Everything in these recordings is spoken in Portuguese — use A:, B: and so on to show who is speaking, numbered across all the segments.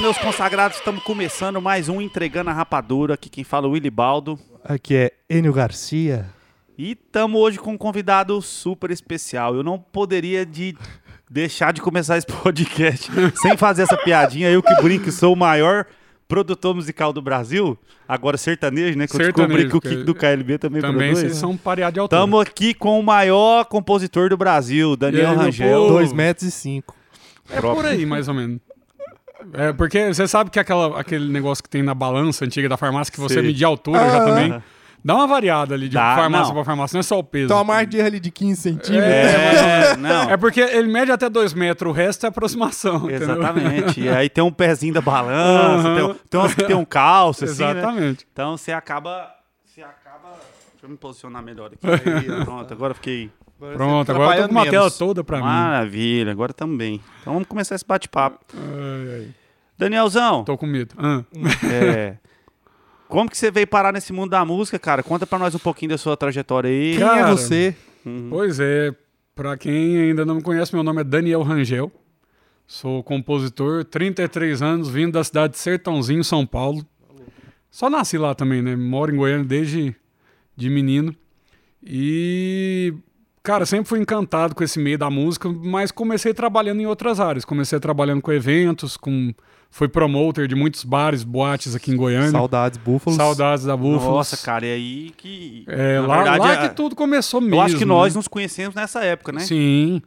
A: meus consagrados, estamos começando mais um Entregando a Rapadura. Aqui quem fala é o Willy Baldo.
B: Aqui é Enio Garcia.
A: E estamos hoje com um convidado super especial. Eu não poderia de deixar de começar esse podcast sem fazer essa piadinha. Eu que brinco, sou o maior produtor musical do Brasil. Agora sertanejo, né? Que eu descobri
C: Sertanejo,
A: que o Kiko do KLB também,
C: Também vocês
A: produz.
C: são pareados de altura.
A: Estamos aqui com o maior compositor do Brasil,
C: E aí,
A: Daniel
C: meu
A: Rangel.
C: povo?
B: 2 metros e 5.
C: é por aí, mais ou menos. É, porque você sabe que aquela, aquele negócio que tem na balança antiga da farmácia que você
A: Sei.
C: medir a altura já também. Dá uma variada ali de
A: Dá,
C: farmácia
A: não.
C: pra farmácia, não é só o peso.
B: Então a margem ali de 15 centímetros.
A: É, não.
C: É porque ele mede até 2 metros, o resto é aproximação. entendeu?
A: Exatamente. E aí tem um pezinho da balança,
C: Aham.
A: tem, um- tem umas que tem um calço, assim, né?
C: Exatamente.
A: Então você acaba. Você acaba. Deixa eu me posicionar melhor aqui. Aí, pronto, agora fiquei.
C: Pronto,
B: tá
C: agora eu tô com uma tela toda pra mim.
A: Maravilha, agora também. Então vamos começar esse bate-papo.
C: Ai, ai,
A: Danielzão,
C: tô com medo. Ah.
A: é, como que você veio parar nesse mundo da música, cara? Conta pra nós um pouquinho da sua trajetória aí.
B: Quem é
C: Cara.
B: você?
C: Pois é, pra quem ainda não me conhece, meu nome é Daniel Rangel. Sou compositor, 33 anos, vindo da cidade de Sertãozinho, São Paulo. Só nasci lá também, né? Moro em Goiânia desde de menino. E, cara, sempre fui encantado com esse meio da música, mas comecei trabalhando em outras áreas. Comecei trabalhando com eventos, com fui promoter de muitos bares, boates aqui em Goiânia.
B: É, Saudades, búfalos.
C: Saudades da Búfalos.
A: Nossa, cara, é aí que.
C: É,
A: na
C: lá,
A: verdade,
C: lá
A: é-
C: que tudo começou
A: Eu
C: mesmo.
A: acho que
C: né?
A: nós nos conhecemos nessa época, né?
C: Sim,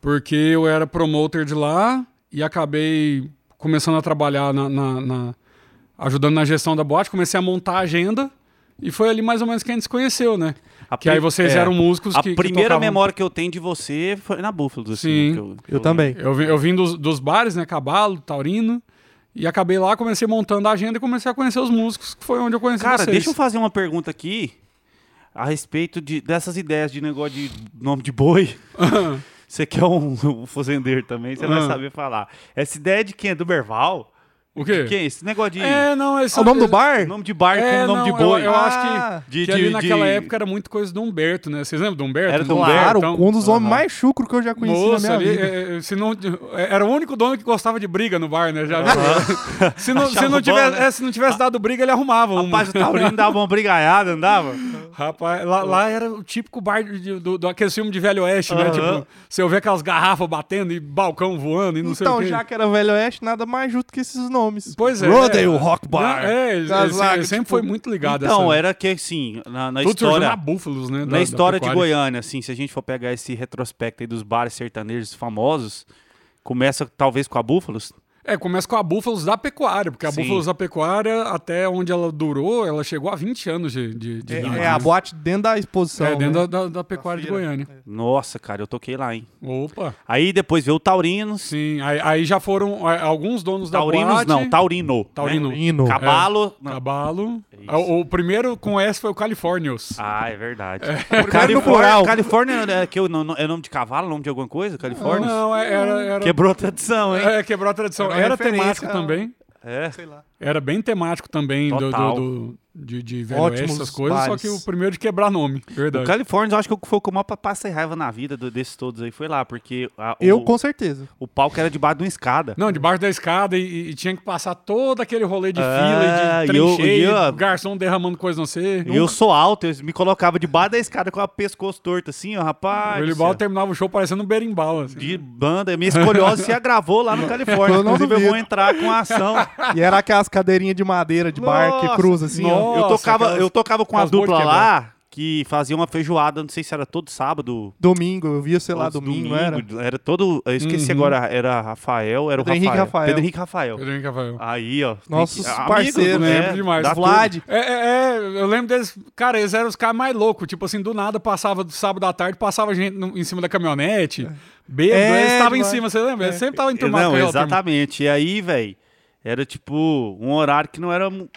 C: porque eu era promoter de lá e acabei começando a trabalhar na, na- na- ajudando na gestão da boate, comecei a montar a agenda e foi ali mais ou menos que a gente se conheceu, né?
A: A
C: que aí
A: pri-
C: vocês
A: é.
C: eram músicos
A: A
C: que que
A: primeira
C: tocavam-
A: memória que eu tenho de você foi na Búfalos. Assim,
C: Sim.
A: né, que que
B: Eu também.
C: Eu, vi- eu vim dos, dos bares, né? Cabalo, Taurino. E acabei lá, comecei montando a agenda e comecei a conhecer os músicos, que foi onde eu conheci
A: Cara,
C: vocês.
A: deixa eu fazer uma pergunta aqui a respeito de, dessas ideias de negócio de nome de boi. Você que é um, um fazendeiro também, você vai
C: Ah.
A: saber falar. Essa ideia de quem? É do Berval?
C: O
A: De
C: quê?
A: quem? Esse negócio de
C: É, não, esse
B: Ah, o nome do bar?
A: nome de barco
C: É,
A: com nome
C: não,
A: de
C: eu-
A: boi.
C: eu acho
B: Ah,
C: que,
A: de- de-
C: que ali naquela
A: de-
C: época era muito coisa do Humberto, né? Vocês lembram do Humberto?
A: Era do
C: Claro,
A: Humberto,
B: Claro,
C: então-
B: um dos homens mais chucro que eu já conheci
C: Moço
B: na minha
C: ali,
B: vida.
C: é, é, se não, era o único dono que gostava de briga no bar, né? Já viu? se, não, se,
A: Achava
C: não
A: bom,
C: tivesse,
A: né?
C: é, se não tivesse dado briga, ele arrumava uma.
A: Rapaz, o Taurino dava uma brigaiada, não dava?
C: Rapaz, lá, lá era o típico bar de, de- do, do- aquele filme de Velho Oeste, né?
A: Aham.
C: Tipo, você ouvia aquelas garrafas batendo e balcão voando e não sei o
B: Então,
C: quê.
B: já que era Velho Oeste, nada mais justo que esses nomes.
C: Pois é.
B: Rodale, Rock Bar.
C: É, ele,
B: Das
C: ele se-
B: vagas,
C: ele sempre
B: tipo,
C: foi muito ligado. a
A: Então,
C: essa,
A: era que assim, na, na
C: Tudo surgiu
A: história.
C: na Búfalos, né? da-
A: Na
C: da
A: história de
C: pecuária.
A: Goiânia, assim, se a gente for pegar esse retrospecto aí dos bares sertanejos famosos, começa talvez com a Búfalos.
C: É, começa com a Búfalos da Pecuária, porque a
A: Sim.
C: Búfalos da Pecuária, até onde ela durou, ela chegou a 20 anos de, de, de
B: É,
C: idade,
B: é a
C: né?
B: boate dentro da exposição.
C: É, dentro
B: né?
C: da, da- da pecuária de
B: feira. né? É.
C: Goiânia.
A: Nossa, cara, eu toquei lá, hein?
C: Opa.
A: Aí depois veio o Taurinos.
C: Sim, aí, aí já foram a- alguns donos da
A: Taurinos
C: boate.
A: não, Taurino.
C: Taurino.
A: Né?
B: Hino.
A: Cabalo. não. É
C: Cabalo. É, O, o primeiro com S foi o Californios.
A: Ah, é verdade.
B: Primeiro no
A: Califórnia,
B: plural.
A: Califórnia é, que eu, não, é nome de cavalo, nome de alguma coisa? Califórnia?
C: não, é- era... era...
A: Hum, Quebrou a tradição, hein?
C: é, quebrou a tradição.
B: Era
C: Era,
B: uma referência
C: temático
B: ao-
C: também.
A: É.
B: Sei lá.
C: Era bem temático também do,
A: Total.
C: do, do- de, de Velho
B: Ótimos
C: Oeste, essas coisas.
B: bares.
C: Só que o primeiro de quebrar nome. Verdade.
A: O Califórnia, eu acho que foi o que eu mais passei raiva na vida do- desses todos aí. Foi lá, porque a-
B: Eu,
A: o,
B: com certeza.
A: o palco era debaixo de uma escada.
C: Não, debaixo da escada e- e, e tinha que passar todo aquele rolê de
A: Ah,
C: fila e de
A: e eu-
C: trincheia,
A: e eu-
C: e garçom derramando coisa não sei.
A: E Eu sou alto, eu me colocava debaixo da escada com o pescoço torto, assim, ó, rapaz.
C: O Elibaldo terminava o show parecendo um berimbau. Assim.
A: de banda, minha escolhose se agravou lá no Califórnia.
B: Eu não
A: Inclusive, eu vou
B: duvido.
A: entrar com a ação.
B: E era aquelas cadeirinhas de madeira de bar que
A: Nossa,
B: cruza assim, ó.
C: Nossa,
A: eu, tocava,
C: aquelas-
A: eu tocava com a
C: aquelas boas
A: dupla
C: de
A: lá que fazia uma feijoada, não sei se era todo sábado.
B: Domingo, eu via, sei lá,
A: todos
B: domingo, era.
A: Era todo. Eu esqueci
C: Uhum.
A: agora, era Rafael, era o
B: Pedro Henrique
A: Rafael,
B: Rafael. Uhum.
A: Pedro Henrique Rafael.
C: Pedrinho Cavaio.
A: Aí, ó.
B: Nossos
A: Henrique- amigos,
B: parceiros,
A: né?
C: lembro demais.
A: Da
B: Vlad,
C: É, é, é, eu lembro deles. Cara, eles eram os caras mais loucos. Tipo assim, do nada passava do sábado à tarde, passava gente no- em cima da caminhonete. Bêbado,
B: É,
C: eles estavam em
B: demais.
C: cima, você lembra? Eles sempre estavam enturmados
A: É, Não,
C: com aquela turma.
A: exatamente. E aí, velho, era tipo um horário que não era mu-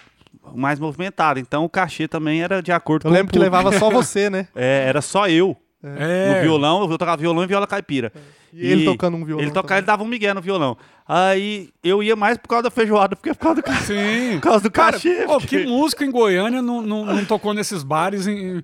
A: mais movimentado. Então o cachê também era de acordo com
B: Eu
A: o
B: lembro que
A: público.
B: levava só você, né?
A: É, era só eu
C: É.
A: no violão, eu tocava violão e viola caipira.
B: E ele tocando um violão
A: Ele tocava,
B: também.
A: ele dava um migué no violão. Aí eu ia mais por causa da feijoada, porque é por causa do, ca-
C: É, Sim.
A: por causa do
C: Cara,
A: cachê.
C: ô,
A: porque-
C: que músico em Goiânia não, não, não tocou nesses bares em.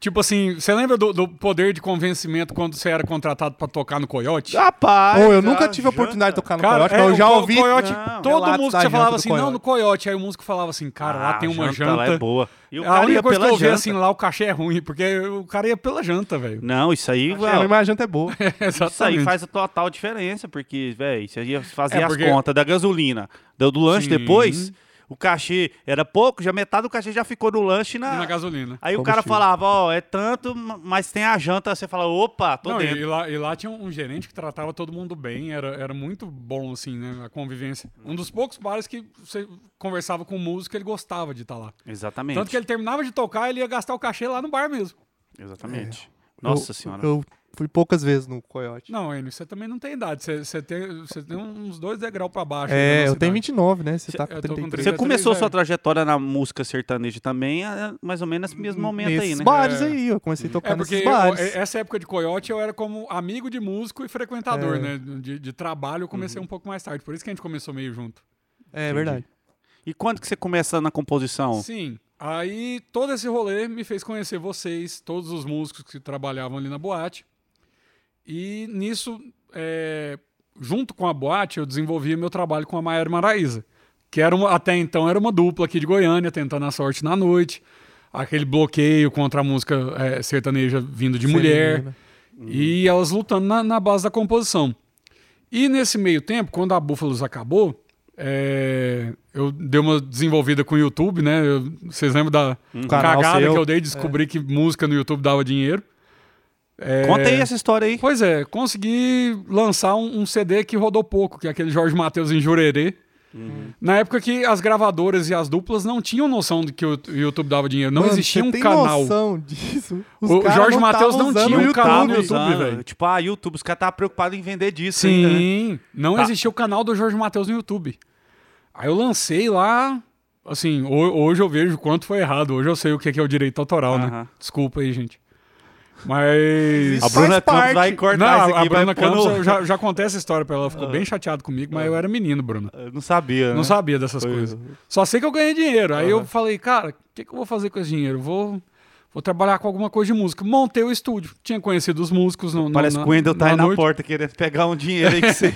C: Tipo assim, você lembra do, do poder de convencimento quando você era contratado pra tocar no Coyote?
A: Ah,
B: Rapaz!
C: Ah,
A: Ou
B: eu nunca tive a oportunidade de tocar no Coyote,
C: é,
B: mas eu
C: o
B: já
C: Co-
B: ouvi.
C: Coyote,
A: Não,
B: relatos
C: todo músico
B: da
C: que você
B: janta
C: falava
B: do
C: assim,
B: Coyote.
C: não, no Coyote. Aí o músico falava assim, cara, lá
A: Ah,
C: tem uma janta.
A: lá é boa. E o
C: a
A: cara ia
C: única coisa que
A: pela
C: eu ouvi
A: janta.
C: assim, lá o cachê é ruim, porque o cara ia pela janta, velho.
A: Não, isso aí,
B: É,
A: uau,
B: mas a janta é boa.
A: isso aí
C: Exatamente.
A: faz a total diferença, porque, velho, você ia fazer
C: É,
A: as
C: porque-
A: contas da gasolina, do, do lanche
C: Sim.
A: depois, o cachê era pouco, já metade do cachê já ficou no lanche e na...
C: Na gasolina.
A: Aí o cara
B: Combustível.
A: falava, ó, é tanto, mas tem a janta, você fala, opa, tô
C: Não, e,
A: dentro.
C: e lá, e lá tinha um gerente que tratava todo mundo bem, era, era muito bom, assim, né? A convivência. Um dos poucos bares que você conversava com o músico, ele gostava de estar lá.
A: Exatamente.
C: Tanto que ele terminava de tocar, ele ia gastar o cachê lá no bar mesmo.
A: Exatamente.
C: É.
A: Nossa
B: Eu-
A: senhora.
B: Eu fui poucas vezes no Coyote.
C: Não, Enio, você também não tem idade. Você, você tem, você tem uns dois degraus pra baixo. né,
B: É,
C: na
B: eu tenho
C: cidade.
B: 29, né? Você tá com
C: eu tô com
B: 33.
A: Você
C: 33,
A: começou
C: é.
A: sua trajetória na música sertaneja também, é, mais ou menos nesse mesmo momento
B: nesses
A: aí, né?
B: bares
C: É.
B: aí, eu comecei a tocar
C: É porque
B: nesses
C: eu-
B: bares.
C: essa época de Coyote eu era como amigo de músico e frequentador,
B: É. Uhum.
C: né? De, de trabalho eu comecei um pouco mais tarde. Por isso que a gente começou meio junto.
B: É verdade.
A: E quando que você começa na composição?
C: Sim. Aí todo esse rolê me fez conhecer vocês, todos os músicos que trabalhavam ali na boate. E nisso, é, junto com a boate, eu desenvolvi meu trabalho com a Maiara Maraíza, que era uma- até então era uma dupla aqui de Goiânia, tentando a sorte na noite. Aquele bloqueio contra a música é, sertaneja vindo de mulher.
B: Feminina.
C: E elas lutando na, na base da composição. E nesse meio tempo, quando a Búfalos acabou, é, eu dei uma desenvolvida com o YouTube, né? Eu- Vocês lembram da
B: Hum. Canal
C: cagada
B: seu. É.
C: que eu dei? Descobri que música no YouTube dava dinheiro. É,
A: Conta
B: assim.
A: aí essa história aí.
C: Pois é, consegui lançar um, um CD que rodou pouco, que é aquele Jorge Matheus em Jurerê.
B: Uhum.
C: Na época que as gravadoras e as duplas não tinha noção de que o YouTube dava dinheiro, não
B: Mano,
C: existia
B: você
C: um
B: tem
C: canal.
B: noção disso? Os
C: O
B: caras
C: Jorge Mateus
B: tavam
C: não
B: usando
C: tinha
B: o
C: um
B: YouTube. É
C: canal no
A: Tava
C: YouTube,
A: usando,
C: velho.
A: Tipo, ah, YouTube, os caras tá preocupado em vender disso ainda, né?
C: Sim, não
A: Tá.
C: existia o canal do Jorge Matheus no YouTube. Aí eu lancei lá, assim, ho- hoje eu vejo o quanto foi errado, hoje eu sei o que é que é o direito autoral, né?
A: Aham.
C: Desculpa aí, gente. Mas...
A: A
B: Faz
A: Bruna Campos
B: parte.
A: vai cortar
C: Não,
A: isso
C: a,
A: aqui.
C: a Bruna
A: vai pôr no-
C: Campos, eu já, já contei essa história pra ela, ela
A: Ah.
C: ficou bem chateada comigo, mas eu era menino, Bruna.
A: Eu Não sabia, né?
C: Não sabia dessas
A: Foi.
C: coisas. Só sei que eu ganhei dinheiro. Aí eu falei, cara, o que, que eu vou fazer com esse dinheiro? Eu Vou, vou trabalhar com alguma coisa de música. Montei o estúdio. Tinha conhecido os músicos. No, no-
A: Parece
C: né? na,
A: que o Wendel tá aí na
C: noite.
A: porta querendo pegar um dinheiro aí que você...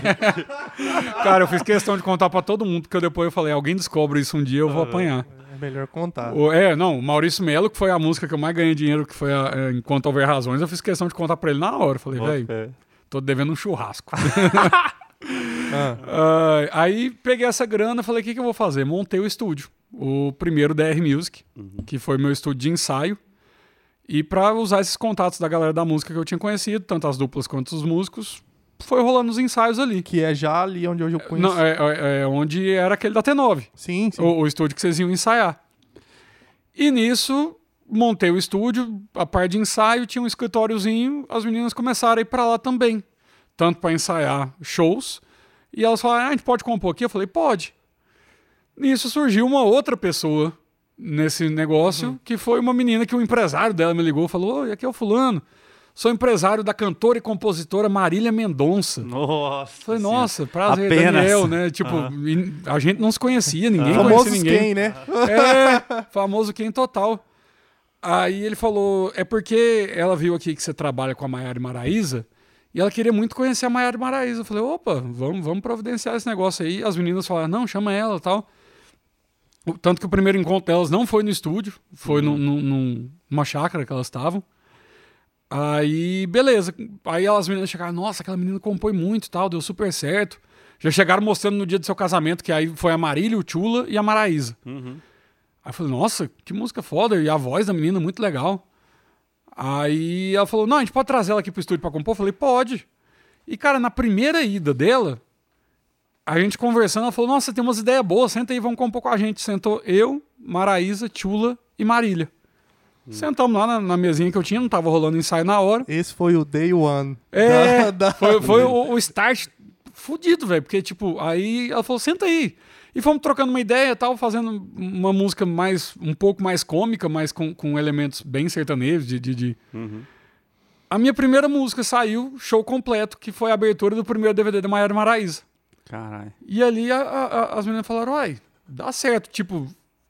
C: Cara, eu fiz questão de contar pra todo mundo, porque depois eu falei, alguém descobre isso um dia, eu vou apanhar.
B: É melhor contar.
C: O- é, não, o Maurício Melo, que foi a música que eu mais ganhei dinheiro, que foi a, é, Enquanto Houver Razões, eu fiz questão de contar pra ele na hora. Eu Falei, velho,
A: É.
C: tô devendo um churrasco.
B: Ah,
C: Ah, aí peguei essa grana, falei, o que, que eu vou fazer? Montei o estúdio, o primeiro DR Music, que foi meu estúdio de ensaio. E pra usar esses contatos da galera da música que eu tinha conhecido, tanto as duplas quanto os músicos, foi rolando os ensaios ali.
B: que é já ali onde hoje eu conheço.
C: Não, é- é- é onde era aquele da T9.
B: Sim, sim.
C: o, o estúdio que vocês iam ensaiar. E nisso, montei o estúdio, a parte de ensaio, tinha um escritóriozinho, as meninas começaram a ir pra lá também. Tanto pra ensaiar shows, e elas falaram, ah, a gente pode compor aqui? Eu falei, pode. Nisso surgiu uma outra pessoa nesse negócio, que foi uma menina que o empresário dela me ligou e falou, oi, aqui é o fulano, sou empresário da cantora e compositora Marília Mendonça.
A: Nossa.
C: Falei,
A: senhora.
C: nossa, prazer,
A: Apenas.
C: Daniel, né? Tipo, e a gente não se conhecia, ninguém conhecia
B: Famosos
C: ninguém.
B: quem, né?
C: É, famoso quem total. Aí ele falou, é porque ela viu aqui que você trabalha com a Maiara Maraíza e ela queria muito conhecer a Maiara Maraíza. Eu falei, opa, vamos, vamos providenciar esse negócio aí. As meninas falaram, não, chama ela e tal. O- Tanto que o primeiro encontro delas não foi no estúdio, foi num- num- num- numa chácara que elas estavam. Aí, beleza. Aí elas meninas chegaram, nossa, aquela menina compõe muito e tal, deu super certo. Já chegaram mostrando no dia do seu casamento, que aí foi a Marília, o Tchula e a Maraíza. Aí eu falei, nossa, que música foda, e a voz da menina muito legal. Aí ela falou, não, a gente pode trazer ela aqui pro estúdio pra compor? Eu falei, pode. E, cara, na primeira ida dela, a gente conversando, ela falou, nossa, tem umas ideias boas, senta aí, vamos compor com a gente. Sentou eu, Maraísa, Tchula e Marília. Sentamos lá na, na mesinha que eu tinha, não tava rolando ensaio na hora.
B: Esse foi o Day One.
C: É,
B: da- da-
C: foi, foi o, o start fudido, velho. Porque, tipo, aí ela falou, senta aí. E fomos trocando uma ideia e tal, fazendo uma música mais, um pouco mais cômica, mas com, com elementos bem sertanejos. De, de, de- A minha primeira música saiu, show completo, que foi a abertura do primeiro DVD da Maiara Maraíza.
A: Caralho.
C: E ali a- a- a- as meninas falaram, ai, dá certo. Tipo,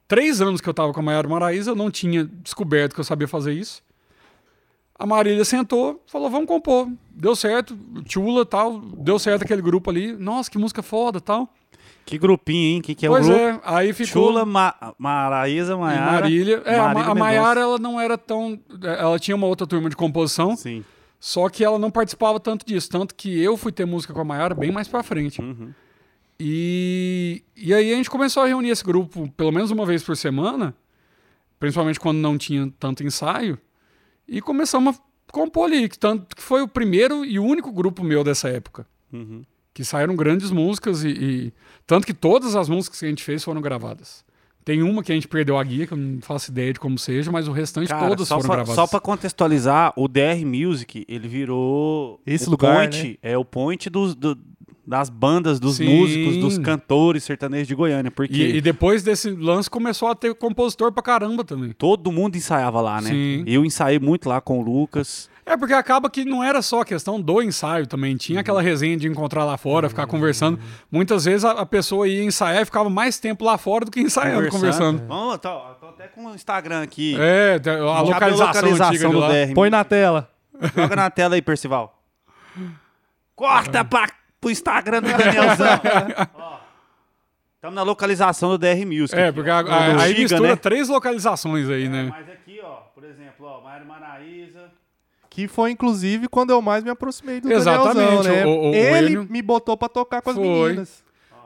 C: três anos que eu tava com a Maiara Maraíza, eu não tinha descoberto que eu sabia fazer isso. A Marília sentou, falou, vamos compor. Deu certo, Tchula tal, deu certo aquele grupo ali. Nossa, que música foda tal.
A: Que grupinho, hein? Que que é
C: pois
A: o grupo?
C: é, aí ficou...
A: Chula, Ma Maraísa,
C: e
A: Maiara.
C: Marília. É, um a Ma-
A: Marília
C: a Maiara,
A: Mendonça.
C: ela não era tão... é, Ela tinha uma outra turma de composição,
A: Sim.
C: só que ela não participava tanto disso. Tanto que eu fui ter música com a Maiara bem mais pra frente.
A: Uhum.
C: E, e aí a gente começou a reunir esse grupo pelo menos uma vez por semana, principalmente quando não tinha tanto ensaio, e começamos a compor ali, que tanto que foi o primeiro e único grupo meu dessa época.
A: Uhum.
C: Que saíram grandes músicas e, e- Tanto que todas as músicas que a gente fez foram gravadas. Tem uma que a gente perdeu a guia, que eu não faço ideia de como seja, mas o restante
A: Cara,
C: todas
A: só,
C: foram
A: pra,
C: gravadas.
A: só pra contextualizar, o DR Music, ele virou
B: Esse
A: o
B: lugar,
A: point, é o point dos, do- das bandas, dos
C: Sim.
A: músicos, dos cantores sertanejos de Goiânia, porque
C: E, e depois desse lance começou a ter compositor pra caramba também.
A: todo mundo ensaiava lá, né?
C: Sim.
A: Eu ensaiei muito lá com o Lucas.
C: É porque acaba que não era só a questão do ensaio também. Tinha aquela resenha de encontrar lá fora, ficar conversando. Muitas vezes a, a pessoa ia ensaiar e ficava mais tempo lá fora do que ensaiando, conversando.
A: Vamos, tô, tô até com o Instagram aqui.
C: É, tá- a
A: Cadê
C: localização, antiga de
A: do
C: lá.
A: DR
B: Põe na tela.
A: Joga na tela aí, Percival.
C: É.
A: Corta pra, pro Instagram do Danielzão. Estamos na localização do DR Music.
C: É, porque a, a,
A: Antiga,
C: aí mistura
A: né?
C: três localizações aí, né?
A: Mas aqui, ó, por exemplo, ó, Mário Maraíza.
B: Que foi, inclusive, quando eu mais me aproximei do
C: Exatamente,
B: Danielzão, né?
C: o- o- o
B: Ele
C: Enio-
B: me botou pra tocar com as
C: Foi.
B: meninas.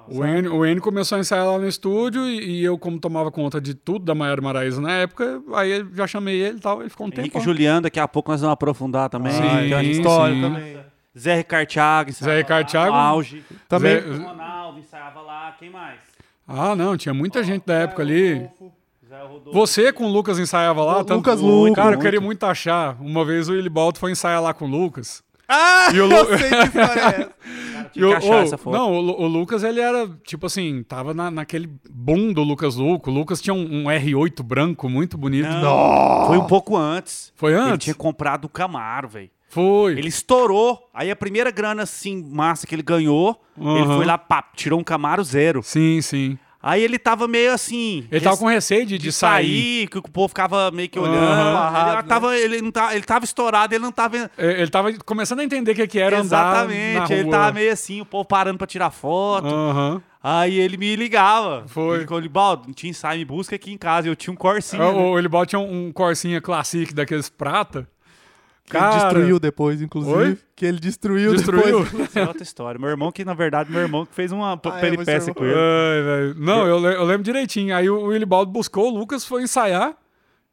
C: O Enio, o Enio começou a ensaiar lá no estúdio e, e eu, como tomava conta de tudo da Maiara Maraíza na época, aí eu já chamei ele e tal, ele ficou um tempo.
A: Henrique e Juliano, daqui a pouco nós vamos aprofundar também.
C: Sim,
A: Tem uma história.
B: História
C: sim.
B: também.
A: Zé Ricardo Thiago.
C: Zé Ricardo Thiago. É,
A: Auge.
B: Também
C: Zé-
A: Ronaldo ensaiava lá. Quem mais?
C: Ah, não, tinha muita gente da época ali.
A: Zé Rodolfo.
C: Você com o Lucas ensaiava lá?
B: O Lucas Luco,
C: Cara, eu
B: muito.
C: queria muito achar. Uma vez o Ilibaldo foi ensaiar lá com o Lucas.
B: Ah,
C: E o Lu-
B: eu sei que história é essa.
A: Tinha que
C: E o-
A: achar
C: ô,
A: essa foto.
C: Não, o, Lu- o Lucas, ele era, tipo assim, tava na- naquele boom do Lucas Luco. O Lucas tinha um, um R8 branco muito bonito.
A: Foi um pouco antes.
C: Foi
A: Ele
C: antes?
A: tinha comprado o Camaro, velho.
C: Foi.
A: Ele estourou. Aí a primeira grana, assim, massa que ele ganhou, ele
C: Uhum.
A: foi lá, pá, tirou um Camaro zero.
C: Sim, sim.
A: Aí ele tava meio assim.
C: Ele tava com receio de, de sair.
A: que o povo ficava meio que olhando.
C: Aham.
A: Ele,
B: Barrado, né?
A: tava, ele, não tá, ele tava estourado, ele não tava.
C: É, Ele tava começando a entender o que, que era andar na
A: Exatamente.
C: rua.
A: Ele tava meio assim, o povo parando pra tirar foto.
C: Aham.
A: Aí ele me ligava.
C: Foi.
A: Ele falou: Libaldo, não tinha ensaio, me busca aqui em casa. Eu tinha um corsinho. né?
C: É, O, o Ilibaldo tinha um, um Corsinha Classic daqueles prata.
B: Que ele destruiu depois, inclusive.
C: Oi?
B: Que ele destruiu,
C: Destruiu?
B: depois.
A: Isso é outra história. Meu irmão, que na verdade, meu irmão que fez uma
C: Ah, é,
B: mas seu
A: peripécia
B: irmão-
A: com ele.
C: Ai, velho. Não, eu, le- eu lembro direitinho. Aí o Willibaldo buscou, o Lucas foi ensaiar,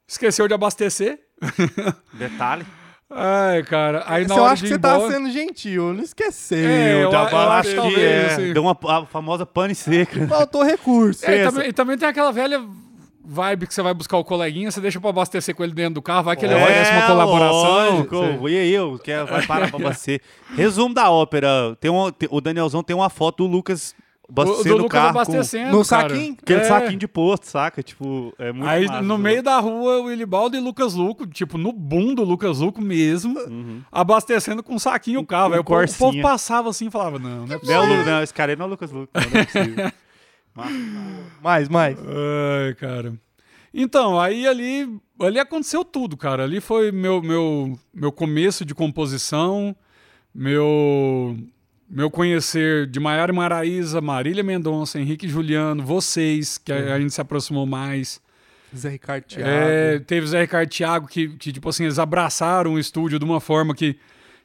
C: esqueceu de abastecer.
A: Detalhe.
C: Ai, cara. Aí na
B: eu
C: hora
B: acho
C: de
B: que
C: ir
B: você tá
C: embora-
B: sendo gentil, não esqueceu.
C: É, eu-
B: da
C: eu
B: bala-
C: acho que
B: Acho que
C: talvez,
B: é.
C: assim.
A: Deu uma a famosa pane seca.
B: Faltou recurso.
C: É, e,
B: Pensa.
C: também, e também tem aquela velha vibe que você vai buscar o coleguinha, você deixa pra abastecer com ele dentro do carro, vai que ele oferece uma colaboração.
A: É, Lógico. E aí, eu quero, vai parar pra você. Resumo da ópera. Tem um, te- o Danielzão tem uma foto do Lucas
C: O,
A: abastecendo
C: do
A: o
C: Lucas
A: carro. com
C: abastecendo.
B: no
C: cara.
B: saquinho?
A: Aquele
C: É.
A: saquinho de posto, saca? Tipo, é muito
C: Aí
A: massa,
C: no
A: né?
C: meio da rua, o Willibaldo e Lucas Luco, tipo, no boom do Lucas Luco mesmo, abastecendo com um saquinho o carro.
A: um
C: Aí o povo, o povo
A: Corsinha.
C: passava assim e falava: Não, não é
A: Não, é o
C: possível.
A: Lu- não, esse cara aí não é o Lucas Lucas. Não, não é possível. Mas-
B: Mais, mais.
C: Ai, cara. Então, aí ali, ali aconteceu tudo, cara. Ali foi meu, meu, meu começo de composição, meu meu conhecer de Maiara e Maraíza, Marília Mendonça, Henrique e Juliano, vocês, que a, a gente se aproximou mais.
B: Zé Ricardo Thiago.
C: É, teve Zé Ricardo e Thiago, que, que, tipo assim, eles abraçaram o estúdio de uma forma que,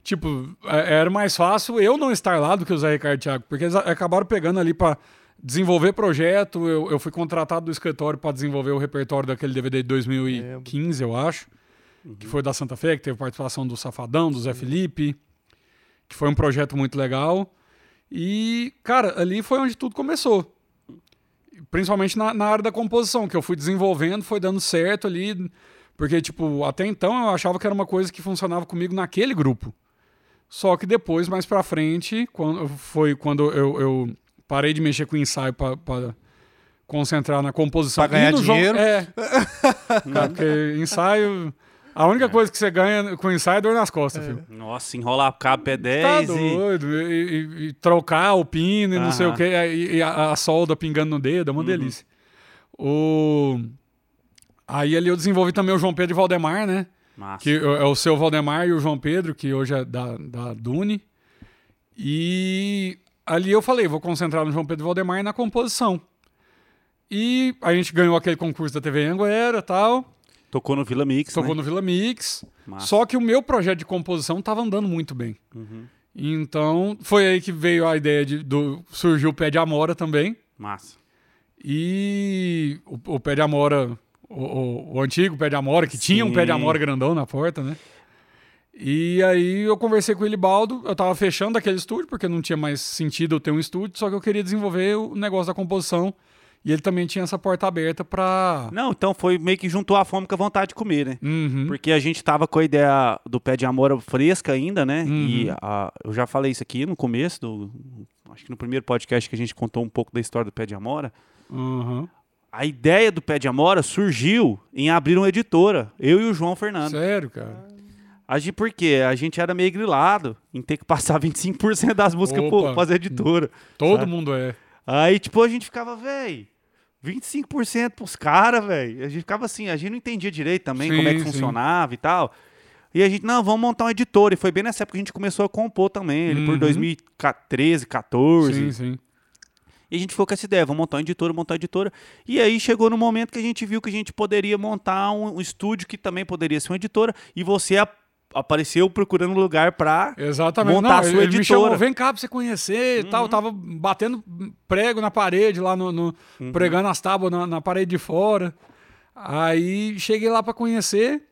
C: tipo, é- era mais fácil eu não estar lá do que o Zé Ricardo e Thiago, porque eles a- acabaram pegando ali pra desenvolver projeto. Eu, eu fui contratado do escritório pra desenvolver o repertório daquele DVD de 2015, eu acho, que foi da Santa Fé, que teve participação do Safadão, do Zé Felipe, que foi um projeto muito legal. E, cara, ali foi onde tudo começou principalmente na, na área da composição, que eu fui desenvolvendo, foi dando certo ali. Porque, tipo, até então eu achava que era uma coisa que funcionava comigo naquele grupo. Só que depois, mais pra frente, quando, foi quando eu, eu parei de mexer com o ensaio pra, pra concentrar na composição.
B: Pra ganhar
C: E no jogo-
B: dinheiro.
C: É. Cara, porque ensaio. A
B: É.
C: única coisa que você ganha com ensaio é dor nas costas, filho.
A: Nossa, enrolar o cabo é 10
C: Tá
A: e...
C: doido. E, e- e trocar o pino e não sei o
A: Aham. Uhum.
C: que. E, e a, a solda pingando no dedo, é uma delícia. O... Aí ali eu desenvolvi também o João Pedro e Valdemar, né?
A: Massa.
C: Que é o seu Valdemar e o João Pedro, que hoje é da, da Dune. E ali eu falei, vou concentrar no João Pedro e Valdemar e na composição. E a gente ganhou aquele concurso da TV Anguera e tal.
A: Tocou no Vila Mix,
C: Tocou
A: né?
C: no Vila Mix.
A: Massa. Uhum.
C: Só que o meu projeto de composição estava andando muito bem. Então, foi aí que veio a ideia de, do. Surgiu o Pé de Amora também.
A: Massa.
C: E o, o Pé de Amora, o, o- o antigo Pé de Amora, que tinha um Pé de
A: Sim.
C: Amora grandão na porta, né? E aí eu conversei com o Elibaldo, eu tava fechando aquele estúdio, porque não tinha mais sentido eu ter um estúdio, só que eu queria desenvolver o negócio da composição. E ele também tinha essa porta aberta pra.
A: Não, então foi meio que juntou a fome com a vontade de comer, né?
C: Uhum.
A: Porque a gente tava com a ideia do pé de amora fresca ainda, né? E
C: Uhum.
A: a- eu já falei isso aqui no começo, do, acho que no primeiro podcast que a gente contou um pouco da história do pé de amora.
C: Uhum.
A: A ideia do pé de amora surgiu em abrir uma editora, eu e o João Fernando.
C: Sério, cara.
A: A gente, por quê? A gente era meio grilado em ter que passar 25% das músicas
C: Opa.
A: pra fazer editora.
C: Todo
A: Sabe?
C: mundo é.
A: Aí, tipo, a gente ficava, véi, 25% pros caras, véi. A gente ficava assim, a gente não entendia direito também
C: Sim,
A: como é que
C: sim.
A: funcionava e tal. E a gente, não, vamos montar um editor. E foi bem nessa época que a gente começou a compor também, ele por
C: Uhum.
A: 2013, 14.
C: Sim, sim.
A: E a gente ficou com essa ideia, vamos montar uma editora, montar uma editora. E aí chegou no momento que a gente viu que a gente poderia montar um, um estúdio que também poderia ser uma editora. E você a- apareceu procurando um lugar pra...
C: Exatamente.
A: montar
C: Não,
A: a sua
C: ele, ele me chamou,
A: editora. Uhum.
C: vem cá pra você conhecer e tal. Eu tava batendo prego na parede, lá no, no-
A: Uhum.
C: pregando as tábuas na, na parede de fora. Aí cheguei lá pra conhecer.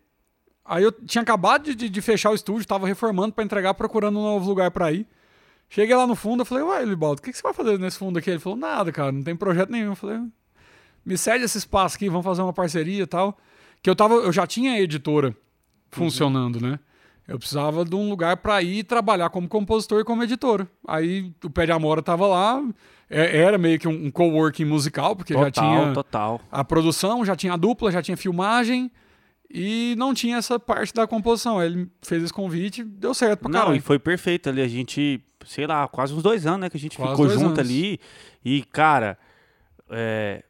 C: Aí eu tinha acabado de- de, de fechar o estúdio, tava reformando pra entregar, procurando um novo lugar pra ir. Cheguei lá no fundo, eu falei, uai, Libaldo, o que, que você vai fazer nesse fundo aqui? Ele falou, nada, cara, não tem projeto nenhum. Eu falei, me cede esse espaço aqui, vamos fazer uma parceria e tal. Que eu tava, eu já tinha a
A: Uhum.
C: editora funcionando, né? Eu precisava de um lugar para ir trabalhar como compositor e como editor. Aí o Pé de Amora tava lá, é- era meio que um, um coworking musical, porque já tinha
A: total.
C: a produção, já tinha a dupla, já tinha filmagem e não tinha essa parte da composição. Aí ele fez esse convite, deu certo pra
A: Não,
C: caralho.
A: e foi perfeito ali. A gente, sei lá, quase uns dois anos, né? Que a gente
C: Quase
A: ficou
C: dois
A: junto
C: anos.
A: ali. E, cara, é,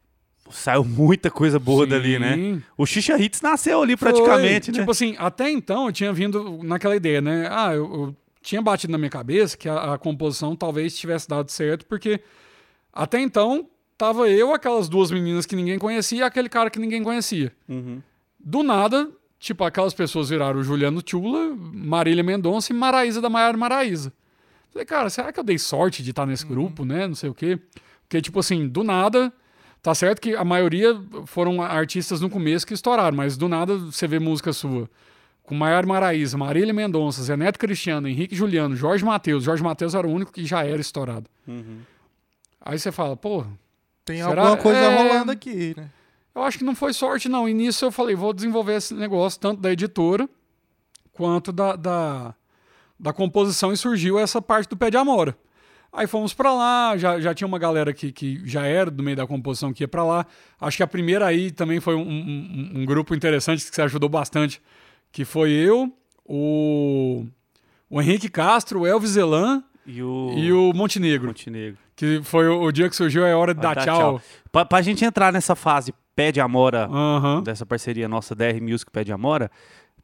A: saiu muita coisa boa dali, né?
C: Sim.
A: O Xixa Hits nasceu ali praticamente,
C: Foi.
A: né?
C: Tipo assim, até então eu tinha vindo naquela ideia, né? Ah, eu, eu tinha batido na minha cabeça que a, a composição talvez tivesse dado certo, porque até então tava eu, aquelas duas meninas que ninguém conhecia e aquele cara que ninguém conhecia.
A: Uhum.
C: Do nada, tipo, aquelas pessoas viraram o Juliano Tchula, Marília Mendonça e Maraísa da Maiara Maraísa. Falei, cara, será que eu dei sorte de estar nesse
A: Uhum.
C: grupo, né? Não sei o quê. Porque, tipo assim, do nada, tá certo que a maioria foram artistas no começo que estouraram, mas do nada você vê música sua. Com Maiara Maraísa, Marília Mendonça, Zé Neto Cristiano, Henrique Juliano, Jorge Matheus. Jorge Matheus era o único que já era estourado. Aí você fala, porra,
B: Tem
C: Será?
B: alguma coisa
C: É.
B: rolando aqui, né?
C: eu acho que não foi sorte, não. E nisso eu falei, vou desenvolver esse negócio tanto da editora quanto da, da, da composição e surgiu essa parte do Pé de Amora. Aí fomos pra lá, já, já tinha uma galera que, que já era do meio da composição que ia pra lá. Acho que a primeira aí também foi um, um- um- um grupo interessante que se ajudou bastante, que foi eu, o, o Henrique Castro, o Elvis Zelan
A: E o,
C: e o Montenegro,
A: Montenegro.
C: que foi o, o dia que surgiu a hora de
A: Vai
C: dar tá, tchau.
A: Pra, pra gente entrar nessa fase pé de amora
C: Aham.
A: dessa parceria nossa DR Music Pé de Amora,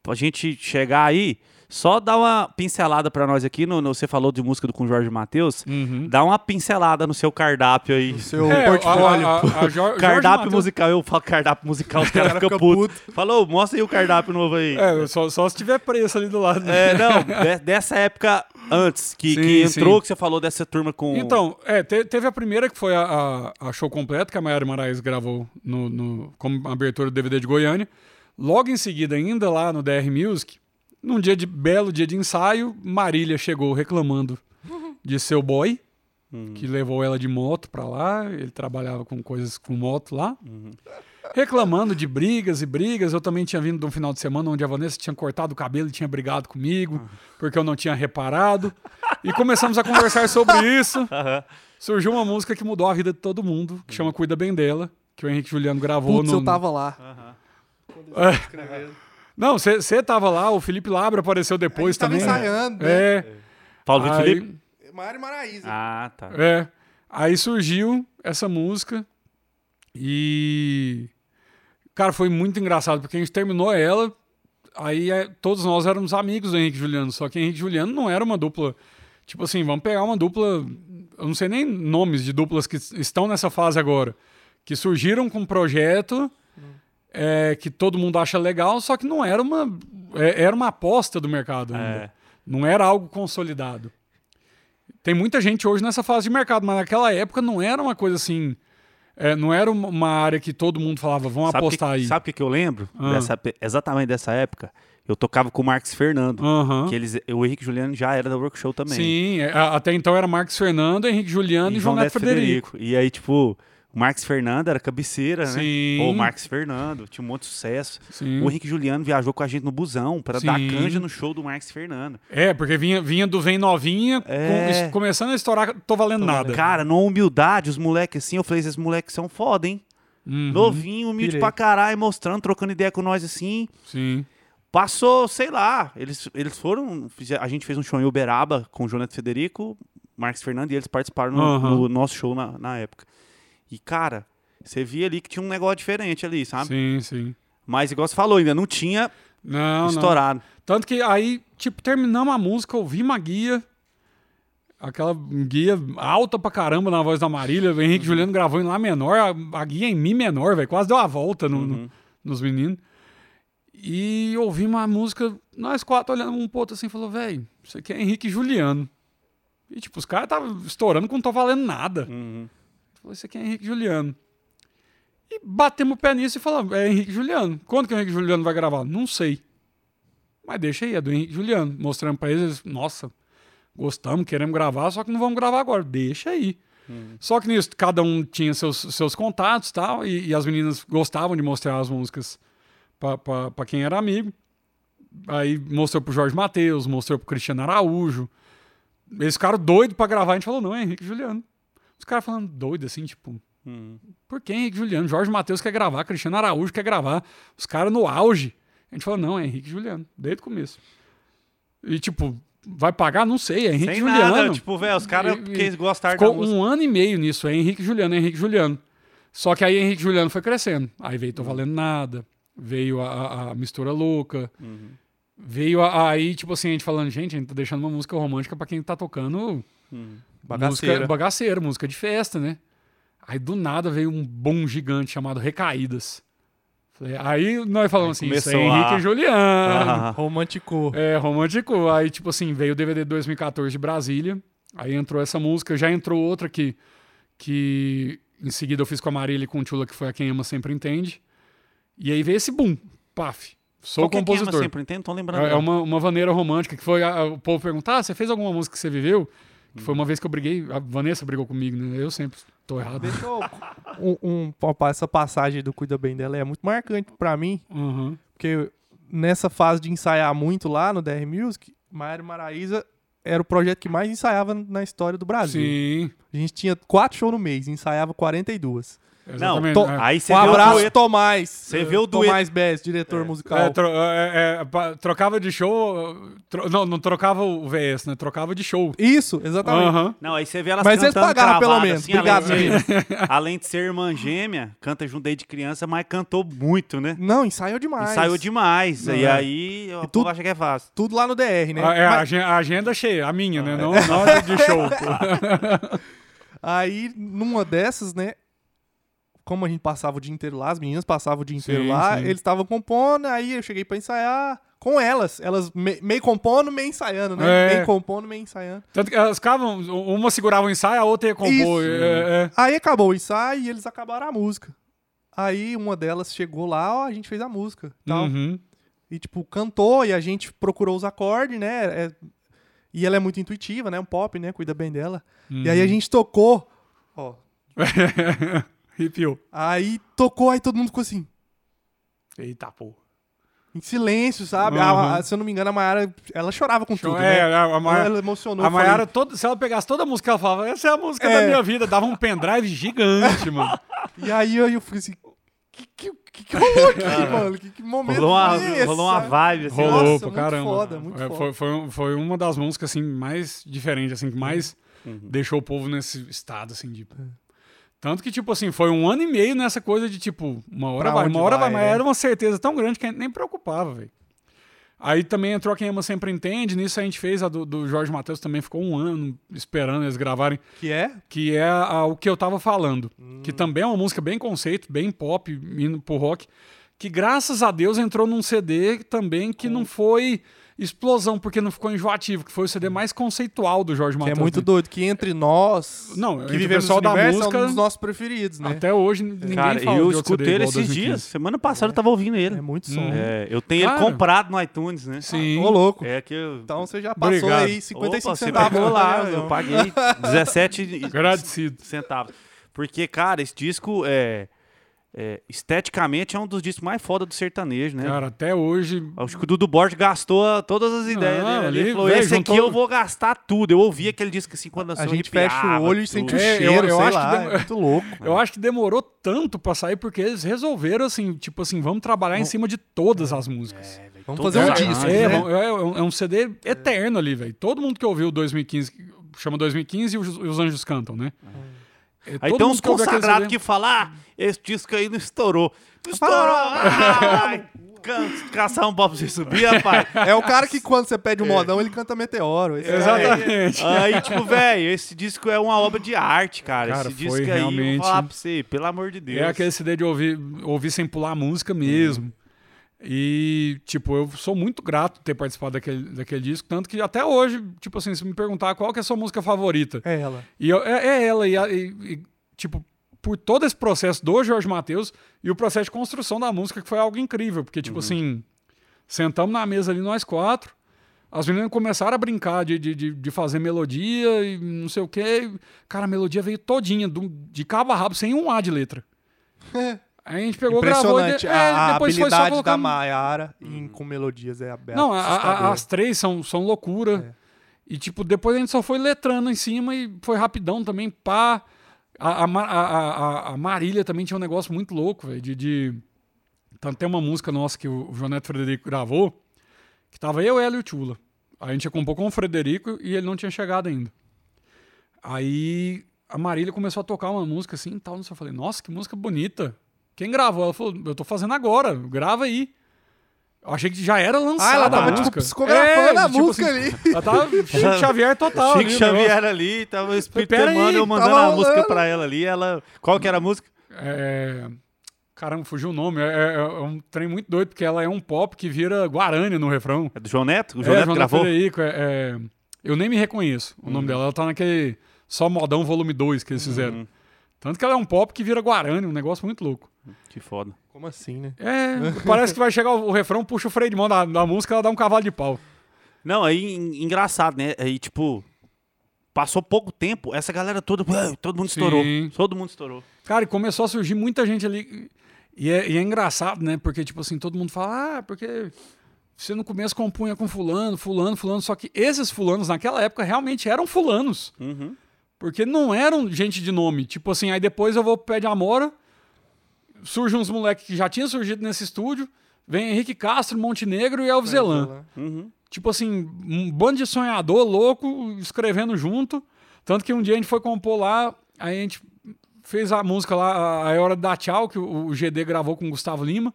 A: pra gente chegar aí, só dá uma pincelada pra nós aqui. No, no- você falou de música do com Jorge Matheus.
C: Uhum.
A: Dá uma pincelada no seu cardápio aí.
B: Seu
C: É,
B: um portfólio.
C: a- a- a Jo- Jorge
A: Cardápio
C: Mateus-
A: musical, eu falo cardápio musical, os caras
B: cara
A: ficam
B: fica
A: putos. Falou, mostra aí o cardápio novo aí. É,
C: É, só, só se tiver preço ali do lado. né?
A: não, de- dessa época antes que,
C: Sim,
A: que
C: sim.
A: entrou, que você falou dessa turma com.
C: Então, é, te- teve a primeira que foi a, a- a show completo que a Mayara Marais gravou no, no- como abertura do DVD de Goiânia. Logo em seguida, ainda lá no DR Music, num dia de belo dia de ensaio, Marília chegou reclamando de seu boy, que levou ela de moto pra lá. Ele trabalhava com coisas com moto lá. Reclamando de brigas e brigas. Eu também tinha vindo de um final de semana onde a Vanessa tinha cortado o cabelo e tinha brigado comigo, porque eu não tinha reparado. E começamos a conversar sobre isso. Surgiu uma música que mudou a vida de todo mundo, que chama Cuida Bem Dela, que o Henrique Juliano gravou
B: Putz,
C: no.
B: eu tava lá.
C: Não, você tava lá, o Felipe Labra apareceu depois
B: tava
C: também.
B: ensaiando, né?
C: É.
A: Paulo Vitor
C: aí-
A: Felipe?
B: Mário Maraíza.
A: Ah, tá.
C: É. Aí surgiu essa música e. Cara, foi muito engraçado, porque a gente terminou ela. Aí é, todos nós éramos amigos do Henrique e Juliano, só que Henrique e Juliano não era uma dupla. Tipo assim, vamos pegar uma dupla. Eu não sei nem nomes de duplas que s- estão nessa fase agora. Que surgiram com um projeto é, que todo mundo acha legal, só que não era uma. é, era uma aposta do mercado ainda.
A: É.
C: Não era algo consolidado. Tem muita gente hoje nessa fase de mercado, mas naquela época não era uma coisa assim. é, não era uma- uma área que todo mundo falava,
A: Sabe
C: vamos
A: o que-
C: apostar aí.
A: Sabe o que, que eu lembro?
C: Ah.
A: Dessa pe- exatamente dessa época, eu tocava com o Marcos Fernando.
C: Aham.
A: Que eles, o Henrique Juliano já era da Workshow também.
C: Sim, é, a- até então era Marcos Fernando, Henrique Juliano e, João Neto Frederico.
A: E aí, tipo, o Marcos Fernando era cabeceira,
C: Sim.
A: né? Pô, o Marcos Fernando tinha um monte de sucesso.
C: Sim.
A: O Henrique Juliano viajou com a gente no busão pra dar
C: Uhum. Sim.
A: canja no show do Marcos Fernando.
C: É, porque vinha, vinha do Vem Novinha, com-
A: É.
C: es- começando a estourar, tô valendo nada.
A: Cara, na humildade, os moleques assim, eu falei, esses moleques são foda, hein?
C: Uhum,
A: Novinho, humilde
B: Pirei.
A: pra caralho, mostrando, trocando ideia com nós assim.
C: Sim.
A: Passou, sei lá, eles, eles foram. fize- A gente fez um show em Uberaba com o Jonathan Federico, Marcos Fernando, e eles participaram no,
C: Aham.
A: no nosso show na, na época. E, cara, você via ali que tinha um negócio diferente ali, sabe?
C: Sim, sim.
A: Mas, igual você falou, ainda não tinha
C: Não, não.
A: estourado.
C: Tanto que aí, tipo, terminamos a música, ouvimos a guia. Aquela guia alta pra caramba na voz da Marília. O Henrique Juliano gravou em Lá menor, a, a guia em Mi menor, velho. Quase deu a volta no- no- nos meninos. E ouvimos a música, nós quatro olhando um pro outro assim, falou, velho, isso aqui é Henrique e Juliano. E, tipo, os caras estavam estourando que não tô valendo nada.
A: Uhum.
C: Falou, isso aqui é Henrique e Juliano. E batemos o pé nisso e falamos, é Henrique e Juliano. Quando que o Henrique e Juliano vai gravar? Não sei. Mas deixa aí, é do Henrique e Juliano. Mostrando pra eles, eles, nossa, gostamos, queremos gravar, só que não vamos gravar agora. Deixa aí. Só que nisso, cada um tinha seus, seus contatos tal, e e as meninas gostavam de mostrar as músicas pra- pra pra quem era amigo. Aí mostrou pro Jorge Matheus, mostrou pro Cristiano Araújo. Eles ficaram doidos pra gravar. A gente falou, não, é Henrique e Juliano. Os caras falando doido assim, tipo,
A: Uhum.
C: por que Henrique e Juliano? Jorge Matheus quer gravar, Cristiano Araújo quer gravar. Os caras no auge. A gente falou, não, é Henrique e Juliano, desde o começo. E tipo, vai pagar? Não sei, é Henrique e
A: Sem
C: Juliano.
A: nada, tipo, velho, os caras
C: E- e-
A: que gostaram da
C: Ficou
A: música.
C: um ano e meio nisso, é Henrique e Juliano, é Henrique e Juliano. Só que aí Henrique e Juliano foi crescendo. Aí veio
A: Uhum.
C: Tô Valendo Nada, veio a, a- a Mistura Louca,
A: Uhum.
C: veio a- aí, tipo assim, a gente falando, gente, a gente tá deixando uma música romântica pra quem tá tocando
A: Bagaceira.
C: Música, bagaceira, música de festa, né? Aí do nada veio um bom gigante chamado Recaídas. Falei, aí nós falamos assim, isso é
A: começou
C: Henrique
A: a-
C: e Juliano.
A: Ah,
B: Romanticou.
C: É, romântico. Aí, tipo assim, veio o DVD 2014 de Brasília. Aí entrou essa música, já entrou outra que, que em seguida eu fiz com a Marília e com o Tula, que foi a Quem Ama Sempre Entende. E aí veio esse boom. Paf. Sou
A: Qual que é que ama
C: compositor.
A: sempre entendo, tô lembrando.
C: É é uma, uma vaneira romântica que foi. a- a- o povo perguntar: ah, você fez alguma música que você viveu? Que foi uma vez que eu briguei. A Vanessa brigou comigo, né? Eu sempre tô errado.
B: Deixa eu. um, um- opa, essa passagem do Cuida Bem dela é muito marcante pra mim,
C: Uhum.
B: porque nessa fase de ensaiar muito lá no DR Music, Mário Maraíza era o projeto que mais ensaiava na história do Brasil.
C: Sim.
B: A gente tinha quatro shows no mês, ensaiava 42.
A: Não,
C: Exatamente.
B: tô-
C: é.
A: Aí você vê
B: um
A: o
B: abraço,
A: dueto.
B: Tomás.
A: Você vê o dueto.
B: Tomás Bess, diretor musical.
C: É, tro- é, é, pa- trocava de show. tro- não, não trocava o VS, né? Trocava de show.
B: Isso, exatamente.
C: Aham.
A: Não, aí você vê elas
B: Mas eles
A: cantando
B: pagaram, pelo
A: cravada,
B: menos.
A: assim, além,
B: Obrigado,
A: de, além de ser irmã gêmea, canta junto desde criança, mas cantou muito, né?
B: Não, ensaiou demais.
A: Ensaiou demais.
C: Não,
A: e
C: é.
A: aí, o povo
B: tudo-
A: acha que é fácil.
B: Tudo lá no DR, né?
C: Ah, é, a
B: Mas- Ah, é.
C: agen- a agenda cheia, a minha, né? Não, não a de show.
B: Aí, numa dessas, né? Como a gente passava o dia inteiro lá, as meninas passavam o dia inteiro
C: Sim,
B: lá,
C: sim.
B: eles estavam compondo, aí eu cheguei pra ensaiar com elas. Elas me- meio compondo, meio ensaiando, né?
C: É.
B: Meio compondo, meio ensaiando.
C: Tanto que elas ficavam, uma segurava o ensaio, a outra ia compor.
B: Isso.
C: é, é.
B: Aí acabou o ensaio e eles acabaram a música. Aí uma delas chegou lá, ó, a gente fez a música. Tal.
C: Uhum.
B: E, tipo, cantou e a gente procurou os acordes, né? É- e ela é muito intuitiva, né? Um pop, né? Cuida bem dela. E
C: Uhum.
B: aí a gente tocou, ó.
C: Arrepiou.
B: Aí tocou, aí todo mundo ficou assim.
C: Eita, pô.
B: Em silêncio, sabe?
C: Aham.
B: A- a- se eu não me engano, a Mayara, ela chorava com tudo,
C: Uhum. é,
B: né?
C: a, a Maiara-
B: Ela emocionou.
C: a
B: eu falei,
C: Maiara, toda- se ela pegasse toda a música, ela falava, essa é a música da
B: É.
C: minha vida. Dava um pendrive gigante, mano.
B: E aí eu, eu falei assim, que que, que, que rolou aqui, mano? Que, que é. momento
A: Rolou uma,
B: foi esse,
A: rolou uma
B: sabe?
A: vibe, assim.
C: Rolou
B: Nossa,
C: pra
B: muito
C: caramba.
B: foda, muito
C: É,
B: foda.
C: Foi, foi, um- foi uma das músicas, assim, mais diferente, assim, que mais deixou o povo nesse estado, assim, de... Tanto que, tipo assim, foi um ano e meio nessa coisa de, tipo, uma hora
B: Pra
C: vai,
B: onde
C: uma hora vai,
B: vai,
C: mas
B: né?
C: era uma certeza tão grande que a gente nem preocupava, velho. Aí também entrou Quem Ama Sempre Entende. Nisso a gente fez a do, do Jorge Matheus, também ficou um ano esperando eles gravarem,
B: Que é?
C: que é a- o que eu tava falando.
B: Hum.
C: Que também é uma música bem conceito, bem pop, indo pro rock. Que graças a Deus entrou num CD também que
B: Hum.
C: não foi explosão, porque não ficou enjoativo, que foi o CD mais conceitual do Jorge
B: Hum. Que é
C: Matheus.
B: muito
C: né?
B: doido. Que entre nós,
C: Não, entre
B: que
C: o
B: vivemos
C: pessoal
B: no
C: da
B: universo,
C: música-
B: é um dos nossos preferidos, né?
C: Até hoje ninguém
A: Cara,
C: fala
A: eu
C: de outro CD
A: escutei ele
C: igual
A: esses
C: 2015.
A: dias. Semana passada eu tava ouvindo ele.
B: É muito som. É.
A: É, eu tenho
C: Cara.
A: ele comprado no iTunes, né?
C: Sim.
B: Ô, louco.
A: É que eu.
B: Então você já passou
C: Obrigado.
B: aí 55
A: Opa, você
B: centavos. É
A: pagou lá,
B: né,
A: eu
B: Leão?
A: paguei 17 e-
C: Agradecido.
A: centavos. Porque, cara, esse disco é, é, esteticamente é um dos discos mais foda do sertanejo, né?
C: Cara, até hoje.
A: Acho que o Dudu Borges gastou todas as ideias
C: Não,
A: dele. ali.
C: ele
A: Ele falou,
C: veio,
A: esse
C: juntou-
A: aqui eu vou gastar tudo. Eu ouvi aquele disco assim quando
B: A
A: lançou,
B: gente
A: arrepiava,
B: fecha o olho e sente o
A: tudo.
C: É, eu-
B: cheiro,
C: eu
B: sei
C: acho
B: lá.
C: que dem-
B: É muito louco.
C: Eu acho que demorou tanto pra sair porque eles resolveram, assim, tipo assim, vamos trabalhar em cima de todas as músicas. É,
B: Vamos
A: Todos
B: fazer um
A: os
B: disco,
A: arranjos,
B: né?
C: é, vamos- é, é um- é um CD eterno ali, velho. Todo mundo que ouviu o 2015, que chama 2015 e os, e os Anjos Cantam, né? É,
A: Aí
C: todo
A: tem
C: mundo
A: uns
C: que ouve aquele
A: consagrados
C: CD
A: que falam, ah, esse disco aí não estourou. Não estourou! Ah, can- caçar um pau pra você subir, rapaz.
B: É o cara que quando você pede um modão, ele canta Meteoro. Esse cara é-
C: É. Exatamente.
A: Aí, tipo, velho, esse disco é uma obra de arte, cara.
C: Cara,
A: esse
C: foi
A: disco aí,
C: realmente-
A: eu vou falar pra você, pelo amor de Deus.
C: É aquele CD de ouvir, ouvir sem pular a música mesmo. E, tipo, eu sou muito grato de ter participado daquele, daquele disco. Tanto que até hoje, tipo assim, se me perguntar qual que é a sua música favorita,
B: É ela.
C: E eu- é, é ela, e, a- e- e, tipo, por todo esse processo do Jorge Matheus e o processo de construção da música, que foi algo incrível, porque,
B: Uhum.
C: tipo assim, sentamos na mesa ali nós quatro, as meninas começaram a brincar de, de, de- de fazer melodia e não sei o quê. Cara, a melodia veio todinha, do- de cabo a rabo, sem um A de letra. Aí a gente pegou, gravou e de-
B: Impressionante.
C: é,
B: a, a
C: depois foi só
B: habilidade da
C: colocando-
B: Maiara em- com melodias é aberta.
C: não, a- a- as três são, são loucura. E, tipo, depois a gente só foi letrando em cima e foi rapidão também, pá. A, a, Ma- a- a- a- a Marília também tinha um negócio muito louco, velho, de, de... Tanto tem uma música nossa que o João Neto Frederico gravou, que tava eu, ela e o Tula. A gente compôs com o Frederico e ele não tinha chegado ainda. Aí a Marília começou a tocar uma música assim e tal. não sei, Eu falei, nossa, que música bonita. Quem gravou? Ela falou, eu tô fazendo agora, grava aí. Eu achei que já era lançada
B: Ah, ela
C: a
B: tava tipo,
C: música.
B: psicografando a
C: tipo
B: música
C: assim,
B: ali.
C: Ela tava Chico Xavier total.
A: Chico
C: ali, o negócio.
A: Xavier ali, tava o Espírito
C: Pera aí,
A: Emmanuel eu mandando
B: tava
A: a música
B: rolando.
A: pra ela ali. Ela... Qual que era a música?
C: É... Caramba, fugiu o nome. É, é- é um trem muito doido, porque ela é um pop que vira Guarani no refrão.
A: É do João Neto? O João Neto
C: Joana
A: gravou?
C: Frederico, é- é- Eu nem me reconheço o nome dela. Ela tá naquele Só Modão Volume 2 que eles fizeram. Tanto que ela é um pop que vira Guarani, um negócio muito louco.
A: Que foda.
B: Como assim, né?
C: É, parece que vai chegar o, o refrão, puxa o freio de mão da, da música, ela dá um cavalo de pau.
A: Não, aí en- engraçado, né? Aí, tipo, passou pouco tempo, essa galera toda, "Ué, todo mundo
C: Sim.
A: estourou. Todo mundo estourou.
C: Cara, e começou a surgir muita gente ali. E é, e é engraçado, né? Porque, tipo assim, todo mundo fala, ah, porque você no começo compunha com fulano, fulano, fulano. Só que esses fulanos, naquela época, realmente eram fulanos.
A: Uhum.
C: Porque não eram gente de nome. Tipo assim, aí depois eu vou pro Pé de Amora, surgem uns moleques que já tinham surgido nesse estúdio, vem Henrique Castro, Montenegro e Elvis Elan.
A: Uhum.
C: Tipo assim, um bando de sonhador louco, escrevendo junto. Tanto que um dia a gente foi compor lá, aí a gente fez a música lá, a- a É Hora de Dar Tchau, que o o GD gravou com o Gustavo Lima.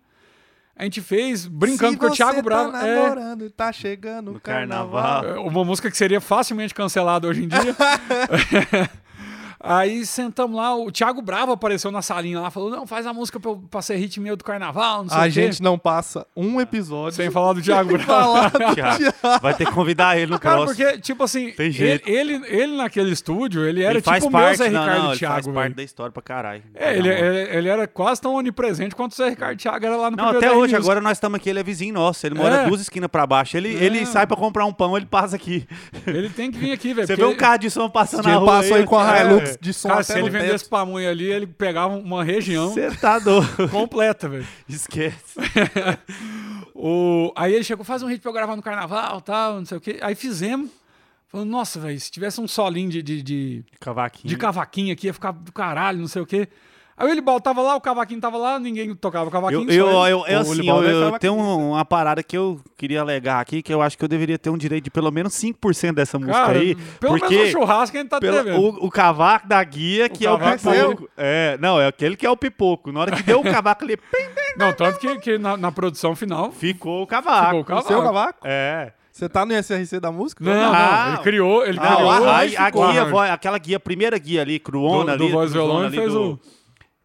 C: A gente fez brincando
B: Se
C: com o
B: você
C: Thiago
B: tá
C: Bravo. é,
B: namorando e tá chegando o
A: No
B: carnaval.
A: carnaval.
C: é, uma música que seria facilmente cancelada hoje em dia. Aí sentamos lá, o Thiago Bravo apareceu na salinha lá, falou: Não, faz a música pra, eu- pra ser hit meu do carnaval,
A: Ah,
C: não sei
B: A
C: o quê.
B: gente não passa um episódio
C: Sem falar do Thiago Bravo.
B: falar do
A: Thiago.
B: Thiago.
A: Vai ter que convidar ele no
C: Cara,
A: próximo.
C: porque, tipo assim,
A: Tem
C: ele,
A: jeito.
C: ele, ele naquele estúdio, ele era
A: ele faz
C: tipo o meu
A: parte,
C: Zé
A: não,
C: Ricardo
A: não, ele
C: Thiago.
A: faz
C: velho.
A: parte da história pra caralho.
C: É, ele, ele- ele era quase tão onipresente quanto o Zé Ricardo Thiago era lá no
A: Não,
C: primeiro
A: até
C: Terra
A: hoje,
C: News.
A: agora nós estamos aqui, ele é vizinho nosso, ele mora
C: É.
A: duas esquinas pra baixo. Ele, ele sai pra comprar um pão, ele passa aqui.
C: Ele tem que vir aqui, velho.
A: Você
C: porque
A: vê um carro de som passando na
B: Ele
A: rua
B: passou aí com a
A: é.
B: Hilux de som
C: Cara, se
B: até
C: ele
B: no teto.
C: vendesse pamonha ali, ele pegava uma região
A: Você tá doido.
C: completa, velho.
A: Esquece.
C: O... Aí ele chegou, faz um hit pra eu gravar no carnaval tal, não sei o quê. Aí fizemos. Falando, nossa, velho, se tivesse um solinho de, de, de,
A: Cavaquinho.
C: de cavaquinho aqui, ia ficar do caralho, não sei o quê. Aí o Elibal tava lá, o cavaquinho tava lá, ninguém tocava o
A: Eu,
C: cavaquinho.
A: eu,
C: só ele.
A: eu, eu,
B: O
A: assim, eu,
B: Libaldo é
A: eu
B: cavaquinho.
A: tenho um- uma parada que eu queria alegar aqui, que eu acho que eu deveria ter um direito de pelo menos 5% dessa música
C: Cara,
A: aí.
C: pelo
A: porque
C: menos um churrasco a gente tá
A: pela-
C: devendo.
A: né, o, o cavaco da guia, que é o
C: cavaco
A: pipoco. É, não, é aquele que é o pipoco. Na hora que deu o cavaco ali, pim, pim,
C: Não, tanto que, que na, na produção final
A: Ficou Ah, o cavaco.
C: Ficou o cavaco.
B: Seu cavaco?
A: É.
B: Você tá no SRC da música?
C: Não, não,
A: Ah.
C: ele criou, ele
A: Não,
C: criou
A: a, a-
C: mas
A: a
C: ficou.
A: guia, é vo- aquela guia, primeira guia ali, cruona
C: Do- do
A: ali.
C: voz e violão,
A: cruzona
C: ele
A: ali
C: fez o-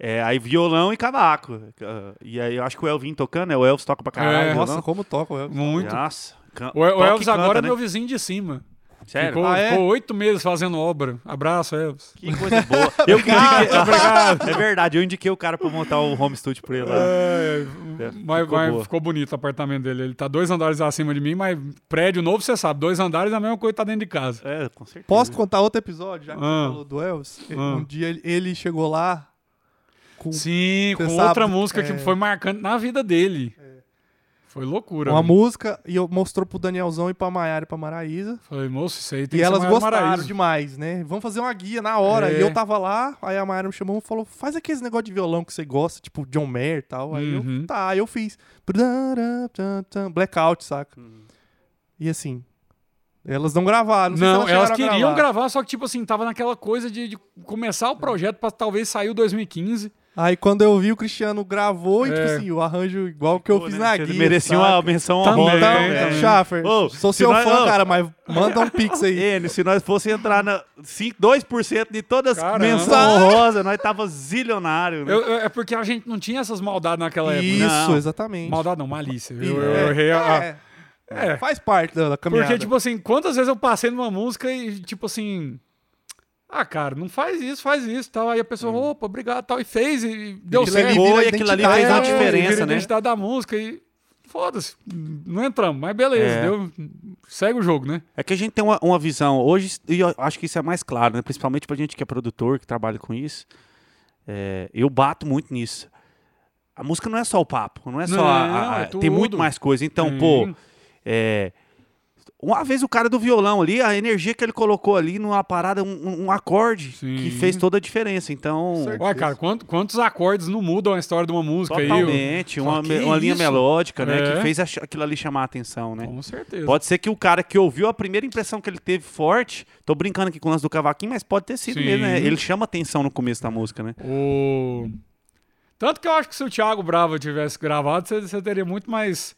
A: É, aí violão e cavaco. Ah, E aí eu acho que o Elvin tocando, é o Elvis toca pra caralho.
C: É.
A: violão.
B: Nossa, como toca o Elvis.
C: muito.
A: Nossa. can-
C: O, o
A: toca e
C: Elvis
A: canta,
C: agora é
A: né?
C: meu vizinho de cima.
A: Sério?
C: Ficou,
B: Ah, é?
C: ficou oito meses fazendo obra. Abraço, Elvis.
A: Que coisa boa. Eu que indiquei... obrigado. É verdade, eu indiquei o cara pra montar o home studio pra ele
B: Ah,
A: lá.
C: É, mas mas
A: ficou
C: ficou,
A: boa.
C: bonito o apartamento dele. Ele tá dois andares acima de mim, mas prédio novo, você sabe, dois andares é a mesma coisa que tá dentro de casa.
A: É, com certeza.
B: Posso contar outro episódio, já que
C: Uhum. Ah.
B: você falou do Elvis?
C: Ah.
B: Um dia ele- ele chegou lá com
C: Sim,
B: Você
C: com
B: sabe,
C: outra música que
B: é.
C: foi marcante na vida dele. Foi loucura.
B: uma
C: né?
B: música e eu mostrou pro Danielzão e pra Maiara e pra Maraísa.
C: Falei, moço, isso aí tem
B: E
C: que
B: elas
C: ser maior
B: gostaram
C: Maraíso.
B: demais, né? Vamos fazer uma guia na hora.
C: É.
B: E eu tava lá, aí a Mayara me chamou e falou: faz aqueles negócio de violão que você gosta, tipo John Mayer e tal. Aí
C: Uhum.
B: eu, tá, aí eu fiz. Blackout, saca?
C: Uhum.
B: E assim, elas não gravaram. Não, sei se
C: Não,
B: elas,
C: elas
B: chegaram a
C: queriam
B: gravar.
C: gravar. só que, tipo assim, tava naquela coisa de, de começar o projeto pra talvez sair o 2015.
B: Aí quando eu vi, o Cristiano gravou e,
C: É.
B: tipo assim, o arranjo igual que eu fiz
A: Né?
B: na
A: Ele
B: guia.
A: merecia
B: saca?
A: uma menção
C: Também,
A: honrosa.
B: Então,
A: né?
C: também.
B: Schaffer,
A: Ô,
B: sou
A: se
B: seu
A: nós-
B: fã,
A: ô.
B: cara, mas manda um pix aí.
A: Ele, se nós fosse entrar na 5, 2% de todas as
C: Caramba.
A: menções honrosas, nós tava zilionário. Né?
C: Eu- eu- é porque a gente não tinha essas maldades naquela época. né?
B: Isso,
A: Não.
B: exatamente.
C: Maldade não, malícia. Eu, eu,
B: É,
C: errei a- a-
B: é,
C: é.
B: Faz parte da, da caminhada.
C: Porque, tipo assim, quantas vezes eu passei numa música e, tipo assim. Ah, cara, não faz isso, faz isso. Tal. Aí a pessoa, opa, obrigado, tal. E fez, e deu
B: Aquilo ali
C: certo.
A: Pô,
B: vira
A: e aquilo ali
B: identidade,
A: fez uma
B: né?
A: diferença,
C: vira
A: né?
C: identidade da música e. Foda-se, não entramos, mas beleza,
A: É.
C: deu, segue o jogo, né?
A: É que a gente tem uma, uma visão hoje, e eu acho que isso é mais claro, né? principalmente pra gente que é produtor, que trabalha com isso. É, eu bato muito nisso. A música não é só o papo, não é só. a- a- a-
C: Não, é
A: tem muito
C: tudo.
A: mais coisa. Então,
C: Sim.
A: pô. é, uma vez o cara do violão ali, a energia que ele colocou ali numa parada, um, um acorde,
C: Sim.
A: que fez toda a diferença. Então,
B: Certo.
C: Ué, cara, quanto- quantos acordes não mudam a história de uma música aí?
A: totalmente,
C: Fala,
A: uma,
C: que
A: me- uma linha
C: isso?
A: melódica, né? Que
C: É.
A: fez ach- aquilo ali chamar a atenção, né?
C: Eu- Com certeza.
A: Pode ser que o cara que ouviu a primeira impressão que ele teve forte, tô brincando aqui com o lance do cavaquinho, mas pode ter sido
C: Sim.
A: mesmo, né? Ele chama atenção no começo da música, né?
C: O... Tanto que eu acho que se o Thiago Brava tivesse gravado, você, você teria muito mais.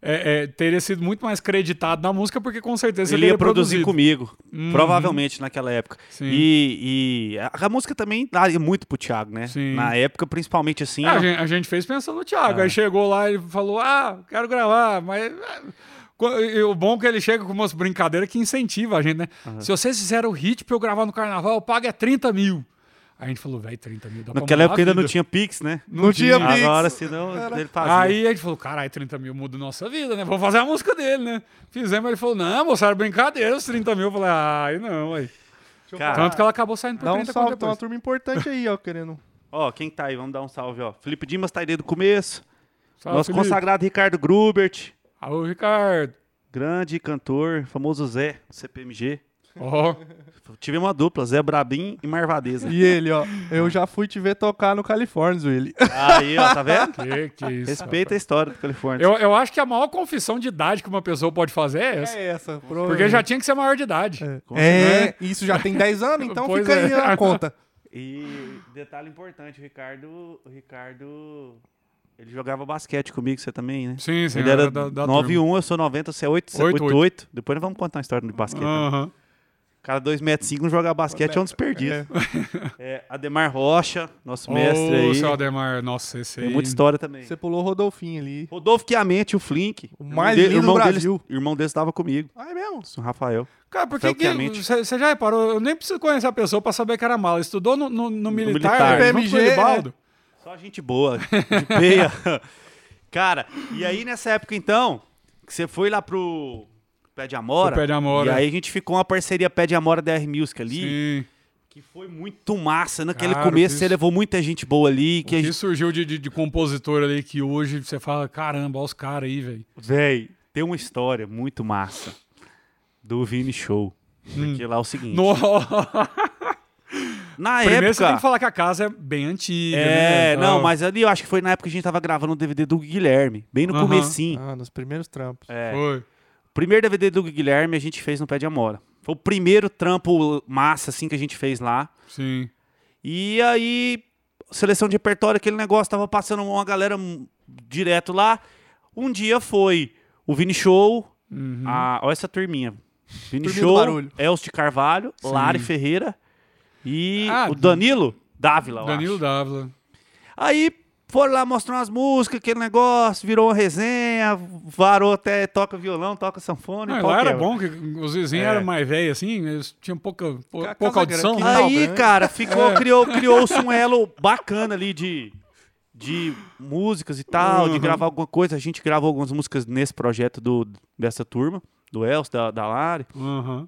C: é, é, teria sido muito mais creditado na música, porque com certeza
A: ele
C: você
A: ia
C: teria
A: produzir
C: produzido.
A: comigo,
C: Uhum.
A: provavelmente naquela época.
C: Sim.
A: E, e a, a música também dá muito pro Thiago, né?
C: Sim.
A: Na época, principalmente assim.
C: É, a,
A: eu-
C: gente, a gente fez pensando no
A: É.
C: Thiago. Aí chegou lá e falou: Ah, quero gravar, mas. ah, co- e o bom é que ele chega com umas brincadeiras que incentiva a gente, né? Se vocês fizeram o hit pra eu gravar no carnaval, eu pago é 30 mil. Aí a gente falou, velho, 30 mil dá pra
A: Naquela
C: mudar
A: época
C: a
A: ainda
C: vida.
A: não tinha Pix, né?
B: não tinha pix.
A: Agora, senão, ele fazia.
C: Aí a gente falou, caralho, 30 mil muda nossa vida, né? Vamos fazer a música dele, né? Fizemos, ele falou, não, moço, era brincadeira os 30 mil. Eu falei, ai, não, aí.
A: Cara,
C: Tanto que ela acabou saindo por
B: Dá um
C: 30
B: salve,
C: conto
B: tem uma
C: depois.
B: turma importante aí, ó, querendo.
A: ó, quem tá aí? Vamos dar um salve, ó. Felipe Dimas tá aí desde o começo.
C: Salve,
A: Nosso
C: Felipe.
A: consagrado Ricardo Grubert,
C: Alô, Ricardo.
A: grande cantor, famoso Zé, do CPMG.
C: Ó,
A: Tive uma dupla, Zé Brabim e Marvadeza.
B: E ele, ó, eu já fui te ver tocar no California, Willy.
A: Aí, ó, tá vendo?
C: que, que isso.
A: Respeita a história do Califórnia.
C: Eu, eu acho que a maior confissão de idade que uma pessoa pode fazer é essa.
B: É essa,
C: Porque já tinha que ser maior de idade.
B: É, isso já tem 10 anos, então
C: Pois
B: fica aí
C: é.
B: a conta.
A: E detalhe importante, o Ricardo, o Ricardo, ele jogava basquete comigo, você também, né?
C: Sim, sim.
A: ele era
C: da- da
A: 9
C: turma.
A: 1 eu sou 90, você é 8, você é
C: 8,
A: 8, Depois nós vamos contar uma história de basquete. né?
C: Aham.
A: O cara 2,5m não jogar basquete é um desperdício. É, Ademar Rocha, nosso mestre
C: Ô,
A: aí. É
C: seu Ademar, nossa, esse
A: Tem
C: aí.
A: muita história também.
B: Você pulou o Rodolfinho ali.
A: Rodolfo Chiamente, o Flink.
B: O mais lindo do Brasil.
A: Deles, irmão dele estava comigo,
B: Ah, é mesmo?
A: o Rafael.
C: Cara, porque
A: Felqueamente.
C: você já reparou? Eu nem preciso conhecer a pessoa pra saber que era mala. Estudou no, no, no militar,
A: militar. É,
C: junto com o
B: PMG, né?
C: Edibaldo.
A: Só gente boa, de peia. Cara, e aí nessa época então, que você foi lá pro Pé de Amora.
C: Pro Pé de Amora.
A: E aí a gente ficou uma parceria Pé de Amora da Air Music ali,
C: Sim.
A: que foi muito massa. Naquele
C: Cara,
A: começo
C: que
A: você
C: isso-
A: levou muita gente boa ali. Que a
C: Que
A: gente...
C: surgiu de, de, de compositor ali que hoje você fala, caramba, olha os caras aí, velho.
A: Véi, tem uma história muito massa do Vini Show. Porque lá é o seguinte.
C: Hum. No...
A: Na
C: Primeiro você tem
A: época.
C: que falar que a casa é bem antiga.
A: É,
C: né?
A: não,
C: Então,
A: mas ali eu acho que foi na época que a gente tava gravando o DVD do Guilherme, bem no
C: Aham.
A: comecinho.
B: Ah, nos primeiros trampos.
A: É.
C: Foi.
A: Primeiro DVD do Guilherme a gente fez no Pé de Amora. Foi o primeiro trampo massa, assim, que a gente fez lá.
C: Sim.
A: E aí seleção de repertório, aquele negócio, tava passando uma galera hum, direto lá. Um dia foi o Vini Show,
C: Uhum.
A: a, olha essa turminha. Vini
B: Turminha do
A: Show,
B: barulho.
A: Elcio Carvalho, Lari Ferreira e
C: Ah,
A: o Danilo Dávila, eu
C: Danilo
A: acho.
C: Dávila.
A: Aí foram lá, mostraram as músicas, aquele negócio, virou uma resenha, varou até toca violão, toca sanfona. e é?
C: Ah,
A: pau
C: lá era
A: quebra.
C: bom que os vizinhos eram mais velhos, assim, eles tinham pouca, pou-
B: Ca-
C: pouca
B: casa
C: audição. né?
B: grande, quintal
A: Aí,
B: grande.
A: cara, ficou, criou- criou-se um elo bacana ali de, de músicas e tal, de gravar alguma coisa. A gente gravou algumas músicas nesse projeto do, dessa turma, do Elcio, da, da Lari.
C: Aham.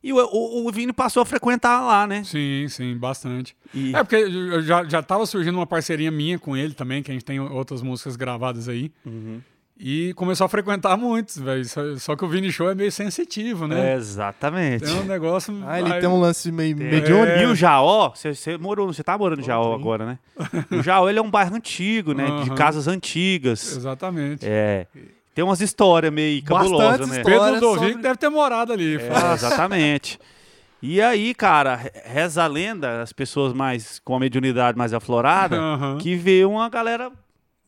A: E o, o, o Vini passou a frequentar lá, né?
C: Sim, sim, bastante.
A: E-
C: É, porque eu já, já tava surgindo uma parceria minha com ele também, que a gente tem outras músicas gravadas aí.
A: Uhum.
C: E começou a frequentar muitos, velho. Só, só que o Vini Show é meio sensitivo,
A: É.
C: né?
A: Exatamente. É.
C: Tem um negócio.
B: Ah, ele
C: aí-
B: tem um lance meio
C: É.
B: mediúnico.
A: E o Jaó, você- você morou, você tá morando no Jaó
B: sim.
A: agora, né? O Jaó ele é um bairro antigo, né? De
C: Aham.
A: casas antigas.
C: Exatamente.
A: É. Tem umas histórias meio
B: Bastante
A: cabulosas, né?
B: história.
C: Pedro
B: Agora é
C: Dovic
B: sobre-
C: deve ter morado ali. fala.
A: É, exatamente. E aí, cara, re- reza a lenda, as pessoas mais com a mediunidade mais aflorada,
C: Aham.
A: que vê uma galera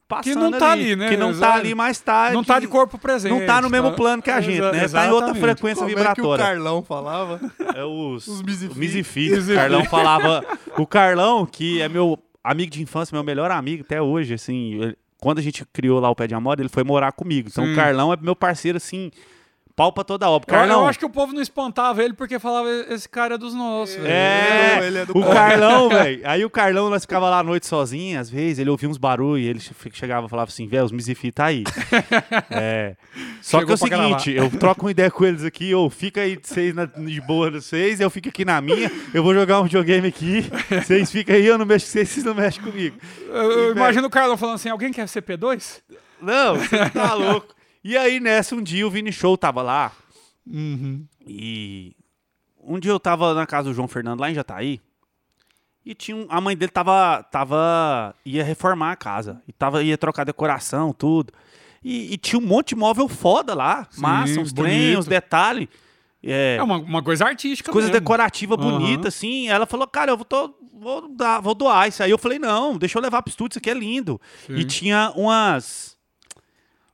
A: passando
C: não tá ali, né?
A: Que não tá
C: Exato.
A: ali, mas tá...
C: Não
A: que
C: tá de corpo presente.
A: Não tá no mesmo plano que a gente, né?
C: Exa-
A: Tá em outra
C: exatamente.
A: frequência
B: Como é que o
A: vibratória.
B: Carlão falava?
A: É os,
B: Os Mizifi.
A: o Mizifi. O Carlão falava. O Carlão, que é meu amigo de infância, meu melhor amigo até hoje, assim. ele- quando a gente criou lá o Pé de Amor, ele foi morar comigo. Então
C: Sim.
A: o Carlão é meu parceiro, assim, palpa toda obra.
C: Eu-
A: Carlão.
C: Eu, acho que o povo não espantava ele porque falava, esse cara é dos nossos. velho."
A: É,
B: Ele é do- ele é do
A: o Carlão,
B: Carlão.
A: velho. Aí o Carlão, nós ficava lá à noite sozinho, às vezes, ele ouvia uns barulhos, ele che- chegava e falava assim, velho, os Mizifi tá aí. É. Só
C: Chegou
A: que
C: pra
A: é o
C: gravar.
A: seguinte, eu troco uma ideia com eles aqui, ou fica aí de vocês na, de boa de vocês, eu fico aqui na minha, eu vou jogar um videogame aqui, vocês ficam aí, eu não mexo com vocês, vocês não mexem comigo.
C: Eu, eu imagino o Carlão falando assim, alguém quer ser P2?
A: Não, você tá louco. E aí, nessa, um dia o Vini Show tava lá,
C: Uhum.
A: e um dia eu tava na casa do João Fernando, lá em Jataí, e tinha um- a mãe dele tava, tava, ia reformar a casa, e tava, ia trocar decoração, tudo. E, e tinha um monte de móvel foda lá, massa, uns trem,
C: bonito.
A: uns detalhes. É,
C: É uma, uma coisa artística
A: coisa
C: mesmo.
A: decorativa
C: Aham.
A: bonita, assim. Ela falou, cara, eu vou, tô- vou dar, vou doar isso aí. Eu falei, não, deixa eu levar pro estúdio, isso aqui é lindo. E
C: Sim.
A: tinha umas...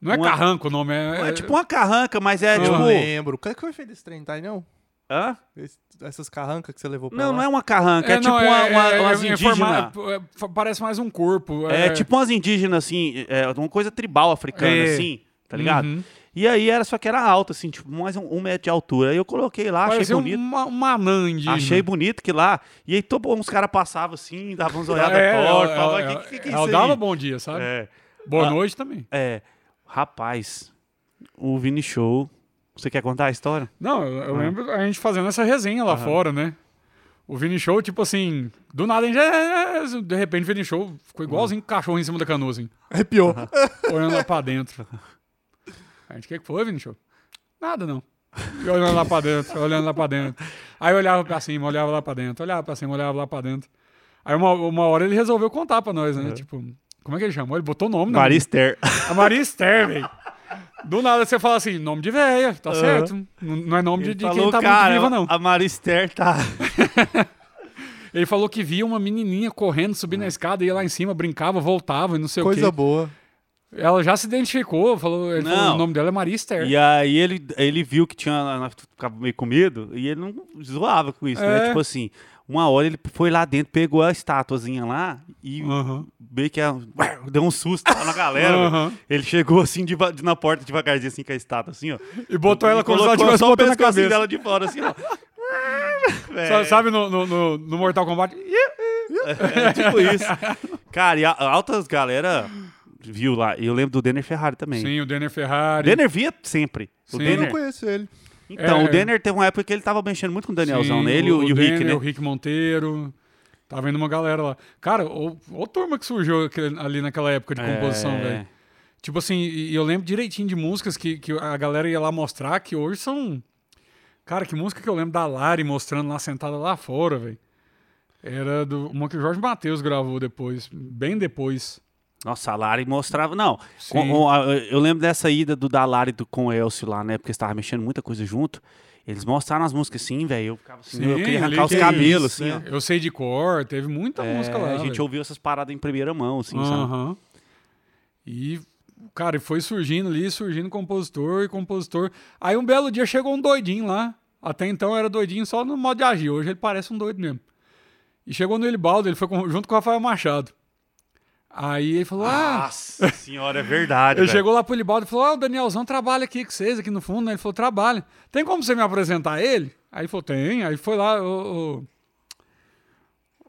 C: Não é
A: uma-
C: carranco o nome, é...
A: É, tipo uma carranca, mas é
C: Não
B: Eu
A: tipo...
B: não lembro. Qual é que foi feito esse trem, tá? Não?
A: Hã?
B: Esse- essas carrancas que você levou pra
A: Não,
B: lá?
A: não é uma carranca, é, tipo
C: não,
A: uma, uma,
C: é-
A: umas
C: é- é
A: indígenas.
C: forma- é- é- parece mais um corpo.
A: É, tipo umas indígenas, assim, é, uma coisa tribal africana,
C: É.
A: assim, tá ligado?
C: Uhum.
A: E aí era só que era alto, assim, tipo, mais um, um metro de altura. Aí eu coloquei lá, achei
C: Parecia
A: bonito.
C: uma, um uma anã indígena.
A: Achei bonito que lá. E aí todo, uns caras passavam assim, davam uns olhadas
C: É, ela-
A: tortas,
C: ela-
A: falavam, que, que, que é
C: ela
A: isso
C: dava
A: aí?
C: um bom dia, sabe?
A: É,
C: Boa
A: Ah.
C: noite também.
A: é, rapaz, o Vini Show. Você quer contar a história?
C: Não, eu, eu lembro a gente fazendo essa resenha lá fora, né? O Vini Show, tipo assim, do nada a gente. "É, é, é", De repente o Vini Show ficou igualzinho um cachorro em cima da canoa, assim,
B: Arrepiou.
C: olhando lá pra dentro. A gente, o que que foi, Vini Show? Nada não. E olhando lá pra dentro, olhando lá pra dentro. Aí eu olhava pra cima, olhava lá pra dentro, olhava pra cima, olhava lá pra dentro. Aí uma, uma hora ele resolveu contar pra nós, né? Tipo, como é que ele chamou? Ele botou o nome, né?
A: Marister.
C: A Maria Esther, velho. Do nada você fala assim, nome de velha, tá certo. N- Não é nome de, de quem tá muito viva, não.
A: A Marister tá.
C: Ele falou que via uma menininha correndo, subindo a escada, ia lá em cima, brincava, voltava e não sei
B: É Coisa
C: o quê.
B: boa.
C: Ela já se identificou, falou, ele falou,
A: Não.
C: o nome dela é Maria Esther.
A: E aí ele, ele viu que tinha nós ficava meio com medo e ele não zoava com isso, né?
C: É.
A: Tipo assim, uma hora ele foi lá dentro, pegou a estatuazinha lá e
C: Aham.
A: meio que ah, deu um susto lá na galera.
C: Aham.
A: velho. Ele chegou assim deva- na porta devagarzinho assim com a estátua assim, ó.
C: E botou ela
A: E
C: como se ela
A: colocou
C: tivesse
A: só o
C: botando na
A: pescocinho
C: cabeça.
A: dela É. de fora assim, ó.
C: Sa- Sabe no, no, no- no Mortal Kombat?
A: É tipo isso. Cara, e a- altas galera viu lá. E eu lembro do Denner Ferrari também.
C: Sim, o Denner Ferrari.
A: Denner via sempre. O
C: Sim.
B: Eu não
A: Denner.
B: conheço ele.
A: Então,
C: É.
A: o Denner teve uma época que ele tava mexendo muito com o Danielzão,
C: Sim,
A: né? Ele e o, e o
C: Denner,
A: Rick, né?
C: O Rick Monteiro. Tá vendo uma galera lá. Cara, ô, ô turma que surgiu aquele- ali naquela época de composição,
A: É.
C: velho. Tipo assim, e e eu lembro direitinho de músicas que, que a galera ia lá mostrar, que hoje são. Cara, que música que eu lembro da Lari mostrando lá sentada lá fora, velho. Era do, uma que o Jorge Matheus gravou depois, bem depois.
A: Nossa, a Lari mostrava. Não,
C: Sim.
A: com- com a- eu lembro dessa ida do da Lari do, com o Elcio lá, né? Porque eles estavam mexendo muita coisa junto. Eles mostraram as músicas assim, velho. Eu ficava assim,
C: Sim,
A: eu queria
C: ali
A: arrancar os
C: que- é.
A: cabelos, assim, ó.
C: Eu sei de cor, teve muita
A: É,
C: música lá.
A: a gente
C: velho.
A: ouviu essas paradas em primeira mão, assim, sabe?
C: Aham. E, cara, e foi surgindo ali, surgindo compositor e compositor. Aí um belo dia chegou um doidinho lá. Até então era doidinho só no modo de agir. Hoje ele parece um doido mesmo. E chegou no Elibaldo, ele foi com- junto com o Rafael Machado. Aí ele falou: Ah,
A: Nossa senhora, é verdade.
C: ele
A: velho.
C: chegou lá pro Libaldo e falou: Ah, o Danielzão trabalha aqui com vocês, aqui no fundo. né?" Ele falou: Trabalha. Tem como você me apresentar a ele? Aí ele falou: Tem. Aí foi lá: Ô,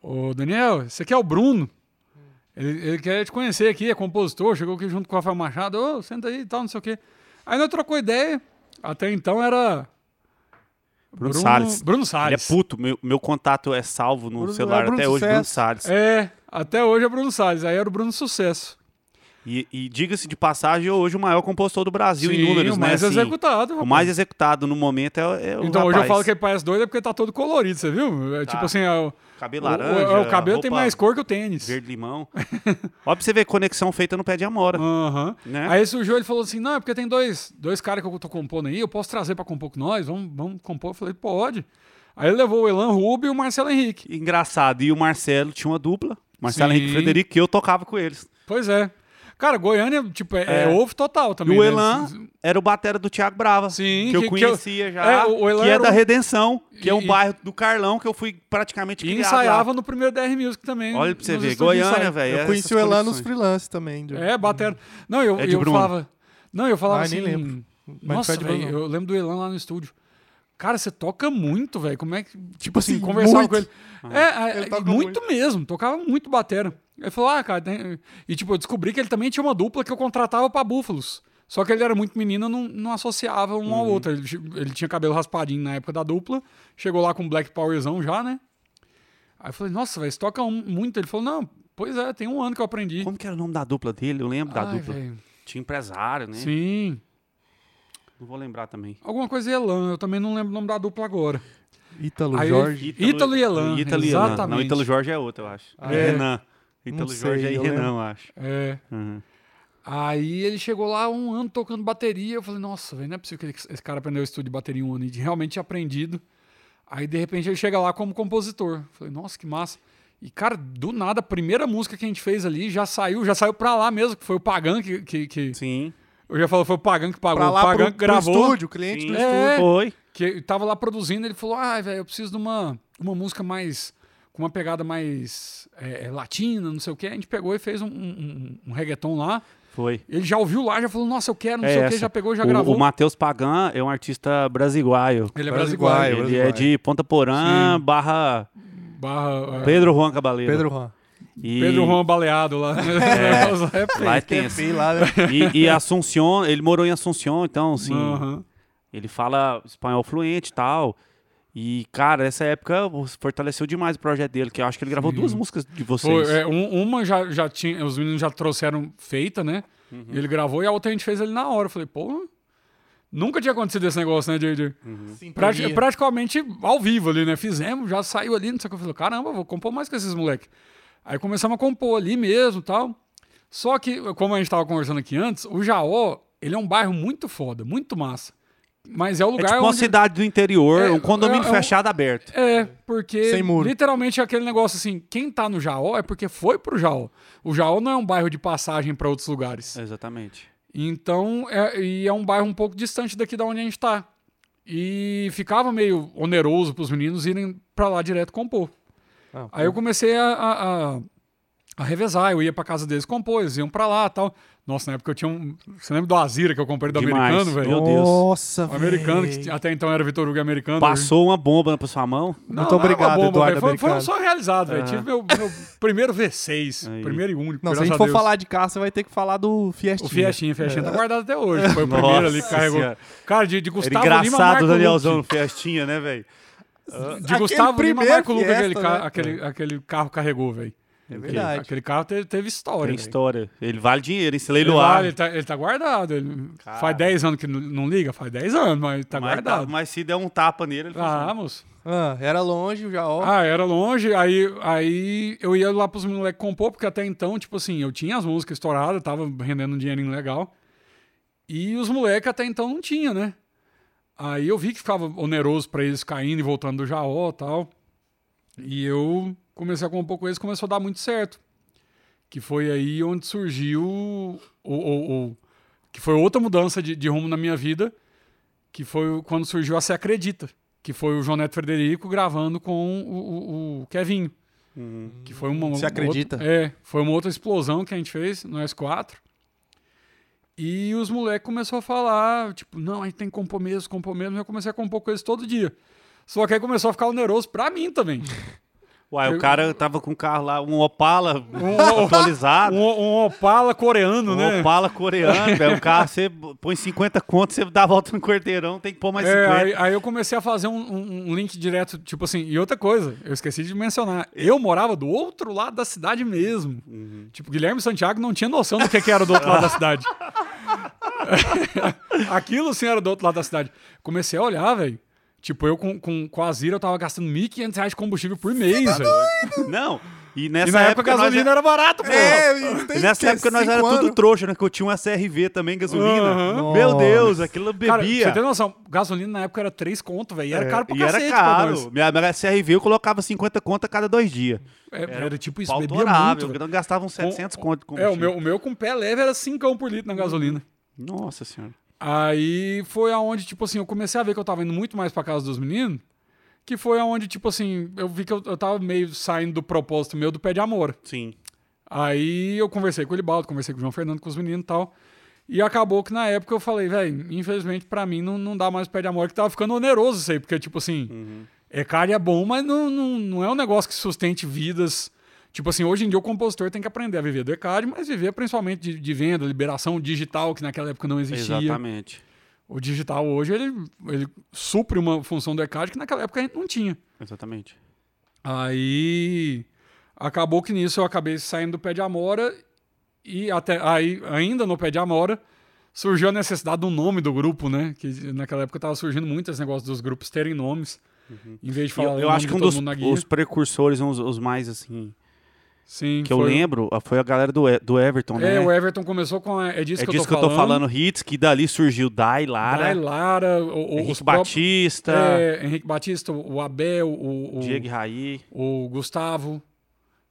C: ô, ô, Daniel, esse aqui é o Bruno. Ele, ele quer te conhecer aqui, é compositor. Chegou aqui junto com o Rafael Machado. Ô, senta aí e tal, não sei o quê. Aí nós trocou ideia. Até então era.
A: Bruno Salles.
C: Bruno
A: Ele é
C: Salles.
A: puto, meu, meu contato é salvo no
B: Bruno-
A: celular
B: é Bruno
A: até hoje,
B: Sucesso.
A: Bruno Salles.
C: É, até hoje é Bruno Salles. Aí era o Bruno Sucesso.
A: E, e diga-se de passagem, hoje o maior compositor do Brasil em números,
C: o
A: né?
C: mais
A: assim,
C: executado.
A: o
C: rapaz.
A: mais executado no momento é, é o
C: Então hoje eu
A: rapaz.
C: falo que ele parece doido é porque tá todo colorido, você viu? É,
A: Tá.
C: Tipo assim, é o,
A: Cabelo
C: o-
A: laranja,
C: o- o cabelo tem
A: roupa
C: mais cor que o tênis.
A: Verde-limão. Ó pra você ver, conexão feita no pé de amora.
C: Aham.
A: Né?
C: Aí surgiu, ele falou assim: não, é porque tem dois, dois caras que eu tô compondo aí, eu posso trazer pra compor com nós, vamos, vamos compor. Eu falei, pode. Aí ele levou o Elan Rubio e o Marcelo Henrique.
A: Engraçado. E o Marcelo tinha uma dupla. Marcelo
C: Sim.
A: Henrique e Frederico, que eu tocava com eles.
C: Pois é. Cara, Goiânia, tipo, é,
A: É.
C: é ovo total também.
A: e o
C: né?
A: Elan era o batera do Thiago Brava.
C: Sim,
A: que eu
C: que- que eu-
A: conhecia já.
C: É, o- o Elan
A: que é
C: era
A: da
C: um-
A: Redenção, que é um
C: E-
A: bairro do Carlão, que eu fui praticamente
C: E
A: criado
C: ensaiava
A: lá.
C: no primeiro DR Music também.
A: Olha pra você
C: nos
A: ver.
C: estúdios de
A: Goiânia,
C: ensaio.
A: velho.
B: Eu conheci o Elan nos freelance também. de-
C: É, batera. Não, eu,
A: É de
C: eu
A: Bruno.
C: falava. Não, eu falava
B: Ah,
C: assim.
B: nem lembro. Mas
C: Nossa,
B: foi de Bruno,
C: velho,
B: não.
C: eu lembro do Elan lá no estúdio. Cara, você toca muito, velho. Como é que. Tipo assim,
B: assim,
C: conversava
B: muito.
C: com ele. É,
B: Ele
C: é,
B: toca
C: muito, mesmo. Tocava muito batera. Ele falou, ah, cara. tem- E tipo, eu descobri que ele também tinha uma dupla que eu contratava pra Búfalos. Só que ele era muito menino, eu não, não associava um ao outro. Ele, ti- ele tinha cabelo raspadinho na época da dupla. Chegou lá com um Black Powerzão já, né? Aí eu falei, nossa, velho, você toca um- muito. Ele falou, não, pois é, tem um ano que eu aprendi.
A: Como que era o nome da dupla dele? Eu lembro da
C: Ai,
A: dupla.
C: velho.
A: Tinha empresário, né?
C: Sim.
A: Não vou lembrar também.
C: Alguma coisa Elan, eu também não lembro o nome da dupla agora.
B: Ítalo
C: Aí eu-
B: Jorge.
C: Ítalo- Ítalo e Elan,
A: Ítalo e Elan. Não,
C: exatamente.
A: Ítalo Jorge é outro, eu acho.
B: Ah,
A: é
C: é?
A: Renan.
B: Não
A: Ítalo
B: sei,
A: Jorge é
B: eu
A: Renan,
B: lembro.
A: eu acho.
C: É.
A: Uhum.
C: Aí ele chegou lá um ano tocando bateria. Eu falei, nossa, velho, não é possível que ele- esse cara aprendeu o estudo de bateria em um ano e de- realmente tinha aprendido. Aí de repente ele chega lá como compositor. Eu falei, nossa, que massa. E, cara, do nada, a primeira música que a gente fez ali já saiu, já saiu pra lá mesmo, que foi o Pagan que. que, que-
A: Sim.
C: eu já falo, foi o Pagan que pagou.
B: Pra
C: o
B: lá
C: Pagan
B: pro,
C: que
B: pro
C: gravou.
B: estúdio, o cliente
A: Sim.
B: do
A: É.
B: estúdio.
A: Foi.
C: que tava lá produzindo, ele falou: ai, velho, eu preciso de uma, uma música mais. com uma pegada mais é, é, latina, não sei o quê. A gente pegou e fez um, um, um- um reggaeton lá.
A: Foi.
C: Ele já ouviu lá, já falou: nossa, eu quero, não
A: É
C: sei o quê,
A: essa.
C: já pegou, já
A: O-
C: gravou.
A: O Matheus Pagan é um artista brasiguaio.
C: Ele é
B: Brasiguaio,
C: brasileiro.
A: Ele
B: brasiguaio.
A: é de Ponta Porã
C: Sim.
A: barra
C: Barra, é, Pedro,
A: Pedro Juan Cabaleiro.
B: Pedro Juan.
A: e...
C: Juan baleado lá.
A: Lá é
B: Que é
A: tenso.
B: feio lá, né?
A: E, e Assunción, ele morou em Assunción, então, assim,
C: Aham.
A: ele fala espanhol fluente e tal. E, cara, essa época fortaleceu demais o projeto dele, que eu acho que ele gravou duas músicas de vocês. tipo
C: Foi, é, um- uma já, já tinha, os meninos já trouxeram feita, né?
A: Uhum.
C: E ele gravou e a outra a gente fez ali na hora. Eu falei, pô, nunca tinha acontecido esse negócio, né, JJ?
A: Uhum.
C: Prati-
B: Sintonia.
C: praticamente ao vivo ali, né? Fizemos, já saiu ali, não sei o que. Eu falei, caramba, vou compor mais com esses moleques. Aí começamos a compor ali mesmo tal. Só que, como a gente tava conversando aqui antes, o Jaó, ele é um bairro muito foda, muito massa. Mas é o
A: É
C: lugar
A: tipo uma
C: onde...
A: cidade do interior,
C: É,
A: um condomínio
C: é, é um-
A: fechado aberto.
C: É, porque
B: Sem muro.
C: literalmente é aquele negócio assim, quem tá no Jaó é porque foi pro Jaó. O Jaó não é um bairro de passagem pra outros lugares.
A: Exatamente.
C: Então, é, e é um bairro um pouco distante daqui da onde a gente tá. E ficava meio oneroso pros meninos irem pra lá direto compor.
B: Ah,
C: Aí eu comecei a, a, a- a revezar, eu ia pra casa deles compor, eles iam pra lá tal. Nossa, na época eu tinha um. Você lembra do Azira que eu comprei do
A: Demais.
C: americano, velho?
A: Meu Deus.
B: Nossa,
C: O americano, que
B: véi.
C: t- até então era Vitor Hugo americano.
A: Passou uma bomba na sua mão.
C: Não,
B: Muito
C: não era uma
B: obrigado,
C: bomba,
B: Eduardo
C: velho. Foi, foi um
B: Americano.
C: sonho realizado, velho.
A: Ah.
C: Tive meu, meu primeiro V6,
A: Aí.
C: primeiro e único.
B: Não, se a
C: graças
B: gente for
C: Deus.
B: falar de carro, você vai ter que falar do Fiestinha.
C: O Fiestinha, o Fiestinha tá guardado até hoje. Foi o primeiro ali que
A: É. Nossa
C: carregou.
A: Senhora.
C: Cara, de, de
A: Era
C: Gustavo Lima,
A: engraçado
C: Marco
A: o Danielzão no
C: Lucchi.
A: festinha, né, velho?
C: De
B: Aquele
C: Gustavo Lima,
B: primeiro
C: Marco Luca, aquele,
B: Fiesta,
C: ca-
B: né?
C: aquele, aquele carro carregou, velho. É
B: verdade.
C: Aquele, carro teve, teve história,
A: Tem
C: velho.
A: história. Ele vale dinheiro, hein? Se
C: Ele,
A: leiloar.
C: vale, ele, tá, ele tá guardado. ele-
A: Cara.
C: faz 10 anos que não- não liga? Faz 10 anos, mas tá
A: mas, tá-
C: guardado.
A: mas se der um tapa nele, ele fala
C: Ah,
A: assim,
C: moço.
B: Ah, era longe o Jaó.
C: Ah, era longe, aí, aí eu ia lá pros moleques compor, porque até então, tipo assim, eu tinha as músicas estouradas, tava rendendo um dinheirinho legal. E os moleques até então não tinha, né? Aí eu vi que ficava oneroso pra eles caindo e voltando do Jaó e tal. E eu comecei a compor com eles, começou a dar muito certo. Que foi aí onde surgiu o, o- o- que foi outra mudança de, de rumo na minha vida, que foi o- quando surgiu a Se Acredita, que foi o João Neto Frederico gravando com o, o, o Kevinho. Que foi uma
B: Se Acredita.
C: outra- é, foi uma outra explosão que a gente fez, nós quatro. E os moleques começaram a falar, tipo, não, a gente tem que compor mesmo, compor mesmo. Eu comecei a compor com eles todo dia. Só que aí começou a ficar oneroso pra mim também.
A: Uai, o
C: Eu-
A: cara tava com um carro lá, um Opala
C: Um- Um,
A: atualizado,
C: um Opala coreano,
A: um
C: né?
A: Opala coreano, velho. Um carro, você põe 50 conto, você dá a volta no quarteirão, tem que pôr mais
C: É,
A: 50.
C: aí, aí eu comecei a fazer um, um- um link direto, tipo assim, e outra coisa, eu esqueci de mencionar. Eu morava do outro lado da cidade mesmo.
A: Uhum.
C: Tipo, Guilherme Santiago não tinha noção do que, que era do outro lado da cidade. Aquilo sim era do outro lado da cidade. Comecei a olhar, velho. Tipo, eu com, com, com a Zira, eu tava gastando 1.500 reais de combustível por mês, velho.
A: Não, e
C: E
A: tá nessa
C: na época
A: época,
C: a
A: nós
C: gasolina era barato, pô.
B: É, tem
A: Nessa
B: que,
A: época nós
B: cinco
A: era tudo
B: anos.
A: trouxa, né? Que eu tinha uma CRV também, gasolina.
C: Aham.
A: Meu
B: Nossa.
A: Deus, aquilo eu
C: Cara,
A: bebia. É,
C: você tem noção, gasolina na época era 3 conto, velho. e Era caro pra
A: e
C: cacete
A: era
C: pra nós.
A: caro. Minha, minha CRV eu colocava 50 conto a cada dois dias.
C: É, Era, tipo isso, bebia muito.
A: Pautorável.
C: velho.
A: Nós gastávamos 700
C: Com-
A: conto. de
C: É, o
A: combustível. Uhum.
C: meu, o meu com pé leve era 5 por litro na gasolina.
A: Nossa senhora.
C: Aí foi aonde, tipo assim, eu comecei a ver que eu tava indo muito mais pra casa dos meninos. Que foi aonde, tipo assim, eu vi que eu, eu tava meio saindo do propósito meu do pé de amor.
A: Sim.
C: Aí eu conversei com o Libaldo, conversei com o João Fernando, com os meninos e tal. E acabou que na época eu falei, velho, infelizmente pra mim não, não dá mais pé de amor, que tava ficando oneroso isso aí, porque, tipo assim, é caro e é bom, mas não, não, não é um negócio que sustente vidas. Tipo assim, hoje em dia o compositor tem que aprender a viver do ECAD, mas viver principalmente de, de venda, liberação digital, que naquela época não existia.
A: Exatamente.
C: O digital hoje, ele, ele supre uma função do ECAD que naquela época a gente não tinha.
A: Exatamente.
C: Aí acabou que nisso eu acabei saindo do pé de Amora e até aí ainda no pé de Amora surgiu a necessidade do nome do grupo, né? Que naquela época tava surgindo muito esse negócio dos grupos terem nomes. Em vez de
A: Uhum. E
C: falar
A: Eu,
C: o
A: eu
C: nome
A: acho
C: de
A: que um
C: todo
A: dos
C: mundo na guia.
A: os precursores, uns- os mais assim,
C: Sim,
A: que eu
C: foi-
A: lembro, ah, foi a galera do, E- do Everton, né?
C: É, o Everton começou com a, é disso,
A: É
C: que,
A: disso
C: eu tô falando.
A: hits, que dali surgiu Dai Lara,
C: Dai Lara, o, o,
A: Henrique
C: os pró-
A: Batista,
C: é, Henrique Batista, o Abel, o, o,
A: Diego Raí.
C: o Gustavo,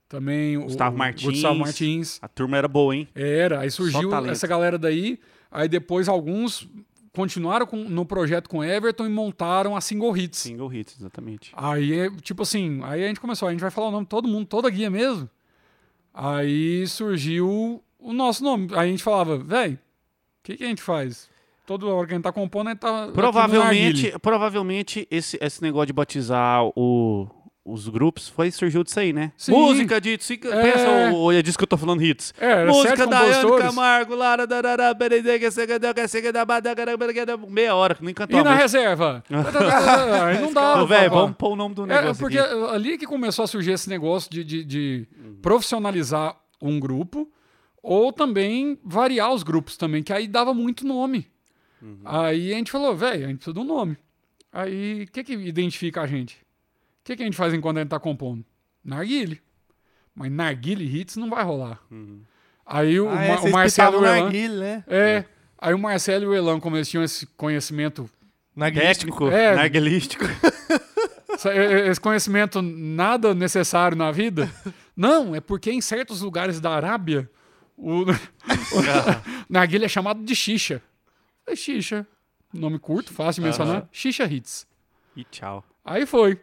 C: também o-
A: Gustavo
C: o
A: Martins.
C: Gustavo Martins.
A: A turma era boa, hein?
C: É, Era, aí
A: Só
C: surgiu
A: talento.
C: essa galera daí, aí depois alguns continuaram com- no projeto com Everton e montaram a Single Hits.
A: Single hits, exatamente.
C: Aí, é, tipo assim, aí a gente começou, a gente vai falar o nome de todo mundo, toda guia mesmo. Aí surgiu o nosso nome. Aí a gente falava, véi, o que, que a gente faz? Toda hora que a gente tá compondo, a gente tá. aqui no narguile."
A: Provavelmente, provavelmente esse, esse negócio de batizar o- os grupos foi surgiu disso aí, né?
C: Sim.
A: Música de. se-
C: É.
A: Pensa, ou é disso que eu tô falando hits.
C: É, era
A: Música
C: sete
A: da Ana
C: compositores.
A: Camargo, Lara, darará, beredega, segadaga, segadaga, baragadaga, meia hora, que nem cantou
C: E
A: a
C: na
A: música.
C: reserva? aí não dá.
A: Ô, velho,
C: papá.
A: vamos pôr o nome do
C: É,
A: um negócio
C: porque
A: aqui.
C: ali que começou a surgir esse negócio de, de- de profissionalizar um grupo ou também variar os grupos também, que aí dava muito nome.
A: Uhum.
C: Aí a gente falou, velho, a gente precisa de um nome. Aí o que que identifica a gente? O que que a gente faz enquanto a gente tá compondo? Narguile. Mas narguile hits não vai rolar.
A: Uhum.
C: Aí o,
B: Ah,
C: Ma-
B: é,
C: o
B: vocês
C: Marcelo e o
B: pitavam
C: Elan...
B: narguile, né?
C: É, aí o Marcelo e o Elan, como eles tinham esse conhecimento
B: Narguilístico.
A: Técnico,
C: É.
A: narguilístico.
C: Essa- e- e- Esse conhecimento nada necessário na vida? Não, é porque em certos lugares da Arábia o, o narguilé é chamado de xixa. É xixa. Nome curto, fácil de mencionar. Xixa hits.
A: E tchau.
C: Aí foi.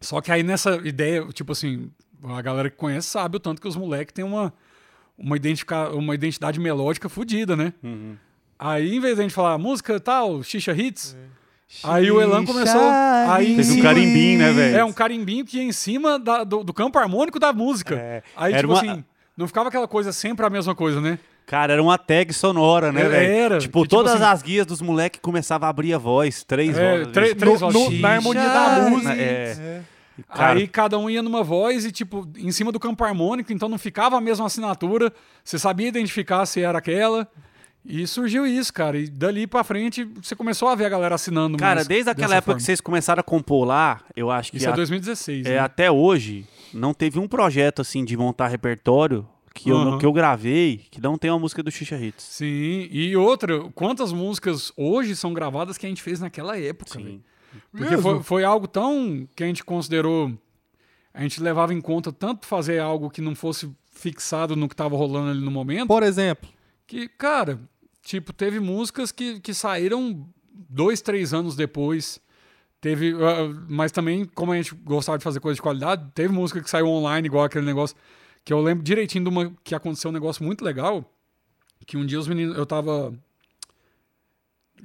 C: Só que aí nessa ideia, tipo assim, a galera que conhece sabe o tanto que os moleques têm uma, uma, identica, uma identidade melódica fodida, né?
A: Uhum.
C: Aí, em vez de a gente falar música tal, xixa hits, aí o Elan começou. Aí,
A: Fez um carimbim, né, velho?
C: é, um carimbinho que ia em cima da- do, do campo harmônico da música.
A: É,
C: Aí,
A: era
C: tipo
A: uma-
C: assim, não ficava aquela coisa sempre a mesma coisa, né?
A: Cara, era uma tag sonora, né,
C: Era,
A: velho?
C: era,
A: Tipo,
C: que, tipo
A: todas
C: assim-
A: as guias dos moleques começavam a abrir a voz, três
C: É,
A: vozes.
C: tre- três
A: No-
C: vozes.
A: no-
B: Na harmonia da
A: Xixi.
B: música.
A: É.
B: É.
A: Cara,
C: Aí cada um ia numa voz e, tipo, em cima do campo harmônico, então não ficava a mesma assinatura, você sabia identificar se era aquela. E surgiu isso, cara. E dali pra frente, você começou a ver a galera assinando
A: cara,
C: mais
A: desde aquela
C: dessa
A: época
C: forma.
A: que vocês começaram a compor lá, eu acho que
C: Isso é
A: a-
C: 2016.
A: é,
C: né?
A: até hoje não teve um projeto assim de montar repertório que, eu,
C: Aham.
A: que eu gravei que não tem uma música do Xixa Hits.
C: Sim, e outra, quantas músicas hoje são gravadas que a gente fez naquela época, velho?
A: Sim.
C: Porque foi, foi algo tão que a gente considerou. A gente levava em conta tanto fazer algo que não fosse fixado no que tava rolando ali no momento,
B: Por exemplo,
C: que, cara, tipo, teve músicas que, que saíram dois, três anos depois. Teve. ah, mas também, como a gente gostava de fazer coisa de qualidade, teve música que saiu online, igual aquele negócio. Que eu lembro direitinho de uma que aconteceu um negócio muito legal. Que um dia os meninos. Eu tava.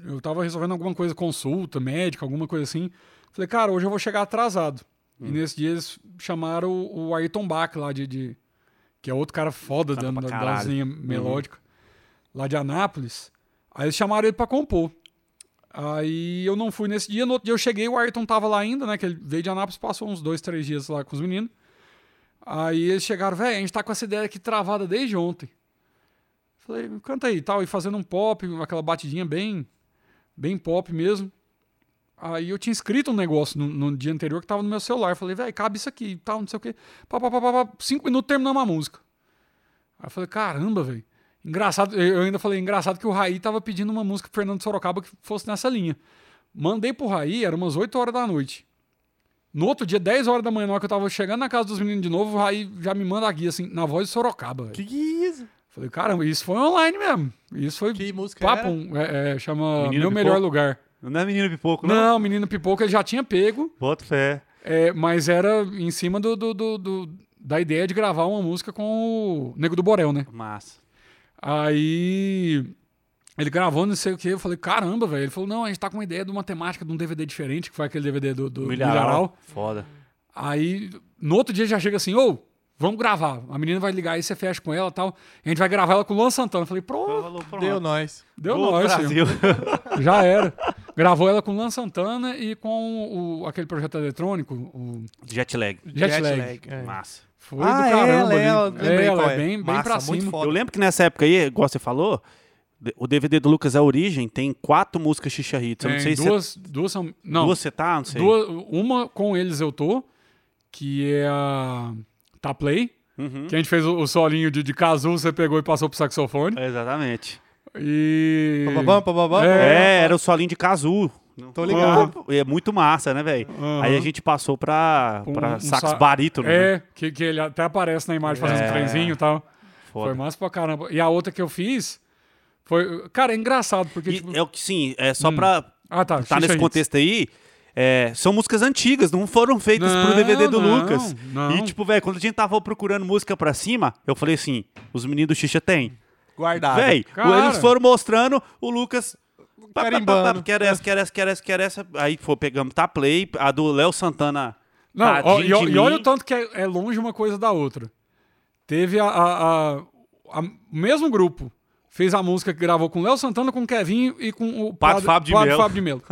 C: Eu tava resolvendo alguma coisa, consulta, médica, alguma coisa assim. Falei, cara, hoje eu vou chegar atrasado.
A: Hum.
C: E nesse dia eles chamaram o, o Ayrton Bach lá de, de- Que é outro cara foda
A: Cara
C: da,
A: pra
C: da, das
A: caralho.
C: linhas melódicas lá de Anápolis. Aí eles chamaram ele pra compor. Aí eu não fui nesse dia. No outro dia eu cheguei, o Ayrton tava lá ainda, né? Que ele veio de Anápolis, passou uns dois, três dias lá com os meninos. Aí eles chegaram, velho, a gente tá com essa ideia aqui travada desde ontem. Falei, canta aí e tal. E fazendo um pop, aquela batidinha bem, bem pop mesmo. Aí eu tinha escrito um negócio no, no dia anterior que tava no meu celular. Falei, velho, cabe isso aqui e tal, não sei o quê. Pá, pá, pá, pá, pá. Cinco minutos terminamos a música. Aí eu falei, caramba, velho. Engraçado, eu eu ainda falei, engraçado que o Raí tava pedindo uma música pro Fernando Sorocaba que fosse nessa linha. Mandei pro Raí, era umas 8 horas da noite. No outro dia, 10 horas da manhã, na hora que eu tava chegando na casa dos meninos de novo, o Raí já me manda a guia, assim, na voz de Sorocaba, velho.
B: que que é isso?
C: Falei, caramba, isso foi online mesmo. Isso foi
B: Que música
C: papo,
B: era?
C: é, é, chama
A: Menino
C: Meu Melhor
A: Pipoca?
C: Lugar.
A: Não é menino pipoco, não?
C: Não, Menino Pipoca, ele já tinha pego,
A: Bota fé.
C: é, mas era em cima do, do- do- do- da ideia de gravar uma música com o Nego do Borel, né?
A: Massa.
C: Aí ele gravou, não sei o que, eu falei, caramba, velho. Ele falou, não, a gente tá com uma ideia de uma temática de um DVD diferente, que foi aquele DVD do, do
A: Milharal.
C: Milharal.
A: Foda.
C: Aí, no outro dia já chega assim, ô, vamos gravar. A menina vai ligar aí, você fecha com ela e tal. A gente vai gravar ela com o Luan Santana. Eu falei, pronto,
A: Falou, pronto.
B: Deu nós.
C: deu
A: Boa,
C: nós,
A: Brasil.
C: senhor. Já era. Gravou ela com o Luan Santana e com o, aquele projeto eletrônico, o
A: Jet lag.
C: Jet,
B: Jet
C: Lag.
B: lag, é.
A: Massa.
C: Foi
B: Ah,
C: do caramba.
B: ela,
C: ali.
B: ela, lembrei
C: Ela,
B: qual
C: é
B: é.
C: bem, bem
B: Massa,
C: pra
B: muito
C: cima.
B: foda.
A: Eu lembro que nessa época aí, igual você falou, de- o DVD do Lucas é A Origem tem quatro músicas Xixa Hits. Eu não
C: Tem
A: sei se é
C: duas, duas são... Não,
A: duas você tá, não sei.
C: Duas- uma com eles eu tô, que é a Tá Play,
A: Uhum.
C: que a gente fez o, o solinho de, de Cazu, você pegou e passou pro saxofone.
A: Exatamente.
C: E.
B: Bababam, bababam.
A: É, era o solinho de Kazu.
B: Tô ligado.
A: E é muito massa, né, velho?
C: Aham.
A: Aí a gente passou pra,
C: Um-
A: pra
C: um
A: sax
C: sa-
A: barítono. né?
C: É, que, que ele até aparece na imagem fazendo um
A: É.
C: trenzinho e tal. Foi
A: Foda.
C: massa pra caramba. E a outra que eu fiz foi. Cara, é engraçado, porque.
A: E
C: tipo-
A: é o que, sim, é só pra
C: Ah, tá.
A: tá
C: Xuxa
A: nesse
C: Hits.
A: contexto aí, é, são músicas antigas, não foram feitas pro DVD do
C: Não,
A: Lucas.
C: não.
A: E, tipo, velho, quando a gente tava procurando música pra cima, eu falei assim: os meninos do Xixa tem.
B: Guardado.
A: Véi,
C: cara.
A: eles foram mostrando, o Lucas. pá, pá, pá,
B: Carimbando.
A: pá, Quero essa, quero essa, quero essa, quero essa. Aí foi, pegamos, tá play, a do Léo Santana.
C: Não,
A: Tadinho
C: ó, e, ó-
A: de
C: e olha
A: mim.
C: o tanto que é, é longe uma coisa da outra. Teve a, a- a- a- o mesmo grupo fez a música que gravou com o Léo Santana, com o Kevinho e com o
A: Padre Fábio de Melo.
C: Fábio de Melo.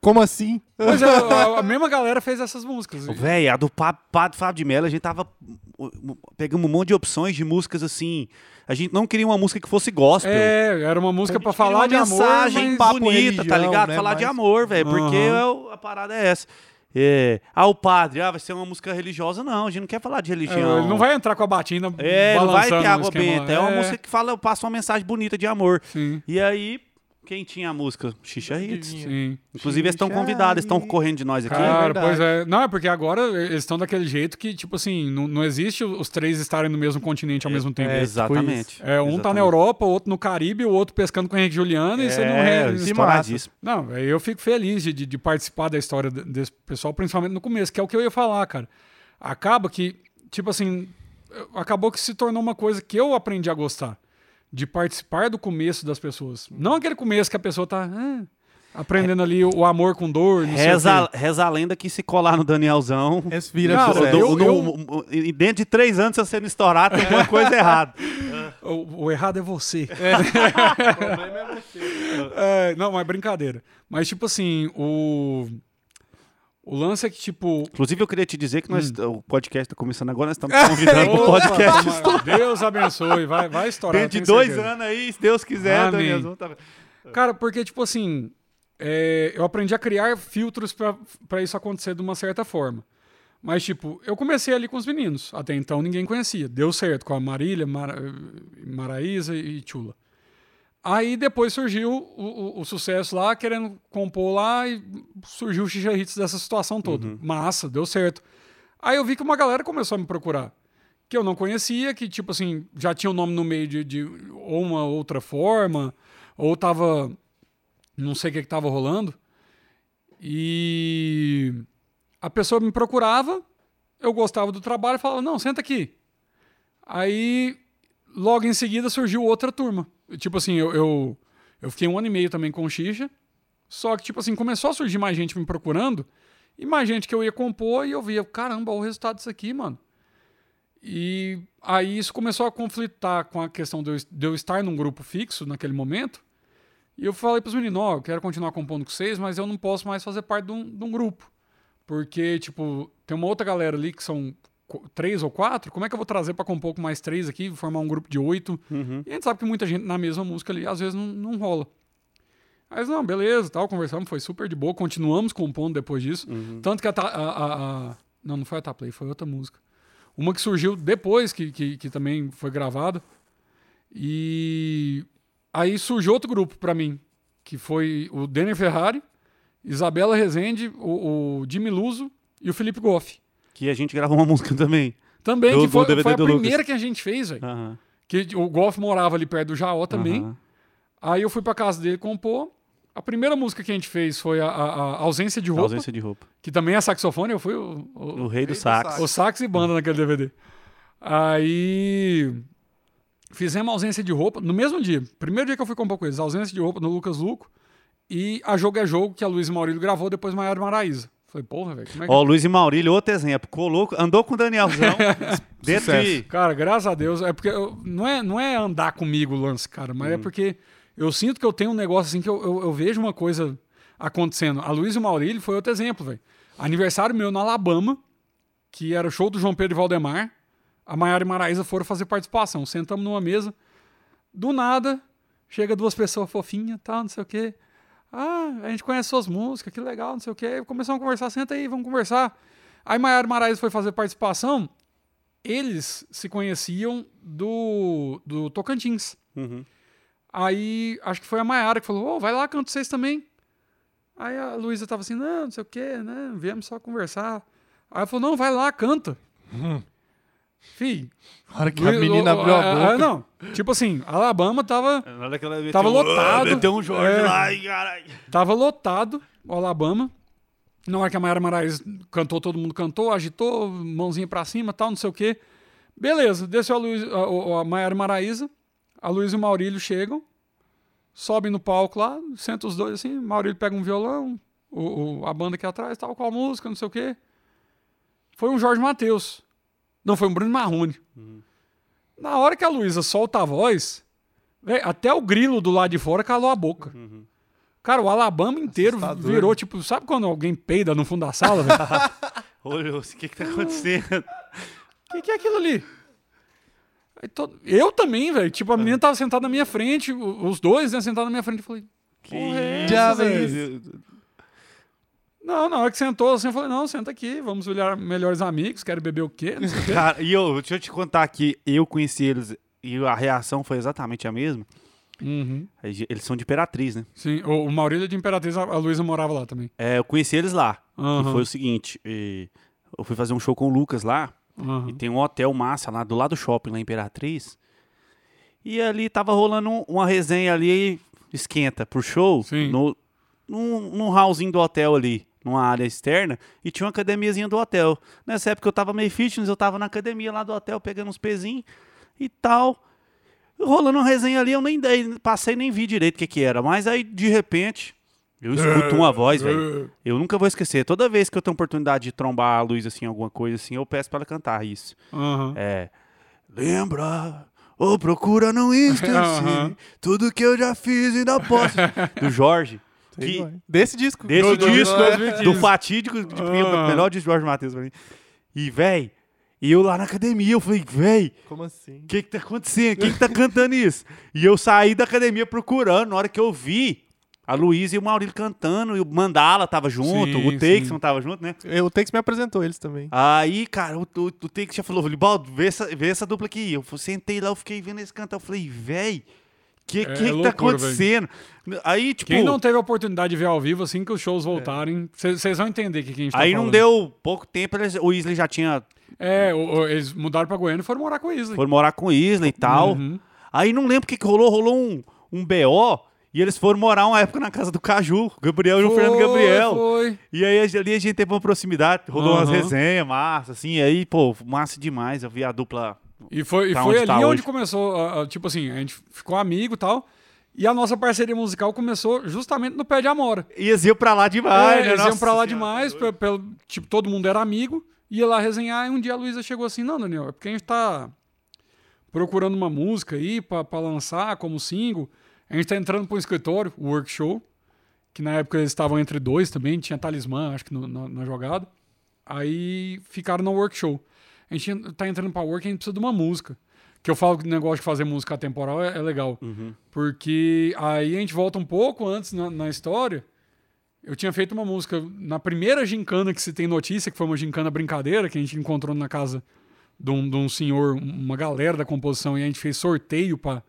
B: Como assim?
C: Pois é, a, a mesma galera fez essas músicas.
A: Véi, a do Pa- Padre Fábio de Mello, a gente tava. uh, uh, Pegamos um monte de opções de músicas assim. A gente não queria uma música que fosse gospel.
C: É, era uma música pra falar
A: é uma
C: de amor,
A: mensagem
C: mas...
B: papo
A: bonita, tá
B: religião,
A: ligado?
B: né,
A: Falar de
B: mas-
A: amor, velho, porque
C: Aham.
A: é o- a parada é essa. É, ah, o padre, ah, vai ser uma música religiosa. Não, a gente não quer falar de
C: É,
A: religião.
C: ele não vai entrar com a batina
A: É, não vai
C: balançando
A: ter
C: no
A: água
C: esquema.
A: benta. É. uma música que fala, passa uma mensagem bonita de amor.
C: Sim,
A: E aí, quem tinha a música? Xixa Hits.
C: sim.
A: Inclusive, eles estão
B: Xixa
A: convidados, eles estão
B: Hits.
A: correndo de nós aqui.
C: Cara,
B: verdade.
C: pois é. Não, é porque agora eles estão daquele jeito que, tipo assim, não, não existe os três estarem no mesmo continente ao
A: É,
C: mesmo tempo.
A: Exatamente.
C: É, um tá na
A: Exatamente.
C: Europa, o outro no Caribe, o outro pescando com o Henrique Juliano, e você não
A: É,
C: re-
A: estouradíssimo.
C: Não, velho, eu fico feliz de, de- de participar da história de- desse pessoal, principalmente no começo, que é o que eu ia falar, cara. Acaba que, tipo assim, eu- acabou que se tornou uma coisa que eu aprendi a gostar. De participar do começo das pessoas. Não aquele começo que a pessoa tá ah, aprendendo ali o, o amor com dor, não sei é o
A: É. Reza,
C: quê.
A: reza a lenda que se colar no Danielzão.
B: Esse é vira
C: Cara,
B: sucesso.
C: né? eu-
A: no- no- e Dentro de três anos, se você não estourar, tem alguma coisa errada.
C: O, o errado é você. É, não, mas brincadeira. Mas, tipo assim, o. O lance é que, tipo.
A: Inclusive, eu queria te dizer que nós, o podcast tá começando agora, nós estamos te convidando pro
C: Hum. Opa,
A: podcast.
C: mas Deus abençoe, vai, vai estourar.
A: Dentro de
C: eu tenho
A: dois
C: certeza.
A: anos aí, se Deus quiser,
C: Amém.
A: Danielzão tá.
C: Cara, porque, tipo assim, é, eu aprendi a criar filtros pra pra isso acontecer de uma certa forma. Mas, tipo, eu comecei ali com os meninos. Até então ninguém conhecia. Deu certo com a Marília, Mara, Maraísa e Tchula. Aí depois surgiu o, o- o sucesso lá, querendo compor lá, e surgiu o Xixa Hits dessa situação toda. Massa, deu certo. Aí eu vi que uma galera começou a me procurar. Que eu não conhecia, que, tipo assim, já tinha o nome no meio de, de ou uma outra forma, ou tava. Não sei o que, que tava rolando. E a pessoa me procurava, eu gostava do trabalho e falava, não, senta aqui. Aí, logo em seguida, surgiu outra turma. Tipo assim, eu, eu, eu fiquei um ano e meio também com o Xixa, só que, tipo assim, começou a surgir mais gente me procurando e mais gente que eu ia compor e eu via, caramba, olha o resultado disso aqui, mano. E aí isso começou a conflitar com a questão de eu, de eu estar num grupo fixo naquele momento. E eu falei pros meninos, ó, eu quero continuar compondo com vocês, mas eu não posso mais fazer parte de um, de um grupo. Porque, tipo, tem uma outra galera ali que são qu- três ou quatro. Como é que eu vou trazer pra compor com mais três aqui, formar um grupo de oito?
A: tá-
C: E a gente sabe que muita gente na mesma música ali, às vezes, não, não rola. Mas não, beleza, tal, conversamos, foi super de boa, continuamos compondo depois disso.
A: Uhum.
C: Tanto que a, Ta- a- a- a- Não, não foi a Taplay, foi outra música. Uma que surgiu depois, que, que, que também foi gravada. E aí surgiu outro grupo pra mim, que foi o Denner Ferrari, Isabela Rezende, o, o Jimmy Luso e o Felipe Goff.
A: Que a gente gravou uma música também.
C: Também,
A: Do-
C: que
A: do
C: foi,
A: DVD
C: foi a
A: do Lucas.
C: primeira que a gente fez, velho.
A: Aham,
C: Que o Goff morava ali perto do Jaó também.
A: aham.
C: Aí eu fui pra casa dele compor. A primeira música que a gente fez foi a, a- a Ausência de
A: A
C: Roupa,
A: Ausência de roupa.
C: que também é saxofone, eu fui o,
A: O
C: o,
A: rei do
B: do
A: sax.
B: sax.
C: o sax e banda naquele DVD. Aí fizemos a Ausência de Roupa no mesmo dia. Primeiro dia que eu fui compor com eles, a Ausência de Roupa no Lucas Luco e a Jogo é Jogo, que a Luiz Maurílio gravou, depois Maiara e Maraíza. Falei, porra, velho, como é que...
A: Ó, o Luiz e Maurílio, outro exemplo. Colou, andou com o Danielzão. dentro de...
C: Cara, graças a Deus. É porque eu- não, é, não é andar comigo o lance, cara, mas é porque eu sinto que eu tenho um negócio assim que eu, eu, eu vejo uma coisa acontecendo. A Luiz e o Maurílio foi outro exemplo, velho. Aniversário meu na Alabama, que era o show do João Pedro e Valdemar. A Maiara e Maraísa foram fazer participação. Sentamos numa mesa. Do nada, chega duas pessoas fofinhas, tal, não sei o quê. Ah, a gente conhece suas músicas, que legal, não sei o quê. Começamos a conversar, senta aí, vamos conversar. Aí Maiara e Maraísa foi fazer participação eles se conheciam do, do Tocantins.
A: Uhum.
C: Aí acho que foi a Maiara que falou: Ô, vai lá, canto vocês também. Aí a Luísa tava assim: não, não sei o quê, né? Viemos só conversar. Aí ela falou: não, vai lá, canta. Fih.
B: Na hora Hum. que a
C: Luísa-
B: menina
C: o-
B: abriu a
C: a-
B: boca.
C: a- Não, tipo assim, Alabama tava.
A: Na hora que ela meteu
C: Tava
A: um-
C: lotado.
A: Meteu um Jorge
C: É.
A: lá e caralho.
C: Tava lotado o Alabama. Na hora que a Mayara Marais cantou, todo mundo cantou, agitou, mãozinha pra cima, tal, não sei o quê. Beleza, desceu a, Luiz, a- o- a Mayara Maraísa, a Luiz e o Maurílio chegam, sobem no palco lá, senta os dois assim, Maurílio pega um violão, o, o- a banda aqui atrás, tal, qual música, não sei o quê. Foi um Jorge Matheus. Não, foi um Bruno Marrone.
B: Uhum.
C: Na hora que a Luísa solta a voz, véi, até o grilo do lado de fora calou a boca. Cara, o Alabama inteiro
B: Uhum. Assustador,
C: virou,
B: né?
C: tipo, sabe quando alguém peida no fundo da sala? velho?
A: Olha, o que que tá acontecendo?
C: O que, que é aquilo ali? Aí todo- Eu também, velho. Tipo, a menina tava sentada na minha frente, o- os dois, né, sentados na minha frente. Eu falei,
A: Que
C: Porra, é
A: isso,
B: essa,
A: velho?
C: não, na hora que sentou assim, eu falei, não, senta aqui, vamos olhar melhores amigos, quero beber o quê? Não sei o quê.
A: Cara, e eu, deixa eu te contar que eu conheci eles e a reação foi exatamente a mesma.
C: Uhum.
A: Eles são de Imperatriz, né?
C: Sim, o, o Maurílio de Imperatriz, a, a Luísa morava lá também.
A: É, eu conheci eles lá.
C: Aham.
A: E foi o seguinte, e eu fui fazer um show com o Lucas lá.
C: Aham.
A: E tem um hotel massa lá do lado do shopping, lá em Imperatriz. E ali tava rolando um- uma resenha ali, esquenta, pro show,
C: Sim.
A: no, num, num hallzinho do hotel ali, numa área externa, e tinha uma academiazinha do hotel. Nessa época eu tava meio fitness, eu tava na academia lá do hotel, pegando uns pezinhos e tal. Rolando uma resenha ali, eu nem dei, passei nem vi direito o que que era. Mas aí, de repente, eu escuto uma voz, velho. Eu nunca vou esquecer. Toda vez que eu tenho oportunidade de trombar a Luísa assim, alguma coisa assim, eu peço pra ela cantar isso.
C: Aham.
A: É. Lembra ou procura não esquecer
C: Aham.
A: tudo que eu já fiz e não posso. Do Jorge.
B: Sei
A: Que,
B: lá. Desse disco. é.
A: desse
C: Do- do-
A: disco,
C: do- do-
A: do fatídico, de,
C: Aham.
A: melhor de Jorge Matheus pra mim. E, véi, eu lá na academia, eu falei, véi,
B: Como assim?
A: o que que tá acontecendo? Quem que tá cantando isso? E eu saí da academia procurando, na hora que eu vi, a A Luísa e o Maurílio cantando, e o Mandala tava junto,
C: Sim,
A: o Teixeira
C: sim.
A: não tava junto, né?
B: Eu, o Tex me apresentou eles também.
A: Aí, cara, o, o, o Teixeira já falou, Libaldo, vê essa, vê essa dupla aqui. Eu fu- sentei lá, eu fiquei vendo eles cantar, eu falei, véi, que que, que
C: É
A: tá
C: loucura, véi.
A: acontecendo? Aí, tipo,
C: Quem não tá teve a oportunidade de ver ao vivo, assim que os shows voltarem, vocês vão entender o que, que a gente tá
A: É. aí não
C: falando.
A: deu pouco tempo, eles- o Isley já tinha,
C: É, o- o- eles mudaram pra Goiânia e foram morar com o Isley.
A: foi morar com o Isley e tal.
C: Uhum.
A: Aí não lembro o que, que rolou, rolou um, um BO, e eles foram morar uma época na casa do Caju, o Gabriel e o Fernando
C: Foi,
A: Gabriel.
C: Foi. Uhum.
A: E aí ali a gente teve uma proximidade, rodou umas
C: Aham.
A: resenhas, massa, assim, e aí, pô, massa demais, eu vi a dupla.
C: E foi, e
A: Tá
C: foi
A: onde
C: ali
A: tá
C: onde
A: hoje.
C: começou, a- a- tipo assim, a gente ficou amigo e tal. E a nossa parceria musical começou justamente no Pé de Amora.
A: E eles iam pra lá demais,
C: É,
A: né?
C: eles iam
A: Nossa
C: pra lá
A: Senhora,
C: demais,
A: tá
C: pe- pelo- tipo, todo mundo era amigo, ia lá resenhar, e um dia a Luísa chegou assim, não, Daniel, é porque a gente tá procurando uma música aí pra, pra lançar como single, a gente tá entrando pra um escritório, o Workshow, que na época eles estavam entre dois também, tinha Talismã, acho que no- na, na jogada, aí ficaram no Workshow. A gente tá entrando pra Work e a gente precisa de uma música. Que eu falo que o negócio de fazer música atemporal é, é legal.
A: Uhum.
C: Porque aí a gente volta um pouco antes na- na história, eu tinha feito uma música na primeira gincana que se tem notícia, que foi uma gincana brincadeira, que a gente encontrou na casa de um, de um senhor, uma galera da composição, e a gente fez sorteio pra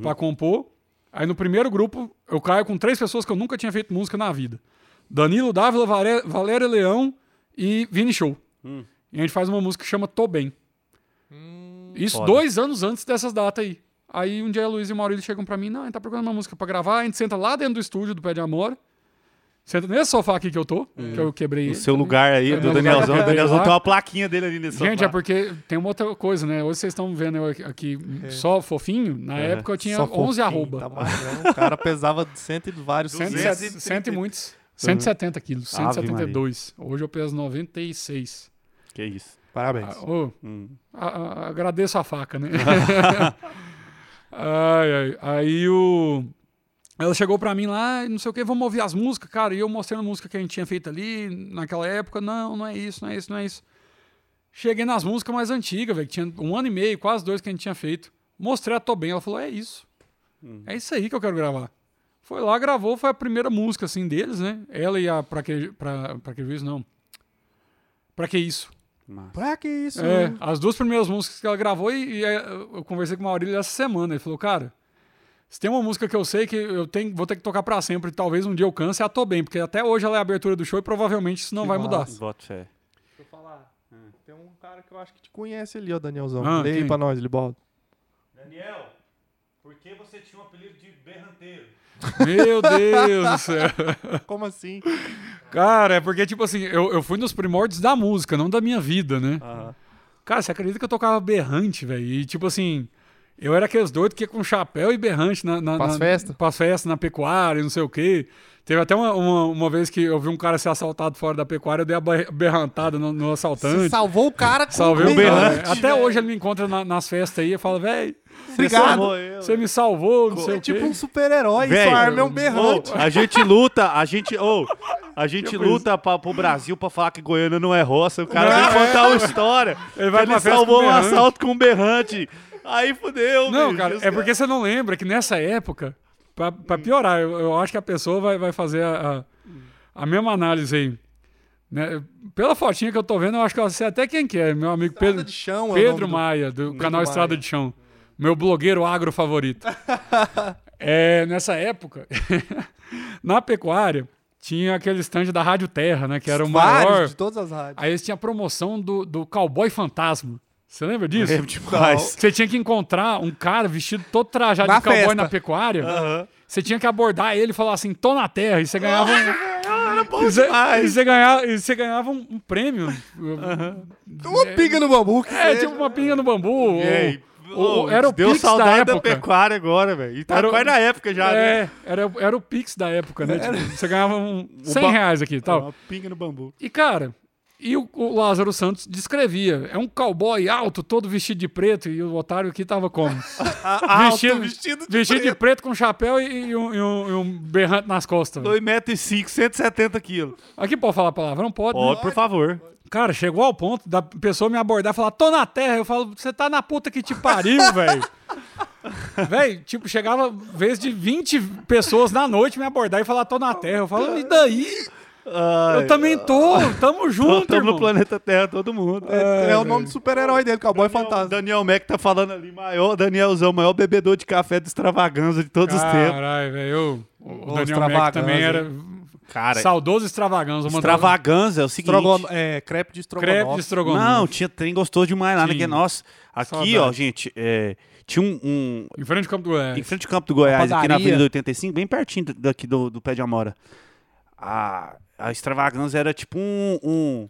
C: pra compor. Aí no primeiro grupo eu caio com três pessoas que eu nunca tinha feito música na vida: Danilo Dávila, Vare- Valéria Leão e Vini Show. E a gente faz uma música que chama Tô Bem. Isso
A: Foda.
C: dois anos antes dessas datas aí. Aí um dia a Luiz e o Maurílio chegam pra mim, não, a gente tá procurando uma música pra gravar, a gente senta lá dentro do estúdio do Pé de Amor, senta nesse sofá é aqui que eu tô, que eu quebrei.
A: O seu lugar aí,
C: É,
A: do
C: meu
A: Danielzão.
C: lugar.
A: O Danielzão tem uma plaquinha dele ali nesse
C: Gente,
A: sofá.
C: é porque tem uma outra coisa, né? Hoje vocês estão vendo eu aqui- aqui só fofinho. Na época eu tinha
B: Só
C: 11
B: fofinho,
C: arroba.
B: Tá magrão. o cara pesava de cento e vários.
A: Duzentos.
C: 170, 100 e muitos. 170 quilos,
A: Ave
C: 172. Hoje eu peso 96.
A: Que isso.
B: Parabéns.
C: Ah, ô,
A: Hum.
C: a- a- agradeço a faca, né? Ai, ai. Aí o. Ela chegou pra mim lá, e não sei o que, vamos ouvir as músicas, cara. E eu mostrando a música que a gente tinha feito ali naquela época. Não, não é isso, não é isso, não é isso. Cheguei nas músicas mais antigas, velho, que tinha um ano e meio, quase dois que a gente tinha feito. Mostrei a Tô Bem, ela falou: é isso. É isso aí que eu quero gravar. Foi lá, gravou, foi a primeira música, assim, deles, né? Ela e a. Pra que, pra, pra que juiz, não. Pra que isso?
B: Pra que isso?
C: É, as duas primeiras músicas que ela gravou e, e, é, eu conversei com o Maurílio essa semana. Ele falou, cara, se tem uma música que eu sei que eu tenho, vou ter que tocar pra sempre, e talvez um dia eu canse, é a Tô Bem, porque até hoje ela é a abertura do show e provavelmente isso não
B: Que
C: vai
B: massa.
C: mudar.
A: Bota fé.
B: Deixa eu falar. Tem um cara que eu acho que te conhece ali, ó, Danielzão.
C: Ah,
B: Lê
C: quem?
B: aí pra nós, Libaldo.
A: Daniel, por que você tinha um apelido de berranteiro?
C: Meu Deus do céu.
B: Como assim?
C: Cara, é porque, tipo assim, eu, eu fui nos primórdios da música, não da minha vida, né? Cara, você acredita que eu tocava berrante, velho? E, tipo assim, eu era aqueles doidos que ia com chapéu e berrante na... na
B: Pras
C: na-
B: festa?
C: Pras festas, na pecuária, não sei o quê. Teve até uma, uma, uma vez que eu vi um cara ser assaltado fora da pecuária, eu dei a ber- berrantada no, no
B: Você
C: assaltante.
B: salvou o cara com um
C: Salvei o
A: berrante,
C: berrante. Até hoje ele me encontra na- nas festas aí e fala, velho,
B: Obrigado.
C: você me salvou, não sei
B: É
C: o quê.
B: tipo um super-herói.
A: Velho,
B: Sua arma é um
A: Ô,
B: berrante.
A: a gente luta, a gente. ô, a gente luta pra, pro Brasil pra falar que Goiânia não é roça. O cara
C: Não,
A: vem contar uma história.
C: Ele vai
A: que ele
C: pra festa com
A: salvou um
C: berrante.
A: assalto com um berrante. Aí fudeu,
C: Não,
A: bicho.
C: cara, é porque você não lembra que nessa época, pra, pra piorar, eu, eu acho que a pessoa vai, vai fazer a, a, a mesma análise aí. né? Pela fotinha que eu tô vendo, eu acho que eu sei até quem que é, meu amigo Pedro,
B: de Chão é o nome
C: Pedro
B: do-
C: Maia, do canal
B: Maia.
C: Estrada de Chão. Meu blogueiro agro favorito. é, nessa época, na pecuária, tinha aquele stand da Rádio Terra, né? Que era o
B: Vários
C: maior.
B: de todas as rádios.
C: Aí eles tinham a promoção do, do cowboy fantasma. Você lembra disso?
A: É demais.
C: Você tinha que encontrar um cara vestido todo trajado
B: Na
C: de cowboy
B: festa.
C: na pecuária. Você tinha que abordar ele e falar assim, tô na terra. E
A: Ah,
C: você ganhava um... E
A: é
C: você, e você ganhava, e você ganhava um, um prêmio.
B: Uma pinga no bambu. que
C: É,
B: seja.
C: tipo uma pinga no bambu. ou-
A: Ei,
C: ou-
A: ô,
C: era o
A: deu
C: Pix da
A: saudade da,
C: época.
A: pecuária agora, velho. E tá
C: Era o-
A: quase na época já, né?
C: é, era, era o Pix da época, né? Tipo, você ganhava um 100
A: ba-
C: reais aqui e tal.
A: Uma pinga no bambu.
C: E, cara, e o, o Lázaro Santos descrevia. É um cowboy alto, todo vestido de preto, e o otário aqui tava como? vestido,
B: vestido de
C: vestido de preto com chapéu e, e um, e um- e um berrante nas costas.
A: 2,5m, 170 quilos.
C: Aqui pode falar palavrão? Pode. né?
A: Pode, por favor.
C: Cara, chegou ao ponto da pessoa me abordar e falar, tô na terra. Eu falo, você tá na puta que te pariu, velho. Véi, tipo, chegava vez de 20 pessoas na noite me abordar e falar, tô na Terra. Eu falo, e daí? Eu também tô, tamo junto,
A: Estamos
C: irmão.
A: no planeta Terra, todo mundo.
B: É, o nome do super-herói dele, Cowboy
A: Daniel-
B: Fantasma.
A: Daniel Mac tá falando ali, maior Danielzão, maior bebedor de café do extravaganza de todos os tempos.
C: Caralho, velho. eu- O
B: Ô,
C: Daniel Mac também
B: extravaganza,
C: era
A: Cara,
C: saudoso extravaganza. mandava
A: extravaganza é o seguinte.
B: Estrogono- É, crepe de
C: Crepe de
B: estrogonofe.
C: estrogonofe.
A: Não, tinha trem gostoso demais lá naquele.
C: Tinha.
A: Nossa, aqui,
C: Saudade.
A: ó, gente, é, tinha um, um-
C: Em frente ao campo do
A: Em
C: Goiás.
A: frente ao campo do Goiás, aqui na
B: padaria.
A: Avenida 85, bem pertinho do- daqui do, do pé de Amora. A, a extravaganza era tipo um- um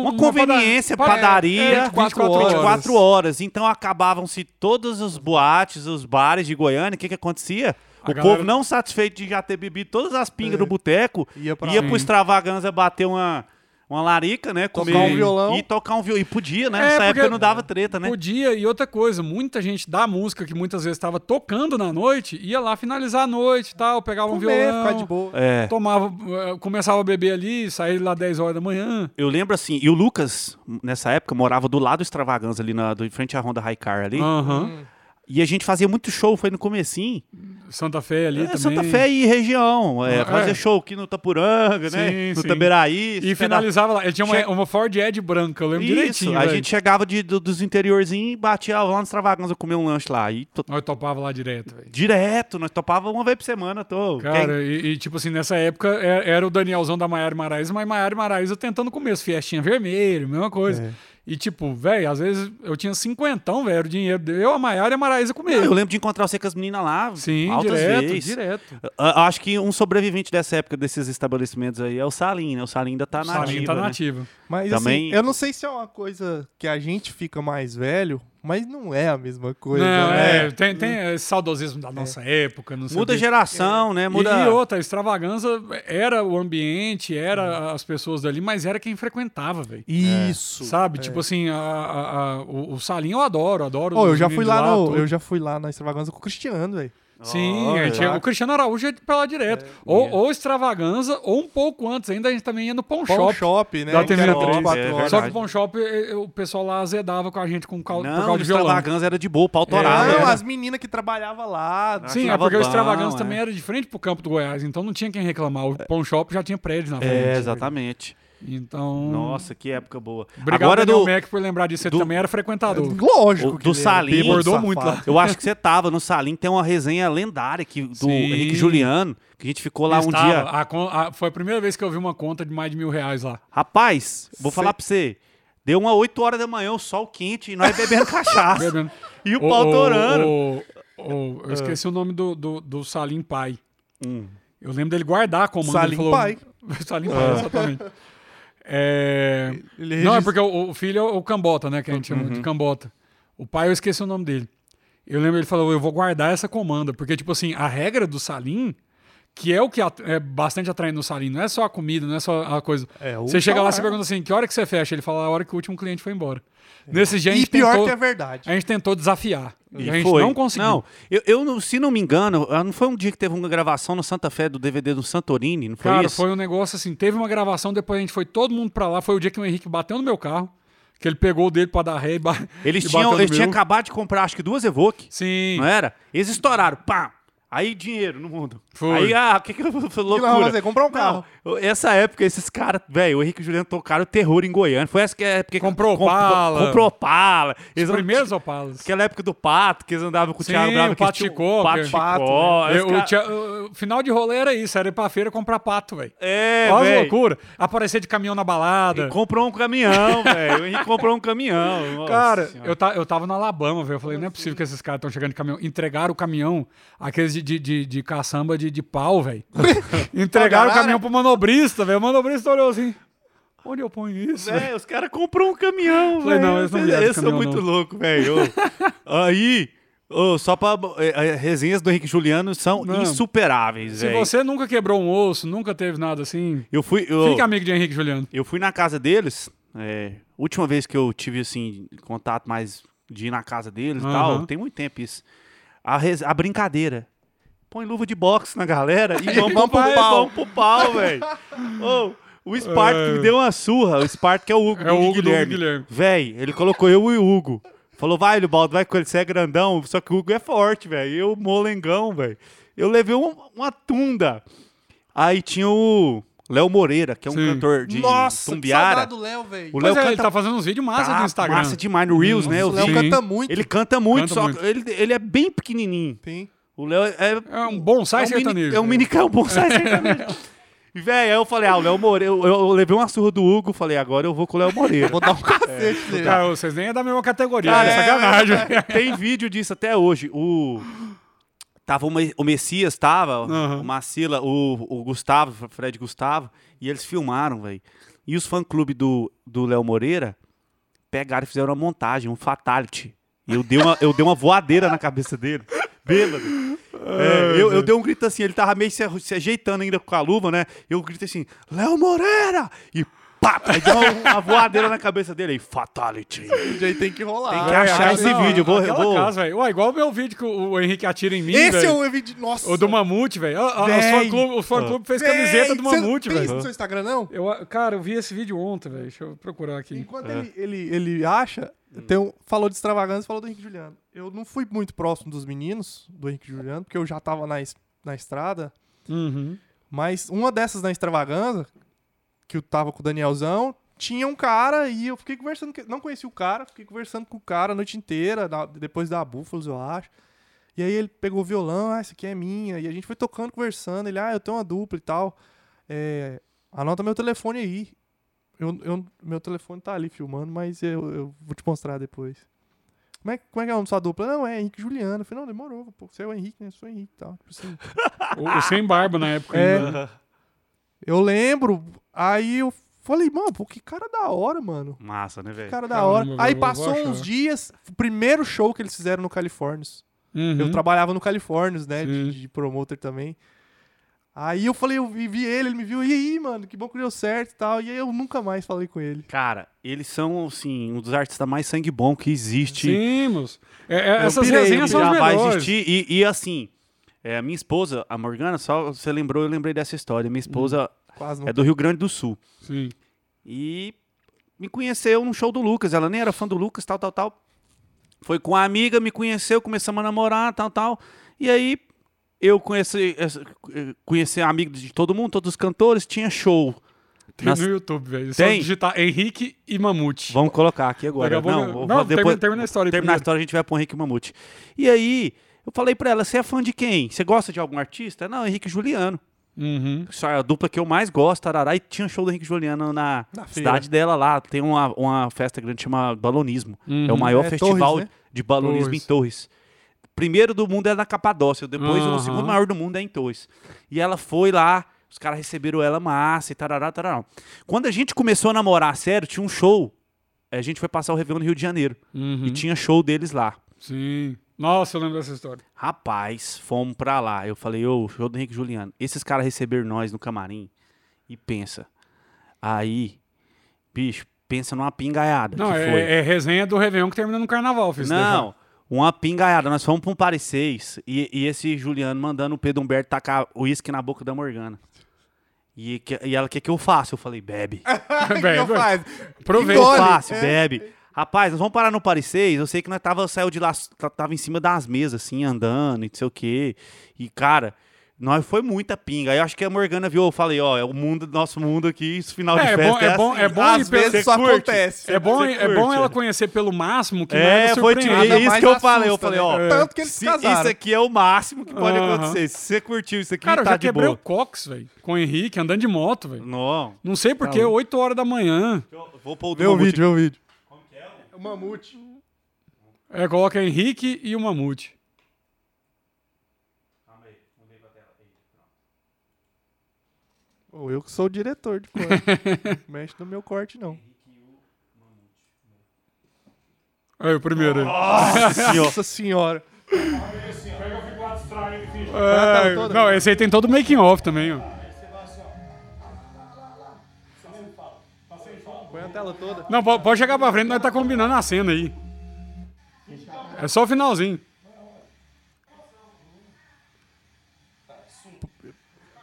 A: Uma, conveniência,
C: pada-
A: padaria,
C: é, 24 horas.
A: 24 horas. Então acabavam-se todos os boates, os bares de Goiânia. O que, que acontecia?
C: A
A: o
C: galera-
A: povo não satisfeito de já ter bebido todas as pingas do boteco,
B: Ia pra
A: ia
B: lá.
A: pro extravaganza bater uma, uma larica, né?
B: Tocar
A: comer-
B: um violão.
A: E tocar um violão. E podia, né?
C: É,
A: Nessa
C: porque-
A: época não dava treta, né?
C: Podia, e outra coisa, muita gente da música que muitas vezes estava tocando na noite, ia lá finalizar a noite e tal, pegava um
B: Comer,
C: violão,
B: ficar de boa.
A: É.
C: tomava, eh, começava a beber ali, saía lá 10 horas da manhã.
A: Eu lembro assim, e o Lucas, nessa época, morava do lado do extravaganza ali, na, do, em frente à Honda Highcar ali.
C: Ah.
A: Hum.
C: Aham.
A: E a gente fazia muito show, foi no comecinho.
C: Santa Fé ali
A: É,
C: também.
A: Santa Fé e região. É,
C: É.
A: Fazer show aqui no Tapuranga,
C: Sim,
A: né? No
C: sim.
A: Tamberaí.
C: E
A: se
C: finalizava lá. Ele tinha uma,
A: Chega-
C: uma Ford Edge branca, eu
A: pegar-
C: lembro
A: Isso,
C: direitinho.
A: a
C: velho.
A: gente chegava de, do- dos interiorzinhos e batia lá no Extravaganza comer um lanche lá. E to-
C: Nós topava lá direto, velho.
A: direto, nós topava uma vez por semana. Tô,
C: Cara, e, e, tipo assim, nessa época é- era o Danielzão da Maiara e Maraíza, mas Maiara e Maraíza tentando comer as fiestinha vermelho, mesma
B: É.
C: coisa. E tipo, velho, às vezes eu tinha cinquentão, velho, era o dinheiro. deu- Eu, a Maiara e a Maraíza
A: Quem-
C: comer.
A: Ah, Eu lembro de encontrar você com as meninas lá.
C: Sim,
A: altas
C: direto,
A: vezes.
C: direto.
A: A- Acho que um sobrevivente dessa época, desses estabelecimentos aí, é o Salim, né? O Salim ainda tá na
C: Salinho
A: ativa,
C: tá
A: né?
C: nativa.
B: Mas
A: Também-
B: assim, eu não sei se é uma coisa que a gente fica mais velho, mas não é a mesma coisa,
C: Não,
B: né? É.
C: é, tem, tem esse saudosismo da nossa época, não sei
A: Muda
C: o
A: a
C: quê.
A: geração, né? Muda...
C: E, e outra, a extravaganza era o ambiente, era as pessoas dali, mas era quem frequentava, velho.
B: Uhum. Isso. É.
C: Sabe? Tipo assim, a, a- a- o, o Salinho eu adoro, adoro.
B: Ô, eu
C: os
B: já fui
C: meninos
B: lá no,
C: tudo.
B: eu já fui lá na extravaganza com o Cristiano, velho.
C: Sim,
A: Olha. É,
C: a gente ia- o Cristiano Araújo ia pra lá direto. ou, ou extravaganza, ou um pouco antes ainda, a gente também ia no Pão,
B: Pão
C: Shop.
B: Shop, né?
C: Da
B: que era
C: TV3,
B: 24
A: é
B: horas.
C: Só que
A: Verdade.
C: o Pão Shop, eh, eh, o pessoal lá azedava com a gente com cal, por
A: Não,
C: causa
A: o
C: de violão. É,
A: Extravaganza era de boa, pau
C: Era,
A: torado. né?
B: não,
C: era.
B: as meninas que trabalhavam lá.
C: Sim, é
A: Achava
C: porque o
A: bom,
C: Extravaganza
A: é.
C: também era de frente pro campo do Goiás, então não tinha quem reclamar. O Pão Shop já tinha prédio na frente.
A: É, exatamente.
C: Então...
A: Nossa, que época boa.
C: Obrigado,
A: Agora
C: Daniel
A: do,
C: Mac, por lembrar disso. Você
A: do-
C: também era frequentador.
B: Lógico.
A: O-
B: que
A: do
B: ele era
A: Salim.
B: bêbado,
C: Bordou muito
B: safado.
C: lá.
A: Eu acho que você tava no Salim, tem uma resenha lendária que, do
C: Sim.
A: Henrique Juliano, que a gente ficou lá um
C: Estava.
A: dia.
C: A con- a- foi a primeira vez que eu vi uma conta de mais de mil reais lá.
A: Rapaz, vou
B: Cê-
A: falar pra você. Deu uma 8 horas da manhã, o sol quente, e nós bebendo cachaça.
C: Bebendo.
A: E o pau torando. Ah.
C: o- o- eu esqueci o nome do, do, do Salim Pai. Eu lembro dele guardar a comanda.
B: Hum. Salim
C: ele falou,
B: Pai. Ah.
C: Salim Pai, exatamente. É,
B: Ele
C: Não,
B: registra-
C: é
B: Uhum.
C: porque o, o filho é o Cambota, né? Que a gente chama de Cambota. O pai, eu esqueci o nome dele. Eu lembro, ele falou, eu vou guardar essa comanda. Porque, tipo assim, a regra do Salim, que é o que at- é bastante atraindo no Salim, não é só a comida, não é só a coisa.
B: É, o
C: você chega lá,
B: salário.
C: você pergunta assim, que hora que você fecha? Ele fala, a hora que o último cliente foi embora. Nesse dia, a
B: É. E
C: gente
B: pior
C: tentou-
B: que é verdade.
C: a gente tentou desafiar. E
A: E
C: a gente
A: foi.
C: não conseguiu.
A: Não, eu, eu não- se não me engano, ah, não foi um dia que teve uma gravação no Santa Fé do DVD do Santorini, não foi
C: Cara,
A: isso?
C: foi um negócio assim. Teve uma gravação, depois a gente foi todo mundo pra lá. Foi o dia que o Henrique bateu no meu carro. Que ele pegou o dele pra dar ré e ba-
A: Eles
C: e bateu
A: tinham,
C: no
A: eles tinham
C: meu.
A: acabado de comprar, acho que duas Evoque.
C: Sim.
A: Não é? era? Eles estouraram, pá! Aí dinheiro no mundo.
C: Foi.
A: Aí, ah, o que que eu vou
B: O que nós vamos
A: loucura?
B: fazer? Comprar um carro.
A: Não, essa época, esses caras, velho, o Henrique e o Juliano tocaram terror em Goiânia. Foi essa que é porque
C: Comprou
A: comprou
C: Opala.
A: Comprou Opala.
C: Os
A: Eles não-
C: primeiros opalas.
A: Aquela época do Pato, que eles andavam com o
C: Sim,
A: Thiago Bravo.
C: o
A: que
C: Pato
A: tinha um
C: Chicó,
A: Pato
C: que-
A: Chicó.
C: Eu-
A: esse cara-
C: o tia- o- o final de rolê era isso, era ir pra feira comprar pato, velho.
A: É,
C: Olha as
A: velho.
C: loucuras. Aparecer de caminhão na balada.
A: Comprou um caminhão, velho. O Henrique comprou um caminhão. Nossa
C: Cara,
A: Senhora.
C: eu, ta- eu tava na Alabama, velho. Eu falei, não é possível que esses caras estão chegando de caminhão. Entregaram o caminhão, aqueles de, de, de, de caçamba de, de pau, velho. Entregaram o
B: Pra galera?
C: caminhão pro manobrista, velho. O manobrista olhou assim: onde eu ponho isso? velho?"
A: É, os caras compraram um caminhão,
C: Falei,
A: velho.
C: não, eles não vieram de
A: são
C: caminhão,
A: muito
C: não.
A: loucos, velho. Ô, Aí, ô, só pra. eh, eh, resenhas do Henrique e Juliano são
C: Não.
A: insuperáveis,
C: Se
A: velho.
C: você nunca quebrou um osso, nunca teve nada assim,
A: Eu fui. Eu,
C: fica amigo de Henrique Juliano.
A: eu fui na casa deles. é, última vez que eu tive, assim, contato mais de ir na casa deles e
C: Aham.
A: tal. Tem muito tempo isso. A, res- a brincadeira. Põe luva de boxe na galera e vamos pro
B: vamos pro
A: pau,
B: pau.
A: vamos pro pau, velho. Ô, o Sparta que me deu uma surra. O Sparta que é o Hugo,
C: É o Hugo do Hugo
A: Guilherme.
C: Guilherme.
A: Véi, ele colocou eu e o Hugo. Falou, vai, Libaldo, vai com ele, você é grandão. Só que o Hugo é forte, velho. Eu, molengão, velho. Eu levei um- uma tunda. Aí tinha o Léo Moreira, que é um
C: Sim.
A: cantor de
B: Nossa, que
A: Tumbiara.
B: saudade do Léo, velho.
A: O
C: Pois
A: Léo
C: é, ele
A: canta
C: tá fazendo uns vídeos massa
A: tá
C: do Instagram.
A: massa demais no Reels, né?
B: O
A: Eu
B: Léo
A: vi.
C: Sim.
B: canta muito.
A: Ele canta muito,
C: Canta
A: só
C: muito.
A: que ele, ele é bem pequenininho.
B: Sim.
A: O Léo é,
C: É um bonsai
A: é um
C: sertanejo.
A: Mini,
B: né?
A: é um mini é um bonsai sertanejo. E, velho, aí eu falei, ah, o Léo Moreira. Eu, eu- eu levei uma surra do Hugo, falei, agora eu vou com o Léo Moreira. É,
B: Vou dar um cacete nele.
C: Cara, vocês nem é da mesma categoria,
A: Cara,
C: é
A: é,
C: sacanagem.
A: Tem vídeo disso até hoje. O. Tava o Me- o Messias, tava,
C: Aham.
A: o Macila, o, o Gustavo, o Fred Gustavo, e eles filmaram, velho. E os fã-clube do do Léo Moreira pegaram e fizeram uma montagem, um fatality. E eu dei uma, eu dei uma voadeira na cabeça dele, bêbado. É, eu, eu dei um grito assim, ele tava meio se, a- se ajeitando ainda com a luva, né? Eu grito assim, Léo Moreira! E pá, aí deu uma, uma voadeira na cabeça dele, aí, fatality.
B: Esse jeito tem que rolar.
A: Tem que achar esse
C: Não,
A: vídeo, eu vou-
C: aquela
A: vou-
C: Casa, velho. Ué, igual o meu vídeo que o o Henrique atira em mim,
B: Esse é
C: velho.
B: o vídeo. Nossa.
C: O do Mamute, velho. Ah, ah,
B: Véi.
C: O fã-clube- o fã-clube fez camiseta do
B: Você
C: Mamute,
B: não tem isso no
C: velho.
B: seu Instagram, não?
C: Eu, cara, eu vi esse vídeo ontem, velho. Deixa eu procurar aqui.
B: Enquanto
A: É.
B: ele, ele, ele acha,
A: Hum.
B: tem um- falou de extravagância falou do Henrique Juliano. Eu não fui muito próximo dos meninos do Henrique Juliano, porque eu já tava na, es- na estrada.
C: Uhum.
B: Mas uma dessas na extravagância, que eu tava com o Danielzão, tinha um cara e eu fiquei conversando. com- Não conheci o cara, fiquei conversando com o cara a noite inteira, da- depois da Búfalos, eu acho. E aí ele pegou o violão, ah, isso aqui é minha. E a gente foi tocando, conversando. Ele, ah, eu tenho uma dupla e tal. É, anota meu telefone aí. Eu, eu- meu telefone tá ali filmando, mas eu, eu vou te mostrar depois. Como é, que- como é que é o nome da sua dupla? Não, é Henrique e Juliano. Eu falei, não, demorou. Pô, você é o Henrique, né? Eu sou o Henrique e tal. Tipo assim.
C: O, o Sem Barba na época.
B: É.
C: ainda.
B: Eu lembro. Aí eu falei, mano, pô, que cara da hora, mano.
A: Massa, né,
B: Que
A: velho?
B: cara da
C: Caramba,
B: hora.
C: velho,
B: Aí
C: eu vou
B: passou
C: achar.
B: uns dias, o primeiro show que eles fizeram no Califórnios.
C: Uhum.
B: Eu trabalhava no Califórnios, né?
C: Sim.
B: De, de promoter também. Aí eu falei, eu vi vi ele, ele me viu, e aí, mano, que bom que deu certo e tal. E aí eu nunca mais falei com ele.
A: Cara, eles são, assim, um dos artistas mais sangue bom que existe.
C: Sim, moço. É, é, essas
B: pirei,
A: que
B: eu
C: resenhas são as
A: já Ah, vai
C: melhores.
A: existir. E, e, assim, é, a minha esposa, a Morgana, só você lembrou, eu lembrei dessa história. Minha esposa
B: Quase não.
A: é do Rio Grande do Sul.
C: Hum. Sim.
A: E me conheceu num show do Lucas. Ela nem era fã do Lucas, tal, tal, tal. Foi com a amiga, me conheceu, começamos a namorar, tal, tal. E aí eu conheci, essa- conheci a amiga de todo mundo, todos os cantores, tinha show.
C: Tem
A: Nas-
C: no YouTube, velho. Só
A: Tem?
C: digitar Henrique e Mamute.
A: Vamos colocar aqui
C: Daqui
A: agora.
C: a pouco-
A: Não, vou-
C: não,
A: vou
C: termina-
A: depois,
C: termina a história
A: Terminar a
C: primeiro.
A: história, a gente vai pro Henrique Mamute. E aí, eu falei pra ela, você é fã de quem? Você gosta de algum artista? Não, Henrique Juliano.
C: Uhum.
A: Isso é a dupla que eu mais gosto, Tarará. E tinha show do Henrique Juliano na,
B: Na feira.
A: cidade dela lá. Tem uma, uma festa grande chamada Balonismo.
C: Uhum.
A: É o maior
B: É,
A: festival
B: Torres, né?
A: de balonismo
C: Torres.
A: em Torres. Primeiro do mundo é na Capadócia, depois
B: Uhum.
C: Aham.
A: o segundo maior do mundo é em Torres. E ela foi lá, os caras receberam ela massa e tarará, tarará. Quando a gente começou a namorar sério, tinha um show. eh, A gente foi passar o Réveillon no Rio de Janeiro.
C: Uhum.
A: E tinha show deles lá.
C: Sim. Nossa, eu lembro dessa história.
A: Rapaz, fomos pra lá. Eu falei, ô, show do Henrique e Juliano, esses caras receberam nós no camarim e pensa. Aí, bicho, pensa numa pingaiada.
C: Não,
A: que foi.
C: é, é resenha do Réveillon que termina no Carnaval, fiz
A: Não, uma pingaiada. Nós fomos pra um parecis e, e esse Juliano mandando o Pedro Humberto tacar uísque na boca da Morgana. E, que- e ela, o que, que eu faço? Eu falei, bebe.
C: Velho,
B: que eu faço?
C: né? Aproveita.
B: Olha,
A: Eu faço,
B: é.
A: bebe. Rapaz, nós vamos parar no Paris Eu sei que nós tava, saiu de lá, tá- tava em cima das mesas, assim, andando e não sei o quê. E, cara, nós foi muita pinga. Aí eu acho que a Morgana viu, eu falei, ó, é o mundo, nosso mundo aqui, esse final de
C: É, é
A: festa.
C: bom, é bom,
A: assim.
C: é bom ir
B: Às
C: pelo-
B: vezes
C: você
B: só
C: curte.
B: acontece.
C: É bom,
A: Você
C: é bom
A: curte,
C: ela
A: é.
C: conhecer pelo máximo que
A: É,
C: nada
A: foi
C: surpreende.
A: tipo, isso
B: mais
A: que eu
B: assusta,
A: falei. Eu falei,
B: né?
A: ó,
B: Tanto que eles
A: se-
B: casaram.
A: isso aqui é o máximo que pode
C: É. Aham.
A: acontecer. Se você curtiu isso aqui,
C: Cara, eu
A: tá
C: já
A: de
C: quebrei
A: boa.
C: o Cox, velho, com o Henrique, andando de moto, velho.
A: Não.
C: Não sei porquê, 8 horas da manhã.
A: Eu vou pôr o do
B: Vê o
A: Mamute
B: vídeo, vê o vídeo. O mamute.
C: É, coloca Henrique e o Mamute.
B: Ou eu que sou o diretor de corte. Mexe no meu corte, não.
C: Aí, o primeiro. aí.
A: Ah, aqui, ó.
B: Nossa senhora.
C: É, não, esse aí tem todo o making off também, ó.
B: Põe a tela toda.
C: Não, po- pode chegar pra frente, nós tá combinando a cena aí. É só o finalzinho.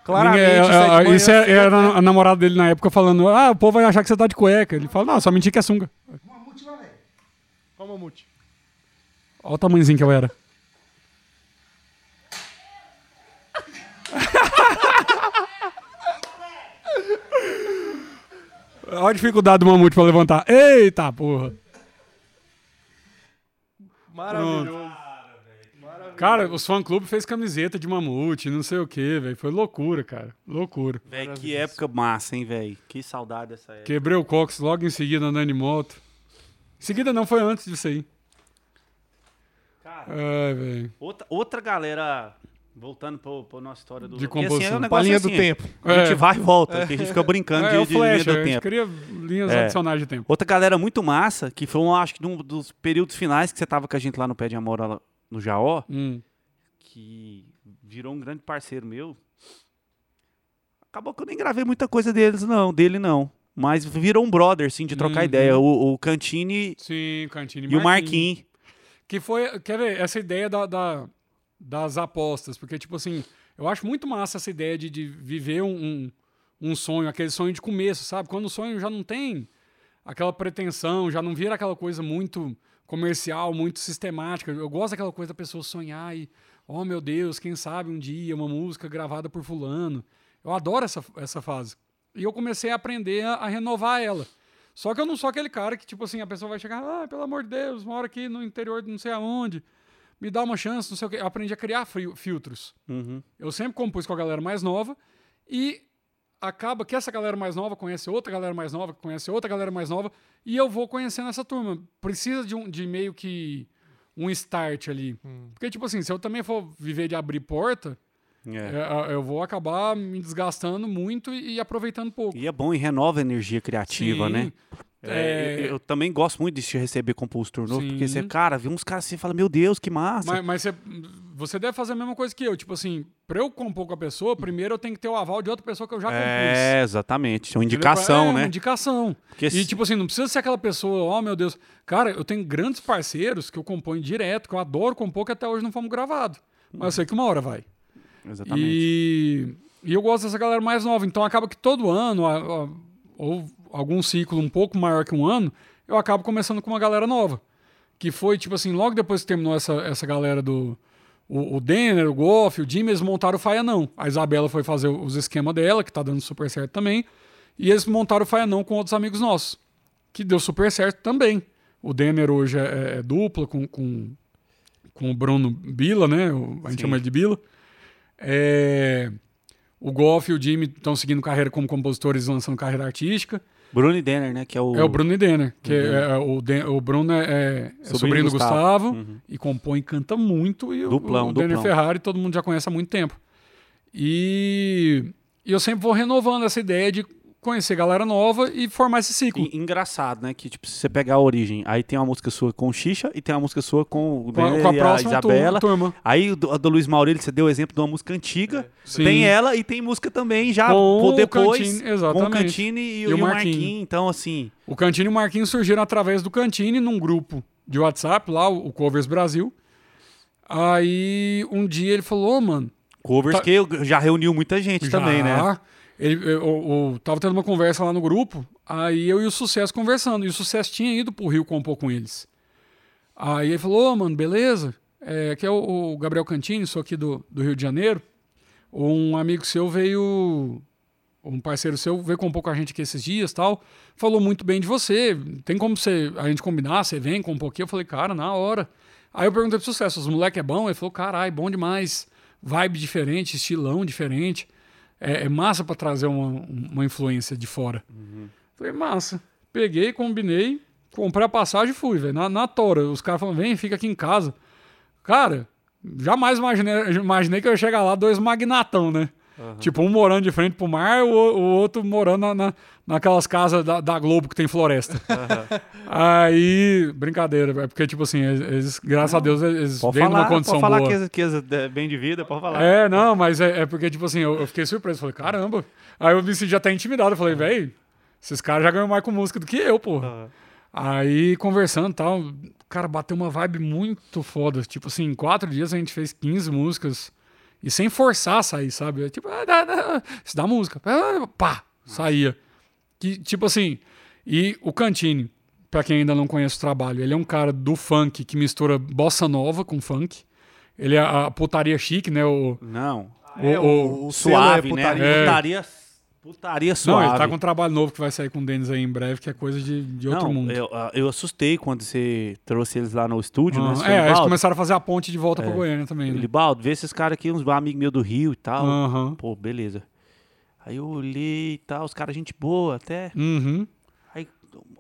B: Claramente,
C: Ninguém- é,
B: sete
C: é,
B: manhã,
C: isso
A: assim,
C: é,
B: cedo.
A: né?
C: era a namorada dele na época falando, ah, o povo vai achar que você tá de cueca. Ele fala, não, só mentir que é sunga.
B: Qual mamute?
C: Olha o tamanhozinho que eu era. Olha a dificuldade do mamute pra levantar. Eita porra.
B: Maravilhoso.
C: Cara, os fã-clube fez camiseta de mamute, não sei o que, velho. Foi loucura, cara. Loucura.
A: Véi, que época massa, hein, velho? Que saudade dessa época.
C: Quebrei o cox logo em seguida andando de moto. Em seguida não, foi antes disso aí.
A: Cara,
C: Ai, velho.
A: outra, outra galera, voltando pro, pro nossa história do...
C: De
A: Porque,
C: composição.
A: negócio
B: Pra linha do
A: assim,
B: tempo.
A: A gente
C: É.
A: vai e volta, que a gente fica brincando de,
C: É, o
A: de linha
C: Flash,
A: do
C: a gente
A: tempo.
C: cria linhas
A: É.
C: adicionais de tempo.
A: Outra galera muito massa, que foi, um, acho que, um dos períodos finais que você tava com a gente lá no Pé de Amora, lá no Jaó,
C: Hum.
A: que virou um grande parceiro meu. Acabou que eu nem gravei muita coisa deles, não, dele não. Mas virou um brother, sim, de trocar
C: Uhum.
A: ideia. O, o Cantini
C: Sim, Cantini
A: e o Marquinhos.
C: Que foi, quer ver, essa ideia da, da- das apostas, porque, tipo assim, eu acho muito massa essa ideia de, de viver um, um, um sonho, aquele sonho de começo, sabe? Quando o sonho já não tem aquela pretensão, já não vira aquela coisa muito comercial, muito sistemática. Eu gosto daquela coisa da pessoa sonhar e, oh meu Deus, quem sabe um dia uma música gravada por fulano. Eu adoro essa, essa fase. E eu comecei a aprender a, a renovar ela. Só que eu não sou aquele cara que, tipo assim, a pessoa vai chegar, ah, pelo amor de Deus, mora aqui no interior de não sei aonde, me dá uma chance, não sei o quê. Eu aprendi a criar frio- filtros.
A: Uhum.
C: Eu sempre compus com a galera mais nova e acaba que essa galera mais nova conhece outra galera mais nova, que conhece outra galera mais nova e eu vou conhecendo essa turma. Precisa de, um, de meio que um start ali. Porque, tipo assim, se eu também for viver de abrir porta,
A: É.
C: é, eu vou acabar me desgastando muito e, e aproveitando pouco.
A: E é bom e renova a energia criativa,
C: Sim.
A: né? É,
C: É,
A: Eu, eu também gosto muito de te receber compositor novo, porque você,
C: Sim.
A: cara, vê uns caras assim e fala, meu Deus, que massa.
C: Mas, mas você, você deve fazer a mesma coisa que eu. Tipo assim, pra eu compor com a pessoa, primeiro eu tenho que ter o aval de outra pessoa que eu já compus.
A: é, exatamente. É uma
C: Entendeu?
A: indicação,
C: É, uma
A: né?
C: indicação.
A: Porque
C: E
A: se-
C: tipo assim, não precisa ser aquela pessoa, ó meu Deus. Cara, eu tenho grandes parceiros que eu componho direto, que eu adoro compor, que até hoje não fomos gravados. Mas eu sei que uma hora vai.
A: Exatamente.
C: E, e eu gosto dessa galera mais nova. Então acaba que todo ano, a- a- ou algum ciclo um pouco maior que um ano, eu acabo começando com uma galera nova. Que foi, tipo assim, logo depois que terminou essa, essa galera do. O, o Denner, o Goff, o Jimmy, eles montaram o Faia Não. A Isabela foi fazer os esquemas dela, que tá dando super certo também. E eles montaram o Faia Não com outros amigos nossos, que deu super certo também. O Denner hoje é, é dupla com, com, com o Bruno Bila, né? O- a gente
A: Sim.
C: chama ele de Bila. É, o Goff e o Jimmy estão seguindo carreira como compositores, lançando carreira artística.
A: Bruno e Denner, né? Que é o.
C: É o Bruno e Denner, que é, é, o, Den- o Bruno é, é sobrinho, do Gustavo, e compõe e canta muito. E o-
A: Duplão,
C: o, Denner
A: duplão.
C: Ferrari todo mundo já conhece há muito tempo. E, e eu sempre vou renovando essa ideia de conhecer galera nova e formar esse ciclo.
A: E- engraçado, né? Que tipo, se você pegar a origem, aí tem uma música sua com o Xixa e tem uma música sua com o
C: com, a,
A: Denner
C: com a
A: e a
C: próxima tur-
A: Isabela.
C: turma.
A: Aí o do- a do Luiz Maurelli, você deu o exemplo de uma música antiga.
C: É, Sim.
A: Tem ela e tem música também já
C: Com
A: pô,
C: o
A: depois.
C: Cantini,
A: com o
C: exatamente.
A: Cantini e, o- e o Marquinhos. Então, assim,
C: O Cantini e o Marquinhos surgiram através do Cantini num grupo de WhatsApp, lá o, o Covers Brasil. Aí um dia ele falou, ô, mano,
A: covers
C: Tá.
A: que eu- já reuniu muita gente também, né?
C: já. Ele, eu, eu tava tendo uma conversa lá no grupo, aí eu e o Sucesso conversando. E o Sucesso tinha ido pro Rio compor com eles. Aí ele falou, ô, mano, beleza? É, que é o, o Gabriel Cantini, sou aqui do, do Rio de Janeiro. Um amigo seu veio... Um parceiro seu veio compor com a gente aqui esses dias tal. Falou muito bem de você. Tem como você, a gente combinar? Você vem, compor aqui? Eu falei, cara, na hora. Aí eu perguntei pro Sucesso, os moleque é bom? Ele falou, carai, bom demais. Vibe diferente, estilão diferente. É, é massa pra trazer uma, uma influência de fora.
A: Uhum.
C: Falei, massa. Peguei, combinei, comprei a passagem e fui, velho. Na, na tora. Os caras falaram, vem, fica aqui em casa. Cara, jamais imaginei, imaginei que eu ia chegar lá dois magnatão, né? Tipo, um morando de frente pro mar, o, o outro morando na, na- naquelas casas da, da Globo que tem floresta. Aí, brincadeira, é porque, tipo assim, eles, graças a Deus, eles
A: Pode
C: vêm numa
A: falar,
C: condição
A: pode falar
C: boa.
A: que eles- que eles é bem de vida, pode falar.
C: É, não, mas é, é porque, tipo assim, eu, eu fiquei surpreso. Falei, caramba. Aí eu me senti até intimidado. Eu falei, velho, esses caras já ganham mais com música do que eu, porra. Aí conversando e tal, cara, bateu uma vibe muito foda. Tipo assim, em quatro dias a gente fez 15 músicas e sem forçar a sair, sabe? É Tipo, ah, dá, dá, isso dá música. Ah, pá, saía. Que, tipo assim, e o Cantini, pra quem ainda não conhece o trabalho, ele é um cara do funk que mistura bossa nova com funk. Ele é a putaria chique, né? O,
A: Não.
C: o-
B: É,
C: o-
B: o selo
A: Suave,
B: é
A: né?
B: putaria.
C: É.
A: Putaria, putaria
C: Não,
A: suave.
C: ele tá com um trabalho novo que vai sair com o Denis aí em breve, que é coisa de, de outro
A: Não,
C: mundo.
A: Eu, ah, eu assustei quando você trouxe eles lá no estúdio, né?
C: Ah,
A: Você
C: é,
A: falou,
C: eles
A: "Baldo,
C: começaram a fazer a ponte de volta
A: É.
C: pra Goiânia também, né? Ah.
A: Libaldo, vê esses caras aqui, uns amigos meus do Rio e tal.
C: Aham.
A: Pô, beleza. Aí eu olhei e tal, os caras, gente boa até.
C: Uhum.
A: Aí,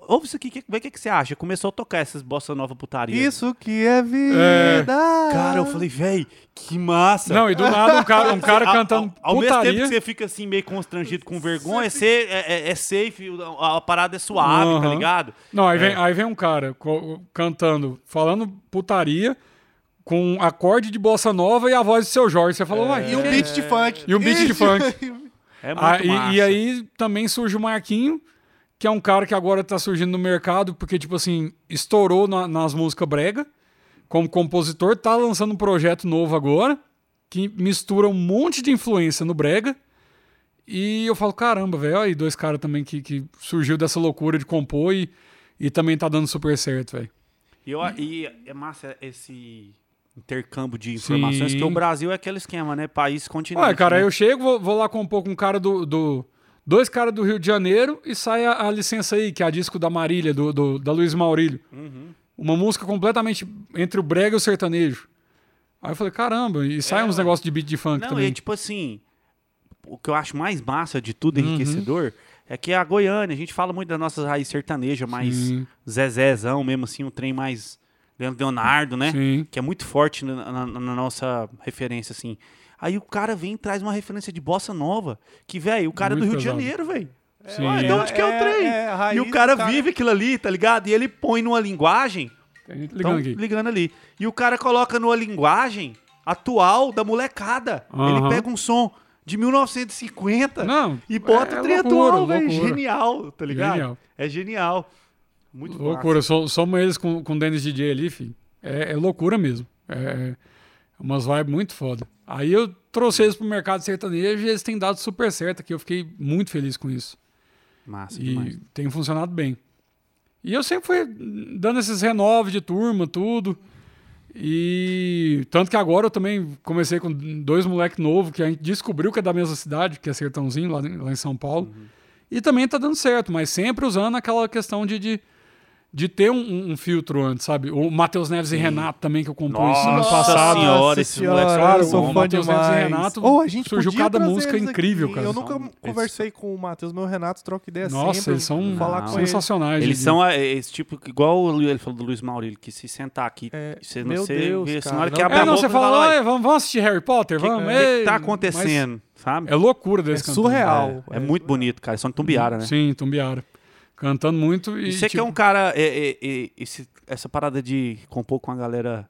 A: ouve isso aqui, que- vê o que, que você acha. Começou a tocar essas bossa nova putaria.
B: Isso que é vida.
A: Cara, eu falei, véi, que massa.
C: Não, e do nada um cara, um cara
A: Ao-
C: cantando
A: ao, ao mesmo tempo
C: putaria.
A: que você fica assim, meio constrangido com vergonha, você é, é- é safe, a, a parada é suave, tá
C: Aham.
A: ligado?
C: Não, aí vem,
A: É.
C: aí vem um cara co- cantando, falando putaria, com um acorde de bossa nova e a voz do seu Jorge. Você falou, uai,
B: E um beat de funk.
C: E um beat de funk.
A: É muito
C: Ah, e-
A: massa.
C: e, aí também surge o Marquinho, que é um cara que agora tá surgindo no mercado, porque, tipo assim, estourou na- nas músicas brega, como compositor, tá lançando um projeto novo agora, que mistura um monte de influência no brega. E eu falo, caramba, velho, olha aí dois caras também que, que surgiu dessa loucura de compor e, e também tá dando super certo, velho.
A: E, eu- e é massa esse intercâmbio de informações, que o
C: Sim.
A: Brasil é aquele esquema, né? País continente.
C: Ué, cara,
A: né?
C: eu chego, vou, vou lá compor com um cara do. do- dois caras do Rio de Janeiro e sai a, a licença aí, que é a disco da Marília, do, do- da Luiz Maurílio.
A: Uhum.
C: Uma música completamente entre o brega e o sertanejo. Aí eu falei, caramba, e sai uns negócios de beat de funk
A: É, Não,
C: também.
A: e tipo assim, o que eu acho mais massa de tudo,
C: Uhum.
A: enriquecedor, é que a Goiânia, a gente fala muito das nossas raízes sertaneja, mais
C: Sim.
A: Zezézão mesmo, assim, um trem mais Leandro Leonardo, né?
C: Sim.
A: Que é muito forte na, na- na nossa referência, assim. Aí o cara vem e traz uma referência de bossa nova, que, velho, o cara é do
C: Muito
A: Rio
C: pesado.
A: de Janeiro, velho.
C: Sim.
A: Ué, de onde que é o
B: É,
A: trem?
B: é, a raiz
A: e o cara,
B: do cara-
A: vive aquilo ali, tá ligado? E ele põe numa linguagem
C: Tem gente
A: Tão
C: ligando aqui.
A: Então, ligando ali. E o cara coloca numa linguagem atual da molecada.
C: Aham.
A: Ele pega um som de 1950
C: Não,
A: e bota
C: é
A: o trem
C: loucura,
A: atual, velho.
C: loucura.
A: Genial, tá ligado?
C: Genial.
A: É genial. Muito
C: Loucura, so- soma eles com, com o Dennis DJ ali, filho. É, é loucura mesmo. É, é umas vibes muito foda. Aí eu trouxe eles pro mercado sertanejo e eles têm dado super certo aqui. Eu fiquei muito feliz com isso.
A: massa. Massa
C: E
A: demais.
C: tem funcionado bem. E eu sempre fui dando esses renovos de turma, tudo. E tanto que agora eu também comecei com dois moleques novos que a gente descobriu que é da mesma cidade, que é Sertãozinho, lá em, lá em São Paulo. E também tá dando certo, mas sempre usando aquela questão de, de, de ter um, um filtro antes, sabe? O Matheus Neves e Renato também, que eu compus ano
A: Nossa
C: passado.
A: Senhora, esses
B: esse é um
A: moleques são muito
B: eu sou
A: bons.
B: fã
C: Matheus Neves e
B: demais.
C: Renato,
B: Ô, a gente
C: surgiu
B: podia
C: cada
B: trazer
C: música
B: eles aqui.
C: incrível, cara.
B: Eu nunca
A: São-
B: conversei com o Matheus, meu Renato, troca ideia
C: Nossa,
B: sempre.
C: eles são
B: falar
A: Não.
B: com ele.
C: sensacionais.
A: Eles
C: de-
A: são ah, esse tipo, que- igual o Lu- ele falou do Luiz Maurílio, que se sentar aqui,
B: É,
A: você não
B: meu
A: sei,
B: Deus,
A: vê, assim,
B: cara,
A: na hora que
B: não-
A: abre
C: É,
A: a
C: não,
A: boca,
C: você fala,
A: "Olha,
C: "Ué, vamos, vamos assistir Harry Potter,
A: que-
C: vamos.
A: o que, que
C: ei",
A: tá
C: mas
A: acontecendo, sabe?
C: É loucura desse
B: É surreal.
A: É, muito bonito, cara. São Tumbiara, né?
C: Sim, Tumbiara. Cantando muito e. tipo
A: E você que é um cara. é, é, é, esse- essa parada de compor com a galera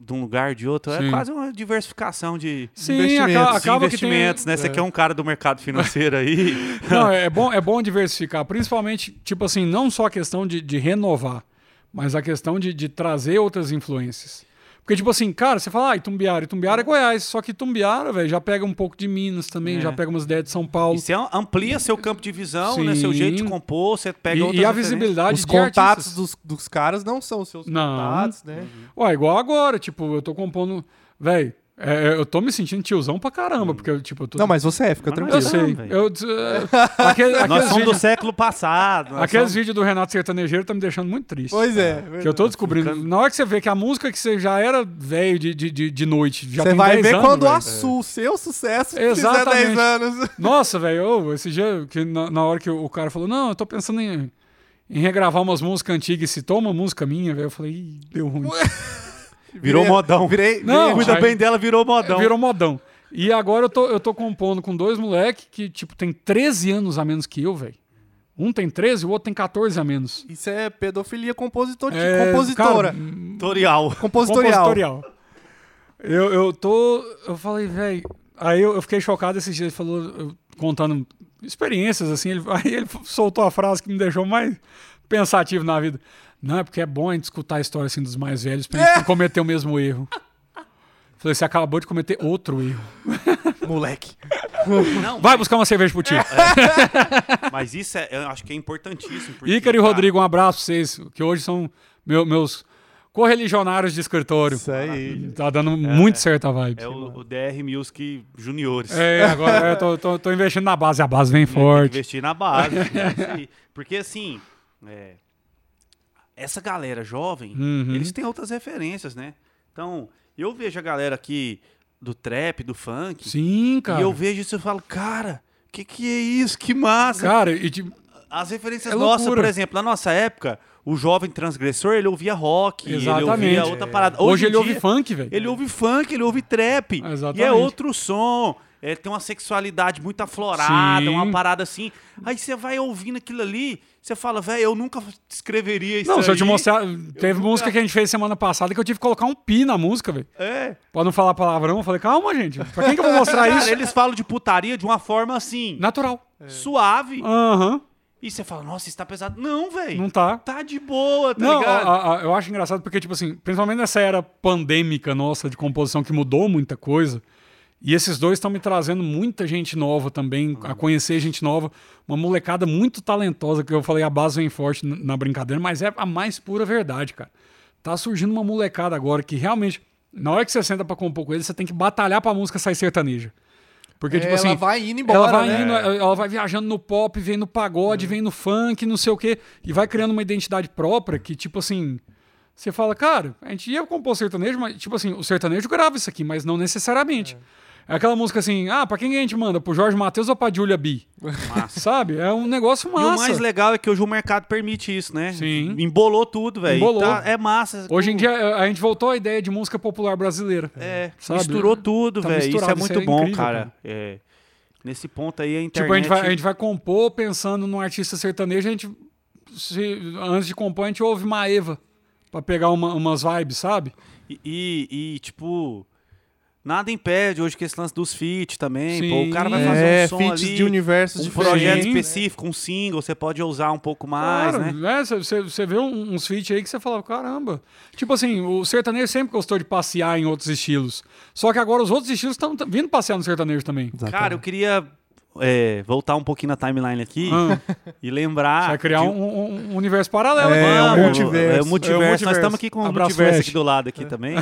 A: de um lugar, de outro,
C: Sim.
A: é quase uma diversificação de,
C: Sim,
B: investimentos,
C: acaba,
A: de
C: acaba que tem...
A: investimentos, né? Você que é um cara do mercado financeiro aí.
C: Não, é bom, é bom diversificar, principalmente, tipo assim, não só a questão de, de renovar, mas a questão de, de trazer outras influências. Porque, tipo assim, cara, você fala, ah, Itumbiara, Itumbiara é Goiás, só que Itumbiara, velho, já pega um pouco de Minas também,
A: É.
C: já pega umas ideias de São Paulo.
A: E você am- é um, amplia seu campo de visão, né? Seu
C: Sim.
A: jeito de compor, você pega
C: E-
A: outras
C: e a
A: referências.
C: visibilidade
B: Os
C: de
B: contatos
C: artistas.
B: dos, dos caras não são os seus
C: Não. Uhum.
B: contatos, né?
C: Ué, é igual agora, tipo, eu tô compondo. Véi, é, eu tô me sentindo tiozão pra
A: Hum.
C: caramba, porque, tipo, eu tô.
B: Não, mas você é, fica
A: Mas não tiozão,
B: tranquilo.
C: Eu sei.
A: véi.
C: Eu, des- eh, aquele-
A: Nós
C: aqueles
A: somos do
C: vídeos,
A: século passado. nós
C: aqueles
A: somos-
C: vídeos do Renato Sertanejeiro tá me deixando muito triste.
B: Pois é.
C: Que eu tô descobrindo.
A: Ficando-
C: Na hora que você vê que a música que você já era velho de, de, de, de noite, já
B: Você
C: tem
B: vai
C: 10
B: ver
C: anos,
B: quando
C: véi.
B: a Su, o seu sucesso,
C: Exatamente.
B: fizer 10 anos.
C: Nossa, velho, ô, esse dia, que na, na hora que o cara falou, não, eu tô pensando em, em regravar umas músicas antigas e citou uma música minha, velho, eu falei, Ih, deu ruim.
A: Virou modão.
B: Virei,
C: Não,
B: virei-
A: Cuida
C: Aí-
A: bem dela, virou modão.
C: Virou modão. E agora eu tô, eu tô compondo com dois moleques que, tipo, tem 13 anos a menos que eu, velho. Um tem 13, o outro tem 14 a menos.
B: Isso é pedofilia compositor,
C: É,
B: compositora.
C: cara,
A: Tutorial.
B: compositorial.
C: Compositorial. Eu, eu tô. Eu falei, velho. Aí eu, eu fiquei chocado esses dias. Ele falou, eu- contando experiências, assim. Ele, aí ele soltou a frase que me deixou mais pensativo na vida. Não, é porque é bom a gente escutar a história assim dos mais velhos pra gente não cometer o mesmo erro. Falei, você acabou de cometer outro erro.
B: Moleque.
A: Não,
C: Vai buscar uma cerveja pro tio.
A: mas isso é, eu acho que é importantíssimo. porque,
C: Ícaro
A: cara,
C: e Rodrigo, um abraço pra vocês, que hoje são meu- meus correligionários de escritório.
B: Isso aí.
C: Tá dando muito certo a vibe.
A: É o, o DR Music Juniores.
C: É, agora eu tô, tô- tô investindo na base, a base vem
A: É, Tem que
C: forte.
A: investir na base. né? Isso aí. Porque assim, é, essa galera jovem,
C: Uhum.
A: eles têm outras referências, né? Então, eu vejo a galera aqui do trap, do funk,
C: Sim, cara.
A: e eu vejo isso e falo, cara, que que é isso? Que massa!
C: Cara, e tipo,
A: As referências
C: É
A: nossas,
C: loucura.
A: por exemplo, na nossa época, o jovem transgressor, ele ouvia rock, ele
C: Exatamente.
A: ouvia outra parada.
C: hoje
A: em
C: ele ouve
A: dia,
C: funk, velho.
A: ele ouve funk, ele ouve trap.
C: Exatamente.
A: E é outro som. É, tem uma sexualidade muito aflorada,
C: Sim.
A: uma parada assim. Aí você vai ouvindo aquilo ali, você fala, velho, eu nunca escreveria isso.
C: Não, se eu te
A: aí."
C: mostrar. Teve
A: nunca-
C: música que a gente fez semana passada que eu tive que colocar um pi na música, velho.
A: É.
C: Pra não falar palavrão, eu falei, calma, gente. Pra quem que eu vou mostrar
A: Cara,
C: isso?
A: eles falam de putaria de uma forma assim,
C: Natural.
A: suave.
C: Aham.
A: E você fala, nossa, isso tá pesado. Não, velho.
C: Ah. Não tá.
A: Tá de boa, tá
C: não,
A: ligado?
C: a- a- eu acho engraçado porque, tipo assim, principalmente nessa era pandêmica nossa de composição que mudou muita coisa. E esses dois estão me trazendo muita gente nova também,
A: Uhum.
C: a conhecer gente nova. Uma molecada muito talentosa, que eu falei, a base vem forte n- na brincadeira, mas é a mais pura verdade, cara. Tá surgindo uma molecada agora que realmente, na hora que você senta pra compor com ele, você tem que batalhar pra música sair sertaneja. Porque,
A: É,
C: tipo
B: ela
C: assim,
B: vai indo embora,
C: ela vai
B: né?
C: indo, ela vai viajando no pop, vem no pagode, vem no funk, não sei o quê, e vai criando uma identidade própria que, tipo assim, você fala, cara, a gente ia compor sertanejo, mas, tipo assim, o sertanejo grava isso aqui, mas não necessariamente. É. Aquela música assim, ah, pra quem que a gente manda? Pro Jorge Matheus ou pra Julia B? Sabe? É um negócio
A: E
C: massa.
A: o mais legal é que hoje o mercado permite isso, né?
C: Sim.
A: Embolou tudo, velho.
C: Embolou.
A: Tá- é massa.
C: Hoje em dia a gente voltou à ideia de música popular brasileira.
A: É,
C: Sabe?
A: misturou tudo,
C: Tá
A: velho. Isso é
C: misturado,
A: muito
C: isso é
A: bom,
C: incrível,
A: cara.
C: cara.
A: É, nesse ponto aí, a internet...
C: Tipo, a gente, vai, a gente vai compor pensando num artista sertanejo, a gente. se- antes de compor, a gente ouve Maeva. Pra pegar uma- umas vibes, sabe?
A: E, e- e, tipo... Nada impede hoje que esse lance dos feats também.
C: Sim.
A: pô, o cara vai
C: É,
A: fazer
B: É,
A: um som
B: feats
A: ali,
B: de universos
A: um
B: diferentes.
A: projeto
C: Sim.
A: específico, um single, você pode usar um pouco mais, né?
C: é, Você vê um- uns feats aí que você fala, caramba. Tipo assim, o sertanejo sempre gostou de passear em outros estilos. Só que agora os outros estilos estão vindo passear no sertanejo também.
A: Cara, eu queria é, voltar um pouquinho na timeline aqui
C: Ah,
A: e lembrar...
C: você vai criar
A: de-
C: um, um- um universo paralelo.
B: É,
C: então,
B: um
A: Vamos,
C: né?
B: multiverso.
A: Ah, É
B: É
A: o
B: um
A: multiverso. Nós
B: multiverso.
A: estamos aqui com o
C: Abraço,
A: multiverso
C: Flash.
A: aqui do lado aqui também.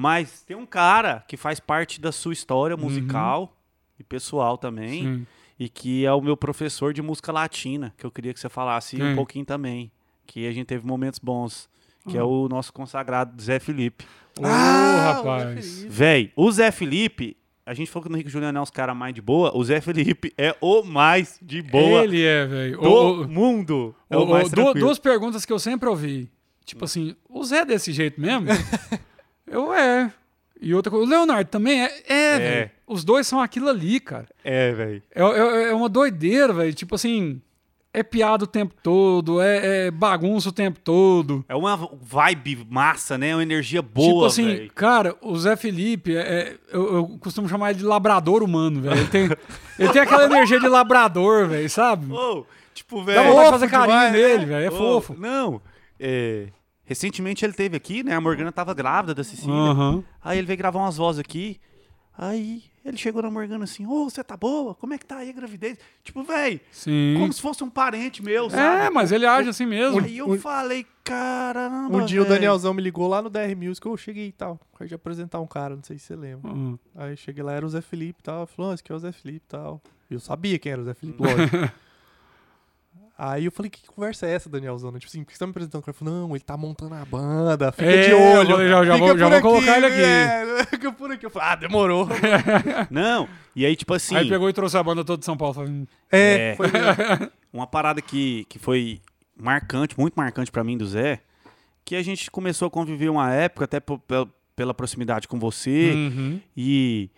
A: Mas tem um cara que faz parte da sua história musical e pessoal também.
C: Sim.
A: E que é o meu professor de música latina, que eu queria que você falasse um
C: Quem?
A: pouquinho também. Que a gente teve momentos bons. Que é o nosso consagrado Zé Felipe.
C: Ô,
B: Ah,
A: Ah,
C: rapaz.
A: Véi, o Zé Felipe. A gente falou que o Henrique Juliano é uns caras mais de boa. O Zé Felipe é o mais de boa
C: Ele é, velho.
A: do
C: Ô, ô,
A: mundo. É
C: Ô,
A: o
C: ô,
A: mais
C: du-
A: tranquilo.
C: duas perguntas que eu sempre ouvi. Tipo assim, o Zé é desse jeito mesmo? eu é. E outra coisa, o Leonardo também é. É, velho. Os dois são aquilo ali, cara.
A: É, véi.
C: É, é- é uma doideira, velho. Tipo assim, é piada o tempo todo, é, é bagunça o tempo todo.
A: É uma vibe massa, né? Uma energia boa,
C: tipo assim,
A: véi.
C: cara, o Zé Felipe, é- é- eu, eu costumo chamar ele de labrador humano, velho. Ele tem, ele tem aquela energia de labrador, velho, sabe?
A: Ô, tipo,
C: Dá
A: velho.
C: vontade de fazer
B: É fofo
C: carinho
B: demais, né?
C: nele, velho. É
A: Ô,
C: fofo.
A: Não. é, recentemente ele teve aqui, né? A Morgana tava grávida da Cecília.
C: Aham.
A: Aí ele veio gravar umas vozes aqui. Aí ele chegou na Morgana assim: Ô, você tá boa? Como é que tá aí a gravidez? Tipo, velho,
C: Sim.
A: como se fosse um parente meu,
C: Hum. É,
A: sabe?
C: mas ele age assim mesmo.
A: Aí eu falei: caramba.
B: Um dia o
A: véi."
B: Danielzão me ligou lá no DR Music, eu cheguei e tal. Eu ia apresentar um cara, não sei se você lembra.
C: Uhum.
B: Aí eu cheguei lá, era o Zé Felipe e tal. Ele falou, "Ah, esse aqui é o Zé Felipe e tal. Eu sabia quem era o Zé
C: Hum.
B: Felipe, lógico. Aí eu falei, que conversa é essa, Danielzão? Tipo assim, por que você tá me apresentando? O cara falou, não, ele tá montando a banda, fica
C: É,
B: de
C: eu
B: olho.
C: falei, já- já
B: fica
C: vou- já
B: por
C: vou colocar ele aqui.
B: É, fica por aqui. Eu falei, ah, demorou.
A: Não. E aí, tipo assim.
C: Aí pegou e trouxe a banda toda de São Paulo. "Hum, Falei,
A: É.
B: É, foi
A: uma parada que, que foi marcante, muito marcante pra mim do Zé, que a gente começou a conviver uma época, até po- pel- pela proximidade com você,
C: uhum.
A: e,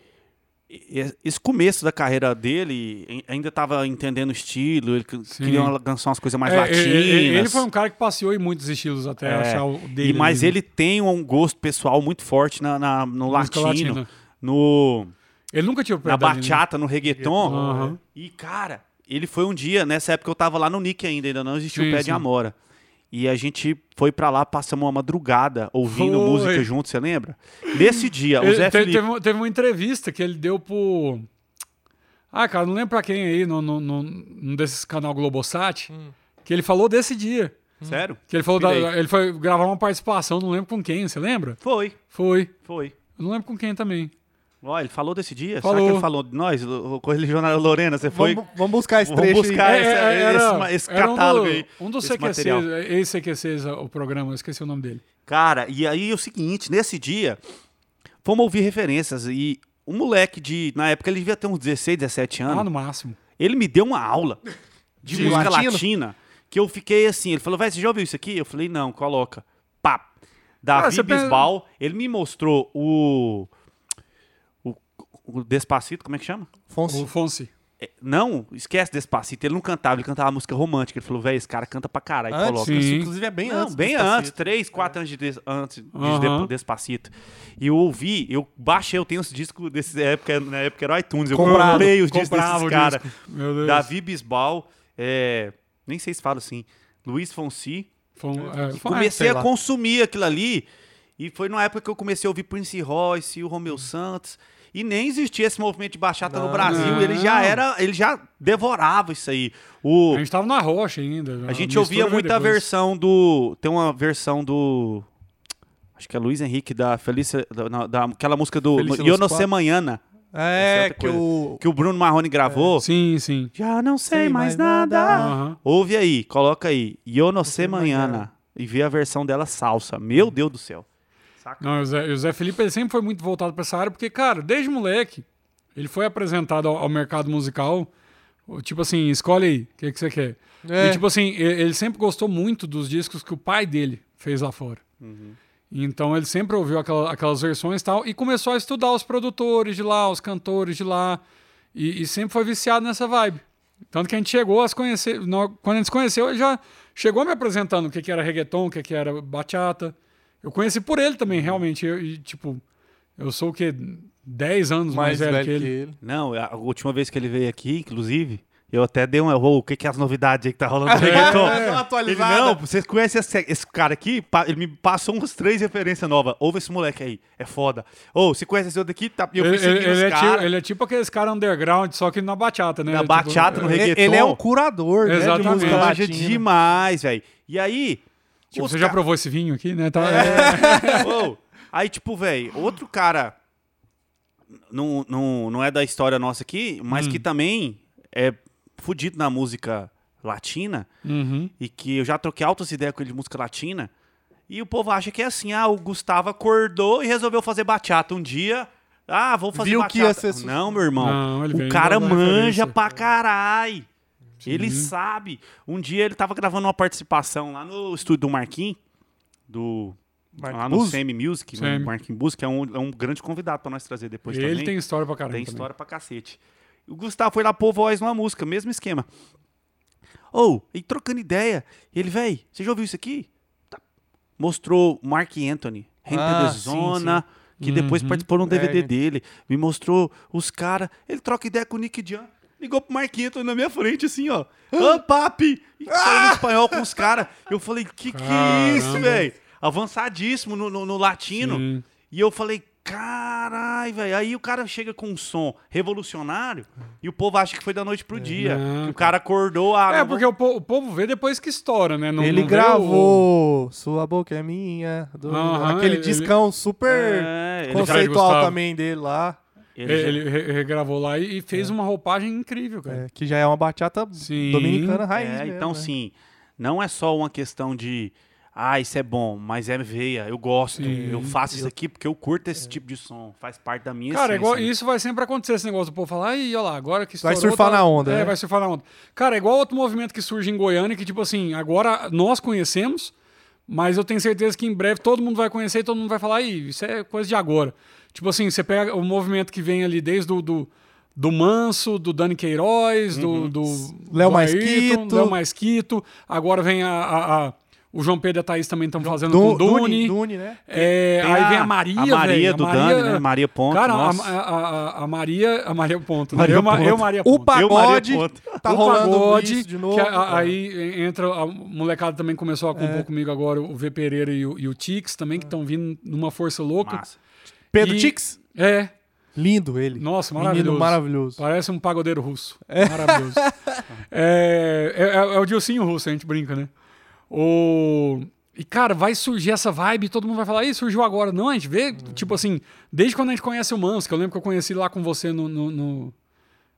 A: e- esse começo da carreira dele, em- ainda tava entendendo o estilo, ele c-
C: Sim.
A: queria alcançar umas coisas mais
C: É,
A: latinas.
C: ele- Ele, ele foi um cara que passeou em muitos estilos até
A: É,
C: achar o dele.
A: e, mas
C: ali. né?
A: ele tem um gosto pessoal muito forte na, na- no
C: Música
A: latino,
C: latina.
A: no
C: Ele nunca tinha o
A: na
C: pedal, né?
A: bachata, no reggaeton.
C: Aham.
A: E, cara, ele foi um dia, nessa época eu tava lá no Nick ainda, ainda não existia o
C: Sim,
A: pé de
C: sim.
A: Amora. E a gente foi pra lá, passamos uma madrugada ouvindo
C: Foi.
A: música junto, você lembra? Nesse dia, o
C: Ele-
A: Zé
C: te- um
A: Felipe.
C: teve, uma- teve uma entrevista que ele deu pro. Ah, cara, não lembro pra quem aí, num no, no, no- desses canal Globosat, que ele falou desse dia.
A: Sério?
C: Que ele falou da-
A: Pirei.
C: ele foi gravar uma participação, não lembro com quem, você lembra?
A: Foi,
C: Foi.
A: foi.
C: Eu não lembro com quem também.
A: Ó, ele falou desse dia? Será
C: Falou.
A: que ele falou de nós? O o correligionário Lorena, você foi?
B: Vamos, vamos buscar esse
A: Vamos
B: trecho aí.
C: É,
A: buscar. Ah, esse- esse ma- esse catálogo
C: um do-
A: aí,
C: Um dos
A: esse
C: CQCs,
A: material.
C: esse CQCs, o programa, eu esqueci o nome dele.
A: Cara, e aí é o seguinte, nesse dia, fomos ouvir referências e um moleque de, na época ele devia ter uns 16, 17 anos,
C: Ah, no máximo.
A: ele me deu uma aula de,
B: De
A: música
B: latino?
A: latina, que eu fiquei assim, ele falou, vai, você já ouviu isso aqui? Eu falei, não, coloca. Pá. Davi
C: Ah, você pensa-
A: Bisbal, ele me mostrou o, o, o Despacito, como é que chama?
B: Fonse.
C: O Fonse.
A: É, Não, esquece Despacito, ele não cantava, ele cantava música romântica. Ele falou, velho, esse cara canta pra caralho,
C: Ah,
B: Antes,
A: coloca.
C: Sim.
B: inclusive é bem
A: não,
B: antes.
A: bem
B: desse
A: antes,
B: cacete.
A: três, quatro anos de des- antes de
C: Aham.
A: de Despacito. E eu ouvi, eu baixei, eu tenho os discos desses época, na época era iTunes, eu
B: Comprado,
A: comprei os discos
C: Comprava
A: desses
C: o
A: caras.
C: disco. Meu Deus.
A: Davi Bisbal, é, nem sei se falo assim, Luiz Fonsi.
C: Fon- é, Fon-
A: Comecei
B: sei
A: a
B: lá.
A: consumir aquilo ali e foi numa época que eu comecei a ouvir Prince Royce, o Romeu Santos. E nem existia esse movimento de bachata no
B: Não.
A: Brasil, ele já
C: Hum. Não.
A: era, ele já devorava isso aí. O
C: A gente tava na rocha ainda.
A: a gente ouvia muita
C: versão.
A: versão do. Tem uma versão do. Acho que é Luiz Henrique da Felícia. Da, na- da- aquela música do.
B: Felícia
A: no- Eu
B: nos
A: não
B: Quatro.
A: sei manhã, Essa é
B: É,
A: outra
B: que
A: coisa.
B: o.
A: que o Bruno Marrone gravou.
C: Sim, sim.
A: Já não sei,
B: Sei
A: mais
B: mais
A: nada.
C: Aham.
A: Ouve aí, coloca aí. Eu não sei
B: manhã.
A: manhã. E vê a versão dela salsa. Meu Deus do céu.
C: Não, o Zé, o Zé Felipe ele sempre foi muito voltado pra essa área, porque, cara, desde moleque, ele foi apresentado ao, ao mercado musical. o- Tipo assim, escolhe aí, o que, que você quer.
B: É.
C: E, tipo assim, e- ele, sempre gostou muito dos discos que o pai dele fez lá fora.
A: Uhum.
C: Então ele sempre ouviu aquela- aquelas versões e tal, e começou a estudar os produtores de lá, os cantores de lá, e, e sempre foi viciado nessa vibe. Tanto que a gente chegou a se conhecer, nó- quando a gente se conheceu, ele já chegou me apresentando o que, que era reggaeton, o que, que era bachata. Eu conheci por ele
A: Uhum.
C: também, realmente. Eu- e, tipo, eu sou o quê? 10 anos
B: Mais velho que ele.
A: Não, a última vez que ele veio aqui, inclusive, eu até dei um erro. O que, que é as novidades aí que tá rolando? no reggaeton?
B: É, dá uma
A: Ele,
B: atualizada.
A: não, vocês conhecem esse, esse cara aqui? Pa- Ele me passou umas três referências novas. Ouve esse moleque aí, é foda. Ou, se conhece esse outro aqui? Tá, e eu fui
C: Ele,
A: seguindo
C: ele
A: os
C: é
A: caras.
C: tipo, ele é tipo aqueles caras underground, só que na bachata, né?
A: Na
C: Ele é tipo-
A: bachata, no
B: Ele-
A: reggaeton.
B: Ele é um curador, né, de
C: é Exatamente.
B: música
A: Ele manja
B: latina.
A: demais, velho. E aí...
C: Tipo,
A: os
C: você já
A: ca- É.
C: provou esse vinho aqui, né? Tá,
A: Ou, aí, tipo, velho, outro cara... Não, não, não é da história nossa aqui, mas
C: Hum.
A: que também é fudido na música latina.
C: Uhum.
A: e que eu já troquei altas ideias com ele de música latina. E o povo acha que é assim, ah, o Gustavo acordou e resolveu fazer bachata um dia. Ah, vou fazer
B: Viu que
A: bachata.
B: ia ser su-
A: Não, meu irmão.
C: Não, ele
A: o
C: vem
A: cara
C: dando uma
A: manja
C: referência.
A: pra carai. Ele
C: Sim.
A: sabe. Um dia ele tava gravando uma participação lá no estúdio do Marquinhos, do
B: Marquinhos
A: lá no
B: Buzzi?
A: Semi Music,
C: Semi.
A: o Marquinhos Buzzi, que é um, é um grande convidado pra nós trazer depois
C: Ele
A: também.
C: tem história pra caramba.
A: Tem
C: também.
A: história pra cacete. O Gustavo foi lá pôr voz numa música, mesmo esquema. Ou, e trocando ideia, ele, véi, você já ouviu isso aqui? Tá. Mostrou Mark Anthony, Rente
B: Ah,
A: da
B: sim,
A: Zona, que depois participou um num DVD
B: É.
A: dele. Me mostrou os caras. Ele troca ideia com o Nick Jan. Ligou pro Mark Anthony na minha frente, assim, ó. Ah, papi! E falando espanhol com os caras. Eu falei, que que é isso,
C: Caramba.
A: velho? Avançadíssimo no, no- no latino.
C: Sim.
A: E eu falei, carai, velho. Aí o cara chega com um som revolucionário e o povo acha que foi da noite pro dia.
C: É, Não,
A: que o cara acordou ah, a.
C: É, porque o, po- o povo vê depois que estoura, né? Não-
B: Ele
C: não vê o-
B: gravou Sua Boca é Minha. do-
C: Aham,
B: aquele
C: ele-
B: discão super
A: É, ele-
B: conceitual
C: Gustavo.
B: também dele lá.
A: Ele,
C: Ele, ele re- regravou lá e, e fez uma roupagem incrível,
B: é,
C: cara.
B: que já é uma bachata
C: Sim.
B: dominicana
A: já-
B: raiz.
A: é,
B: mesmo,
A: então,
B: né?
A: sim, não é só uma questão de. Ah, isso é bom, mas é veia, eu gosto,
C: Sim.
A: eu faço isso aqui porque eu curto esse tipo de som, faz parte da minha
C: Cara, é
A: essência.
C: igual,
A: né?
C: isso vai sempre acontecer, esse negócio do povo falar, e olha lá, agora que
B: Vai
C: estourou,
B: surfar na onda,
C: É,
B: né?
C: vai surfar na onda. Cara, é igual outro movimento que surge em Goiânia, que tipo assim, agora nós conhecemos, mas eu tenho certeza que em breve todo mundo vai conhecer e todo mundo vai falar, Ih, isso é coisa de agora. Tipo assim, você pega o movimento que vem ali desde o do, do Manso, do Dani Queiroz, do, do
B: Léo
C: do Ayrton,
B: Maesquito.
C: Léo Maesquito, agora vem a... a- a- o João Pedro e a Thaís também estão fazendo
B: Du-
C: com o
B: Dune,
C: Duni.
B: Dune, né?
C: É,
A: Tem
C: aí
A: a-
C: vem a Maria,
A: a Maria
C: velho,
A: do Dani, né? Maria Ponto,
C: Cara, a,
A: nossa.
C: a- a- a Maria, a Maria Ponto. né?
B: Maria
C: eu, ma-
B: Ponto.
C: eu Maria
B: O
C: Ponto.
B: pagode
A: Maria Ponto.
B: tá
C: O
B: rolando
C: pagode,
B: isso de novo.
C: que a-
B: cara. É.
C: aí entra a molecada também começou a compor comigo agora o V Pereira e o, e o Tix também que estão vindo numa força louca.
A: Massa.
B: Pedro
C: e-
B: Tix?
C: É.
B: Lindo ele.
C: Nossa,
B: Menino
C: maravilhoso.
B: maravilhoso.
C: Parece um pagodeiro russo. Maravilhoso. é, é- é- é o Dilcinho russo, a gente brinca, né? O... E, cara, vai surgir essa vibe, todo mundo vai falar, Ih, surgiu agora. Não, a gente vê, tipo assim, desde quando a gente conhece o Mans, que eu lembro que eu conheci lá com você no. no- no-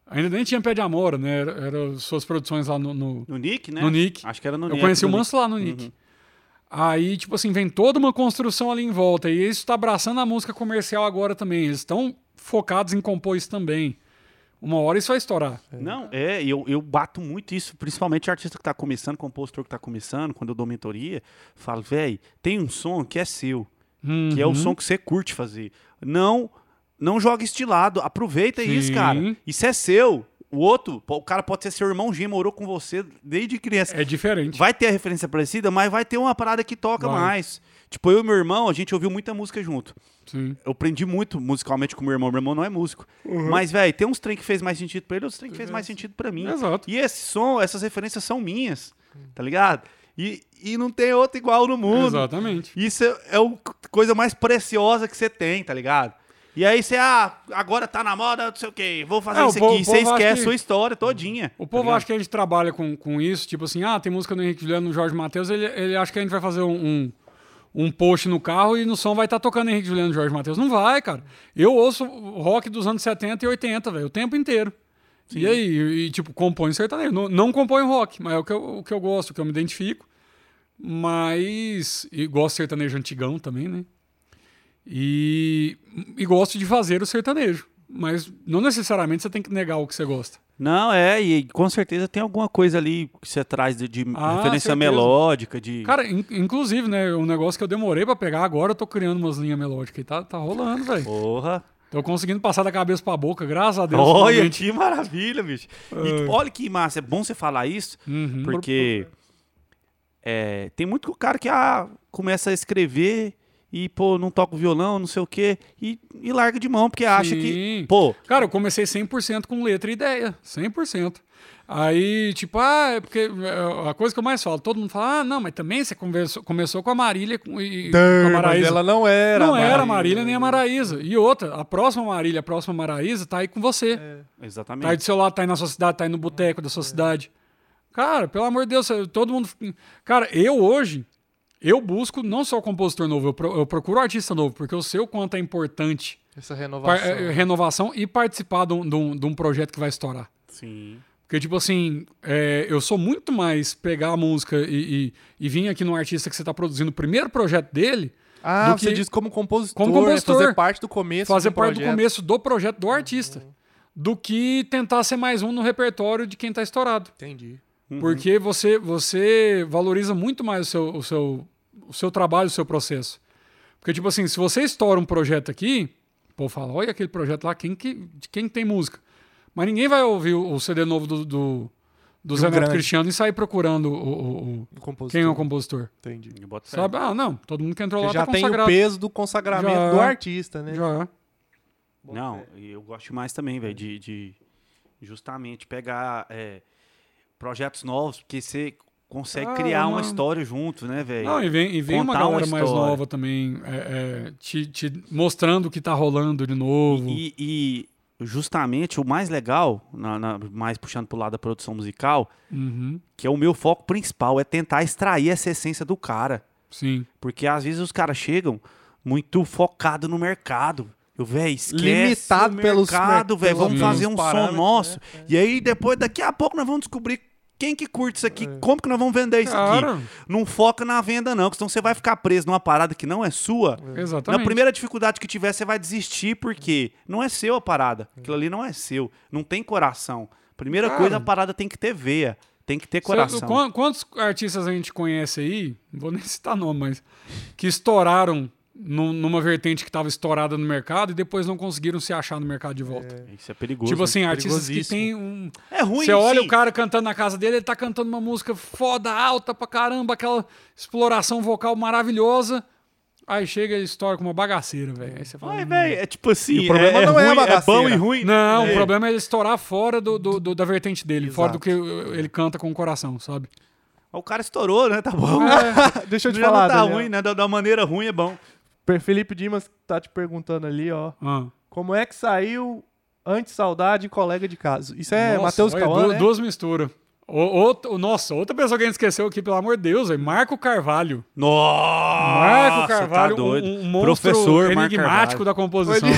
C: Ainda nem tinha Pé de Amora, né? Era, era suas produções lá no- no,
A: No Nick, né?
C: No Nick.
A: Acho que era no
C: eu
A: Nick. Uhum.
C: conheci o
A: no
C: Manso lá no Nick. Aí, tipo assim, vem toda uma construção ali em volta. E isso tá abraçando a música comercial agora também. Eles estão focados em compor isso também. Uma hora isso vai estourar.
A: Não, é, eu, eu bato muito isso, principalmente artista que tá começando, compositor que tá começando, quando eu dou mentoria, falo, velho, tem um som que é seu,
C: Hum.
A: que
C: Uhum.
A: é o som que você curte fazer. Não, não joga isso de lado, aproveita isso,
C: Sim.
A: cara. Isso é seu. O outro, pô, o cara pode ser seu irmão gêmeo, morou com você desde criança.
C: É diferente.
A: Vai ter a referência parecida, mas vai ter uma parada que toca
C: Vai.
A: mais. Tipo, eu e meu irmão, a gente ouviu muita música junto.
C: Sim.
A: Eu aprendi muito musicalmente com meu irmão. Meu irmão não é músico.
C: Uhum.
A: Mas, velho, tem uns trem que fez mais sentido pra ele, outros trem que fez
C: É.
A: mais sentido pra mim.
C: Exato.
A: E esse som, essas referências são minhas, tá ligado? E, e não tem outro igual no mundo.
C: Exatamente.
A: Isso é, é o c- coisa mais preciosa que você tem, tá ligado? E aí você, ah, agora tá na moda, não sei o quê, vou fazer
C: É, o
A: isso
C: povo-
A: aqui. E
C: o
A: você
C: povo acha
A: esquece
C: que-
A: sua história todinha. tá
C: O povo acha que a gente trabalha com, com isso, tipo assim, ah, tem música do Henrique Juliano, do Jorge Matheus, ele, ele acha que a gente vai fazer um, um, um post no carro e no som vai estar tocando Henrique Juliano e Jorge Matheus. Não vai, cara. Eu ouço rock dos anos 70 e 80, velho, o tempo inteiro. E aí, e, e, tipo, compõe sertanejo. Não, não compõe rock, mas é o que, eu, o que eu gosto, o que eu me identifico. Mas. E gosto de sertanejo antigão também, né? E, e gosto de fazer o sertanejo. Mas não necessariamente você tem que negar o que você gosta.
A: Não, é, e com certeza tem alguma coisa ali que você traz de, de
C: Ah,
A: referência
C: certeza.
A: melódica, de.
C: Cara, in- inclusive, né? Um negócio que eu demorei pra pegar, agora eu tô criando umas linhas melódicas e tá, tá rolando, velho.
A: Porra.
C: Tô conseguindo passar da cabeça pra boca, graças a Deus.
A: Olha,
C: finalmente.
A: que maravilha, bicho. E olha que massa, é bom você falar isso,
C: Uhum.
A: porque é, tem muito cara que ah, começa a escrever e, pô, não toca o violão, não sei o quê, e, e larga de mão, porque acha que,
C: Sim.
A: pô,
C: Cara, eu comecei 100% com letra e ideia, 100%. Aí, tipo, ah, é porque é, a coisa que eu mais falo, todo mundo fala, ah, não, mas também você conversou, começou com a Marília com- e
B: Tum,
C: com a
B: mas
C: Maraísa.
B: ela não era.
C: não
B: a
C: era a Marília nem a Maraísa. E outra, a próxima Marília, a próxima Maraísa tá aí com você.
B: É.
C: Tá aí
A: exatamente.
C: do seu lado, tá aí na sua cidade, tá aí no boteco da sua cidade. Cara, pelo amor de Deus, eu- todo mundo. Cara, eu hoje, eu busco não só o compositor novo, eu, pro- eu procuro artista novo, porque eu sei o quanto é importante
B: Essa
C: par-
B: renovação. né?
C: eh, renovação e participar de um, de um- de um projeto que vai estourar.
A: Sim.
C: Porque, tipo assim, eh, eu sou muito mais pegar a música e, e, e vir aqui num artista que você tá produzindo o primeiro projeto dele,
B: Ah,
C: do
B: você
C: que-
B: diz como compositor,
C: como
B: é
C: compositor.
B: fazer parte do começo.
C: fazer
B: de um
C: parte do
B: projeto. Uhum.
C: começo do projeto do artista, do que tentar ser mais um no repertório de quem tá estourado.
B: Entendi.
C: Porque você, você valoriza muito mais o seu, o, seu, o seu trabalho, o seu processo. Porque, tipo assim, se você estoura um projeto aqui, pô, fala, olha aquele projeto lá, quem que, de quem que tem música? Mas ninguém vai ouvir o, o CD novo do, do, do Zé Neto
B: um grande.
C: Cristiano e sair procurando o, o- o-
B: O compositor.
C: quem é o compositor.
B: Entendi.
A: Eu boto fé.
C: Sabe? Ah, não, todo mundo que entrou
B: É. Você já
C: lá tá
B: tem o
C: consagrado.
B: peso do consagramento
C: Já.
B: do artista, né?
C: Já.
A: Não, e eu gosto mais também, velho, de, de justamente pegar é, projetos novos, porque você consegue
C: Ah,
A: criar uma
C: uma-
A: história junto, né,
B: É.
A: velho?
C: Não, e vem, e vem uma
A: Contar uma
C: galera mais
A: história.
C: nova também, é, é, te, te mostrando o que tá rolando de novo.
A: E, e justamente o mais legal, na- na- mais puxando pro lado da produção musical,
C: Uhum,
A: que é o meu foco principal, é tentar extrair essa essência do cara.
C: sim.
A: Porque às vezes os caras chegam muito focado no mercado. Eu, véi, esquece
B: Limitado
A: o
B: pelos
A: mercado,
B: mer-
A: véi,
B: pelos
A: Vamos fazer um som
B: parâmetros, né?
A: nosso. E aí depois, daqui a pouco, nós vamos descobrir quem que curte isso
B: É.
A: aqui, como que nós vamos vender isso
C: Cara.
A: aqui. Não foca na venda não, porque senão você vai ficar preso numa parada que não é sua.
C: Exatamente.
A: Na primeira dificuldade que tiver, você vai desistir, porque não é seu a parada. Aquilo ali não é seu. Não tem coração. Primeira
C: Cara.
A: coisa, a parada tem que ter veia. Tem que ter coração.
C: Sabe, quan- Quantos artistas a gente conhece aí, não vou nem citar nome, mas que estouraram num- numa vertente que estava estourada no mercado e depois não conseguiram se achar no mercado de volta?
A: Isso é perigoso.
C: Tipo
A: né?
C: assim, artistas que
A: Perigosíssimo.
C: tem um.
A: É ruim,
C: Você olha
A: sim.
C: o cara cantando na casa dele, ele tá cantando uma música foda, alta pra caramba, aquela exploração vocal maravilhosa. Aí chega e estoura com uma bagaceira, velho. Aí você fala.
A: Ai,
C: "Hum,
A: velho, é tipo assim.
B: E o problema não é a
A: ruim,
B: bagaceira.
A: bom e ruim.
C: Não,
A: É.
C: o problema é ele estourar fora do, do- do- da vertente dele, fora do
B: Exato.
C: que ele canta com o coração, sabe?
A: O cara estourou, né? Tá bom.
C: É,
B: Deixa eu te
A: Já
B: falar,
A: não tá
B: Daniel.
A: ruim, né? Da, da maneira ruim é bom.
B: Per- Felipe Dimas tá te perguntando ali, ó.
C: Ah,
B: Como é que saiu antes saudade e colega de caso? Isso é
C: Nossa,
B: Matheus
C: olha,
B: Cauã,
C: du-
B: né?
C: Duas misturas. O, outro- nossa, outra pessoa que a gente esqueceu aqui, pelo amor de Deus, é Marco Carvalho.
A: Nossa,
C: Marco Carvalho,
A: tá doido.
C: um, um monstro
A: Professor Marco Carvalho.
C: enigmático da composição.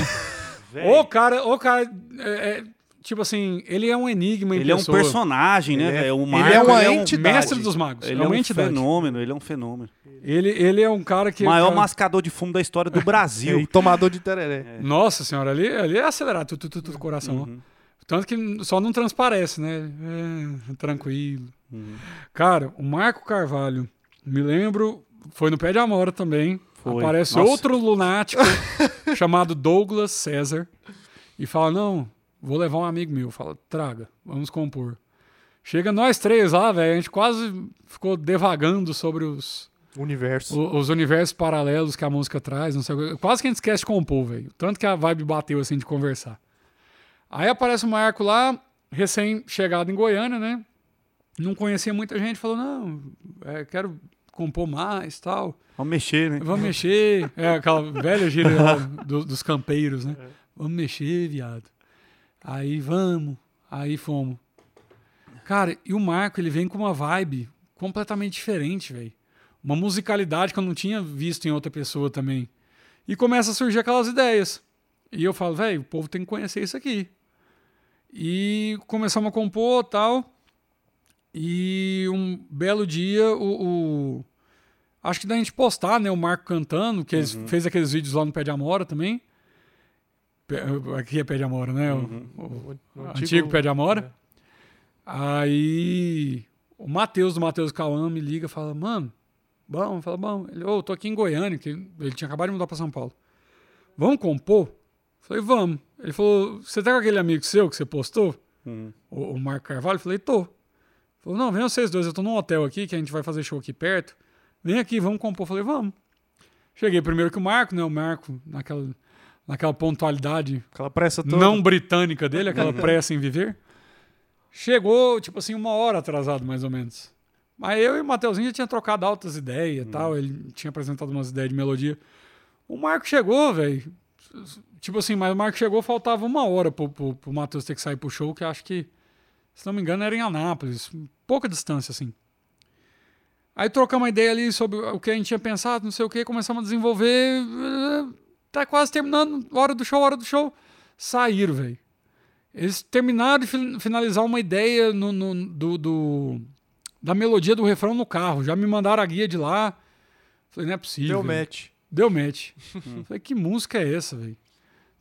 A: Véi,
C: O cara, o cara, é- é, tipo assim, ele é um enigma em
A: ele é um
C: pessoa.
A: personagem, né, velho? O Marco
B: ele é uma
A: ele
B: entidade.
C: mestre dos magos.
A: Ele
C: é
A: é
C: uma
A: um
C: entidade.
A: fenômeno, ele é um fenômeno.
C: Ele, ele é um cara que.
A: Maior
C: cara- É.
A: mascador de fumo da história do Brasil.
B: É, E tomador de tereré.
C: Nossa senhora, ali, ali é acelerado, tu, tu, tu, tu,
A: Uhum.
C: o coração. ó. Tanto que só não transparece, né? É, tranquilo.
A: Uhum.
C: Cara, o Marco Carvalho, me lembro, foi no Pé de Amora também.
A: Foi.
C: Aparece
A: Nossa.
C: outro lunático chamado Douglas César e fala: Não, vou levar um amigo meu. Fala, traga, vamos compor. Chega nós três lá, velho. A gente quase ficou devagando sobre os,
B: Universo.
C: o- Os universos paralelos que a música traz, não sei o que. Quase que a gente esquece de compor, velho. Tanto que a vibe bateu assim de conversar. Aí aparece o Marco lá, recém-chegado em Goiânia, né? Não conhecia muita gente, falou: não, é, quero compor mais tal.
A: Vamos mexer, né?
C: Vamos mexer. É aquela velha gíria lá do- dos campeiros, né? Vamos mexer, viado. Aí vamos. Aí fomos. Cara, e o Marco, ele vem com uma vibe completamente diferente, velho. Uma musicalidade que eu não tinha visto em outra pessoa também. E começa a surgir aquelas ideias. E eu falo, velho, o povo tem que conhecer isso aqui. E começamos a compor tal. E um belo dia, o, o- Acho que da gente postar, né? O Marco cantando, que eles fez aqueles vídeos lá no Pé de Amora também. Pé- Aqui é Pé de Amora, né? O- o-
B: O- o
C: antigo, é. Pé de Amora. Aí o Matheus, do Matheus Cauã, me liga e fala, mano, bom, fala, bom, ele, ô, tô aqui em Goiânia, que ele tinha acabado de mudar pra São Paulo. Vamos compor? Falei, vamos. Ele falou, você tá com aquele amigo seu que você postou? O, o Marco Carvalho? Falei, tô. Falou, não, vem vocês dois, eu tô num hotel aqui, que a gente vai fazer show aqui perto. Vem aqui, vamos compor. Falei, vamos. Cheguei primeiro que o Marco, né? O Marco, naquela, naquela pontualidade
B: É. Aquela pressa toda. Uhum.
C: não britânica dele, aquela pressa em viver. Chegou, tipo assim, uma hora atrasado, mais ou menos. Mas eu e o Mateuzinho já tinha trocado altas ideias e
B: Uhum.
C: tal. Ele tinha apresentado umas ideias de melodia. O Marco chegou, velho. Tipo assim, mas o Marco chegou, faltava uma hora pro, pro, pro Matheus ter que sair pro show, que eu acho que, se não me engano, era em Anápolis. Pouca distância, assim. Aí trocamos uma ideia ali sobre o que a gente tinha pensado, não sei o que, começamos a desenvolver. eh, Tá quase terminando, hora do show, hora do show. Saíram, velho. Eles terminaram de fin- finalizar uma ideia no, no- do, do- da melodia do refrão no carro. Já me mandaram a guia de lá. Falei, não é possível.
B: Deu
C: velho.
B: match.
C: Deu match. Falei, que música é essa, velho?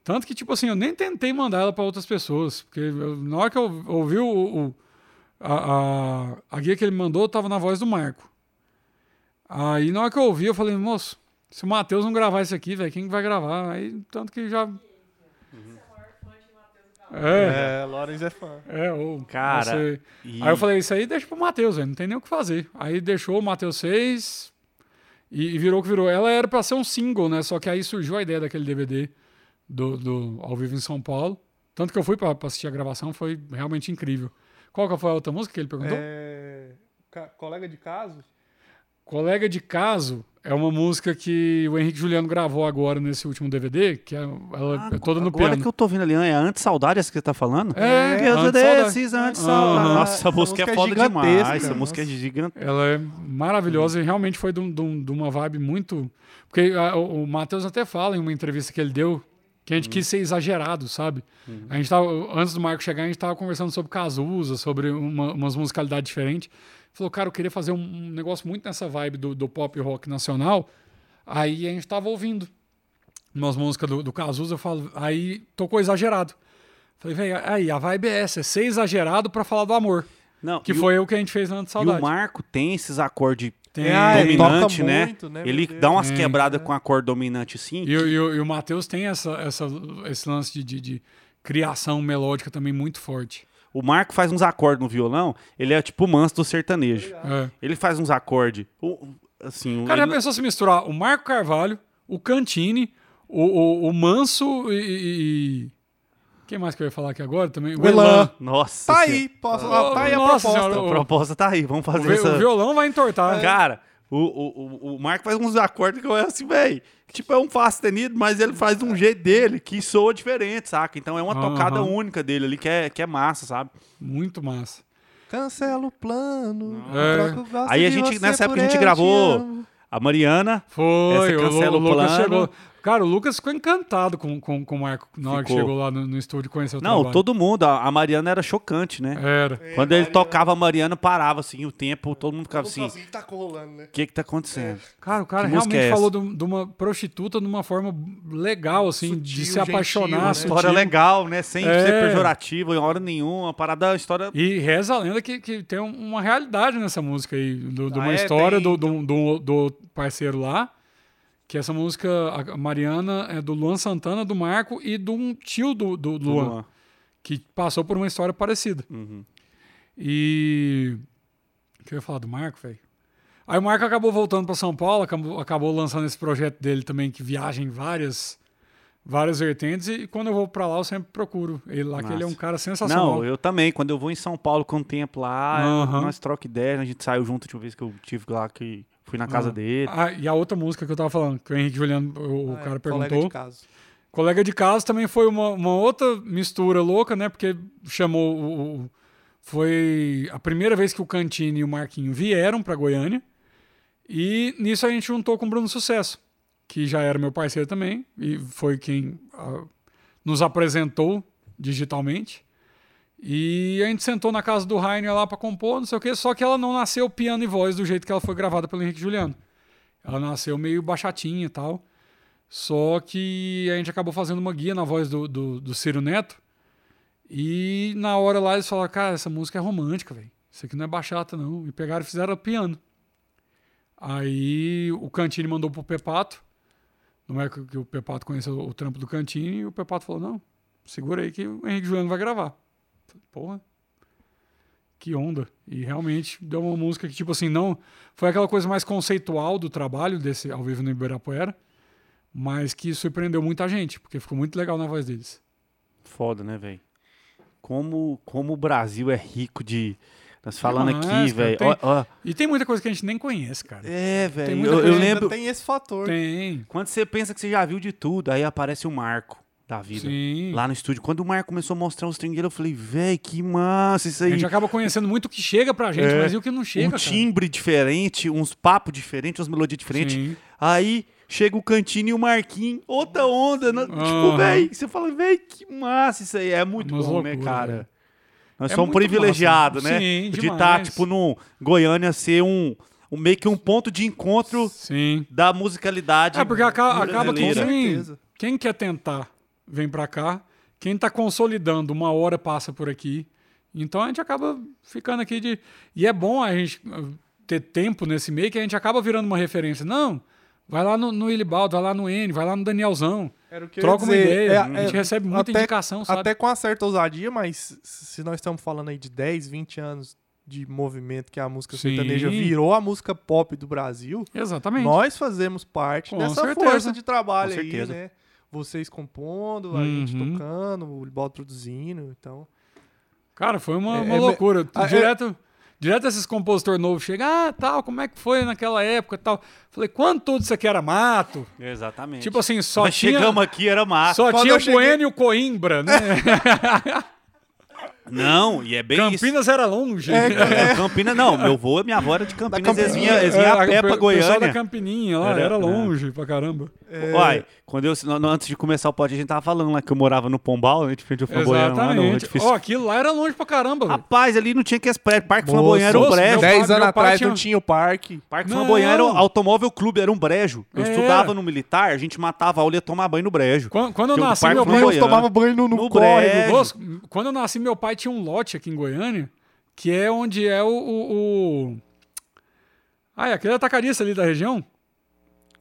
C: Tanto que, tipo assim, eu nem tentei mandar ela pra outras pessoas. Porque eu- na hora que eu ouvi o, o- a, a, a guia que ele mandou, tava na voz do Marco. Aí na hora que eu ouvi, eu falei, moço, se o Matheus não gravar isso aqui, velho, quem que vai gravar? Aí tanto que já. É,
B: É, Lorenz é fã.
C: é, ou.
A: Cara,
C: você-
A: E-
C: Aí eu falei, isso aí deixa pro Matheus, velho, não tem nem o que fazer. Aí deixou o Matheus 6 e, e virou o que virou. Ela era pra ser um single, né? Só que aí surgiu a ideia daquele DVD do, do Ao Vivo em São Paulo. Tanto que eu fui pra, pra assistir a gravação, foi realmente incrível. Qual que foi a outra música que ele perguntou?
B: É, ca- colega de caso?
C: Colega de Caso é uma música que o Henrique Juliano gravou agora nesse último DVD, que é, ela é toda no
A: Ah, Agora
C: piano.
A: que eu tô vendo ali, é antes saudade essa que você tá falando?
C: É,
A: Porque
C: antes saudade.
A: desses antes saudade.
C: Aham.
A: Nossa,
B: Essa
A: a música é
B: música é
A: foda
B: gigantesca,
A: demais. Essa
B: cara.
A: música é gigante.
C: Ela é maravilhosa e realmente foi de, um- de um- de uma vibe muito. Porque ah, o, o Matheus até fala em uma entrevista que ele deu que a gente quis ser exagerado, sabe?
A: Uhum.
C: A gente tava, antes do Marco chegar, a gente tava conversando sobre Cazuza, sobre uma- umas musicalidades diferentes. Falou, cara, eu queria fazer um, um negócio muito nessa vibe do, do pop rock nacional. Aí a gente tava ouvindo umas músicas do, do Cazuza, eu falo, aí tocou exagerado. Falei, velho, aí a vibe é essa, é ser exagerado pra falar do amor.
A: Não,
C: Que
A: e o-
C: foi o que a gente fez antes de
A: E
C: saudade.
A: o Marco tem esses acordes
C: Tem.
B: Ah, ele
A: dominante,
B: toca
A: né?
B: muito, né? Meu
A: Ele
B: Deus.
A: dá umas
C: Tem.
A: quebradas com acorde dominante assim.
C: E, o- e o- e o Matheus tem essa, essa- esse lance de, de- de criação melódica também muito forte.
A: O Marco faz uns acordes no violão, ele é tipo o manso do sertanejo.
C: É.
A: Ele faz uns acordes. o- Assim, o-
C: Cara, já
A: ele-
C: pensou se misturar o Marco Carvalho, o Cantini, o, o- o Manso e, e- e- Quem mais que eu ia falar aqui agora também?
B: O Elan.
A: Nossa.
B: Tá
A: senhora.
B: aí, posso, tá aí a
C: Nossa
B: proposta.
C: senhora,
A: A
C: o-
A: proposta tá aí, vamos
C: O,
A: fazer
C: vi-
A: essa.
C: o violão vai entortar.
A: Cara, O, o, o, o Marco faz uns acordes que eu é assim, velho. Tipo, é um Fá sustenido, mas ele faz de um jeito dele que soa diferente, saca? Então é uma
C: Aham.
A: tocada única dele ali que é, que é massa, sabe?
C: Muito massa.
B: Cancela o plano.
C: É.
B: troca o gosto
A: Aí a
B: de
A: gente,
B: você
A: nessa época,
B: por
A: a gente
B: eu te
A: gravou-
B: amo.
A: A Mariana.
C: Foi,
A: Essa
C: o,
A: cancela
C: Lu-
A: o
C: o Lucas
A: plano.
C: chegou. Cara, o Lucas ficou encantado com, com, com o Marco na hora que
A: Ficou.
C: chegou lá no, no estúdio conhecer o
A: Não,
C: trabalho.
A: todo mundo. A a Mariana era chocante, né?
C: Era.
A: Quando ele tocava, a Mariana parava, assim, o tempo, todo mundo ficava assim,
D: Assim,
A: o
D: tá rolando, né?
A: que que tá acontecendo?
C: Cara, o cara
A: Que música
C: realmente
A: é essa?
C: falou de, de uma prostituta de uma forma legal, assim, de
B: Sutil,
C: se
B: gentil,
C: apaixonar.
B: né?
A: Uma
C: sutil.
A: história legal, né? Sem
C: É.
A: ser pejorativa em hora nenhuma. Uma parada, uma história...
C: E reza a lenda que, que tem um- uma realidade nessa música aí, do- de
B: Ah,
C: uma
B: é?
C: história
B: Tem-
C: do, do, do, do parceiro lá. Que essa música, a Mariana, é do Luan Santana, do Marco e de um tio do, do Luan, que passou por uma história parecida.
A: Uhum.
C: E. O que eu ia falar do Marco, velho? Aí o Marco acabou voltando para São Paulo, acabou, acabou lançando esse projeto dele também, que viaja em várias, várias vertentes. E quando eu vou para lá, eu sempre procuro ele lá, que ele é um
A: Massa.
C: cara sensacional.
A: Não, eu também. Quando eu vou em São Paulo com o tempo lá,
C: Aham.
A: nós troca ideia, a gente saiu junto de uma vez que eu tive lá, que fui na casa
C: Ah.
A: dele.
C: Ah, e a outra música que eu tava falando, que o Henrique Juliano, o, o
B: Ah, é, Colega
C: cara
B: de
C: perguntou.
B: caso.
C: Colega de casa também foi uma, uma outra mistura louca, né? Porque chamou. o- o- foi a primeira vez que o Cantini e o Marquinho vieram pra Goiânia. E nisso a gente juntou com o Bruno Sucesso, que já era meu parceiro também, e foi quem ah, nos apresentou digitalmente. E a gente sentou na casa do Rainer lá pra compor, não sei o quê, só que ela não nasceu piano e voz do jeito que ela foi gravada pelo Henrique Juliano. Ela nasceu meio baixatinha e tal. Só que a gente acabou fazendo uma guia na voz do, do, do Ciro Neto. E na hora lá eles falaram, cara, essa música é romântica, velho. Isso aqui não é bachata, não. E pegaram e fizeram piano. Aí o Cantini mandou pro Pepato. Não é que que o Pepato conheceu o trampo do Cantini. E o Pepato falou, não, segura aí que o Henrique Juliano vai gravar. Falei, Porra. Que onda. E realmente deu uma música que, tipo assim, não... Foi aquela coisa mais conceitual do trabalho desse Ao Vivo no Ibirapuera mas que surpreendeu muita gente, porque ficou muito legal na voz deles.
A: Foda, né, velho? Como, como o Brasil é rico de... Nós falando
C: Demais,
A: aqui,
C: cara,
A: velho.
C: tem-
A: ó, ó.
C: E tem muita coisa que a gente nem conhece, cara.
A: É, velho.
C: muita
A: Eu, eu
C: coisa
A: lembro...
B: Ainda tem esse
A: É,
B: fator.
C: Tem.
A: Quando você pensa que você já viu de tudo, aí aparece o Marco da vida.
C: Sim.
A: Lá no estúdio. Quando o Marco começou a mostrar os trem dele, eu falei, velho, que massa isso
C: a
A: aí.
C: gente acaba conhecendo muito o que chega pra gente,
A: É.
C: mas e o que não chega,
A: um
C: cara?
A: timbre diferente, uns papos diferentes, umas melodias diferentes.
C: Sim.
A: Aí chega o Cantino e o Marquinhos, outra onda. né? Tipo,
C: Aham.
A: velho, você fala, velho, que massa isso aí. É muito
C: Ah. Umas
A: bom, né,
C: loucura,
A: cara?
C: velho.
A: Nós
C: É
A: somos
C: muito
A: privilegiados, né?
C: massa. Sim,
A: de estar,
C: demais.
A: tipo, no Goiânia ser um, um meio que um ponto de encontro
C: Sim.
A: da musicalidade.
C: É, porque aca- acaba que
A: brasileira.
C: quem,
B: Certeza.
C: quem quer tentar vem pra cá, quem tá consolidando uma hora passa por aqui. Então a gente acaba ficando aqui de. E é bom a gente uh, ter tempo nesse meio que a gente acaba virando uma referência. Não, vai lá no, no Ilibaldo, vai lá no N, vai lá no Danielzão.
B: Era o que eu ia
C: Troca uma
B: dizer.
C: ideia.
B: É,
C: a gente
B: é,
C: recebe muita
B: até-
C: indicação, sabe?
B: Até com uma certa ousadia, mas se nós estamos falando aí de 10, 20 anos de movimento que a música
C: Sim.
B: sertaneja virou a música pop do Brasil,
C: Exatamente.
B: nós fazemos parte
C: Com
B: dessa
C: certeza.
B: força de trabalho
A: Com
B: aí,
A: certeza.
B: né? Vocês compondo, a gente
C: Uhum.
B: tocando, o Libaldo produzindo, então...
C: Cara, foi uma,
B: É-
C: uma
B: é-
C: loucura.
B: Ah, é-
C: direto, direto esses compositores novos chegam, ah, tal, como é que foi naquela época tal. Falei, quando tudo isso aqui era mato?
A: Exatamente.
C: Tipo assim, só
A: Nós
C: tinha.
A: chegamos aqui, era massa.
C: Só
B: Quando
C: tinha
B: eu
C: o
B: cheguei-
C: Coenio e o Coimbra, né?
A: Não, e é bem isso.
C: Campinas era longe.
A: É, Campinas não, meu avô e minha avó era de Campinas,
B: Campinas.
A: eles vinham, eles vinham
C: É,
A: a pé pra
C: o pe- pessoal da
A: Goiânia.
C: Campininha lá,
A: Era- é.
C: era, longe pra caramba.
A: Uai, quando eu, no- no- antes de começar o podcast, a gente tava falando lá que eu morava no Pombal, né, de frente ao Flamboyano lá no
C: Exatamente.
A: edifício. Ah,
C: Ó, aquilo lá era longe pra caramba. velho.
A: Rapaz, ali não tinha que esse prédio, Parque
B: Moço,
A: Flamboyano era um
C: moço,
A: brejo.
C: meu-
B: Dez
C: pai-
B: anos
C: pai
B: atrás
C: tinha- um
B: não tinha o parque.
A: Parque
C: Não.
A: Flamboyano era um automóvel clube, era um brejo. Eu
C: É.
A: estudava no militar, a gente matava aula e ia tomar banho no brejo.
C: Quan- Quando, eu
A: Tinha um
C: nasci,
A: parque
C: meu pai.
A: Flamboyano.
B: Nós tomava banho no, no,
A: No
B: córrego.
A: brejo.
C: Moço, quando eu nasci, meu pai tinha um lote aqui em Goiânia, que é onde é o. o, o... Ah, é aquele atacadista ali da região?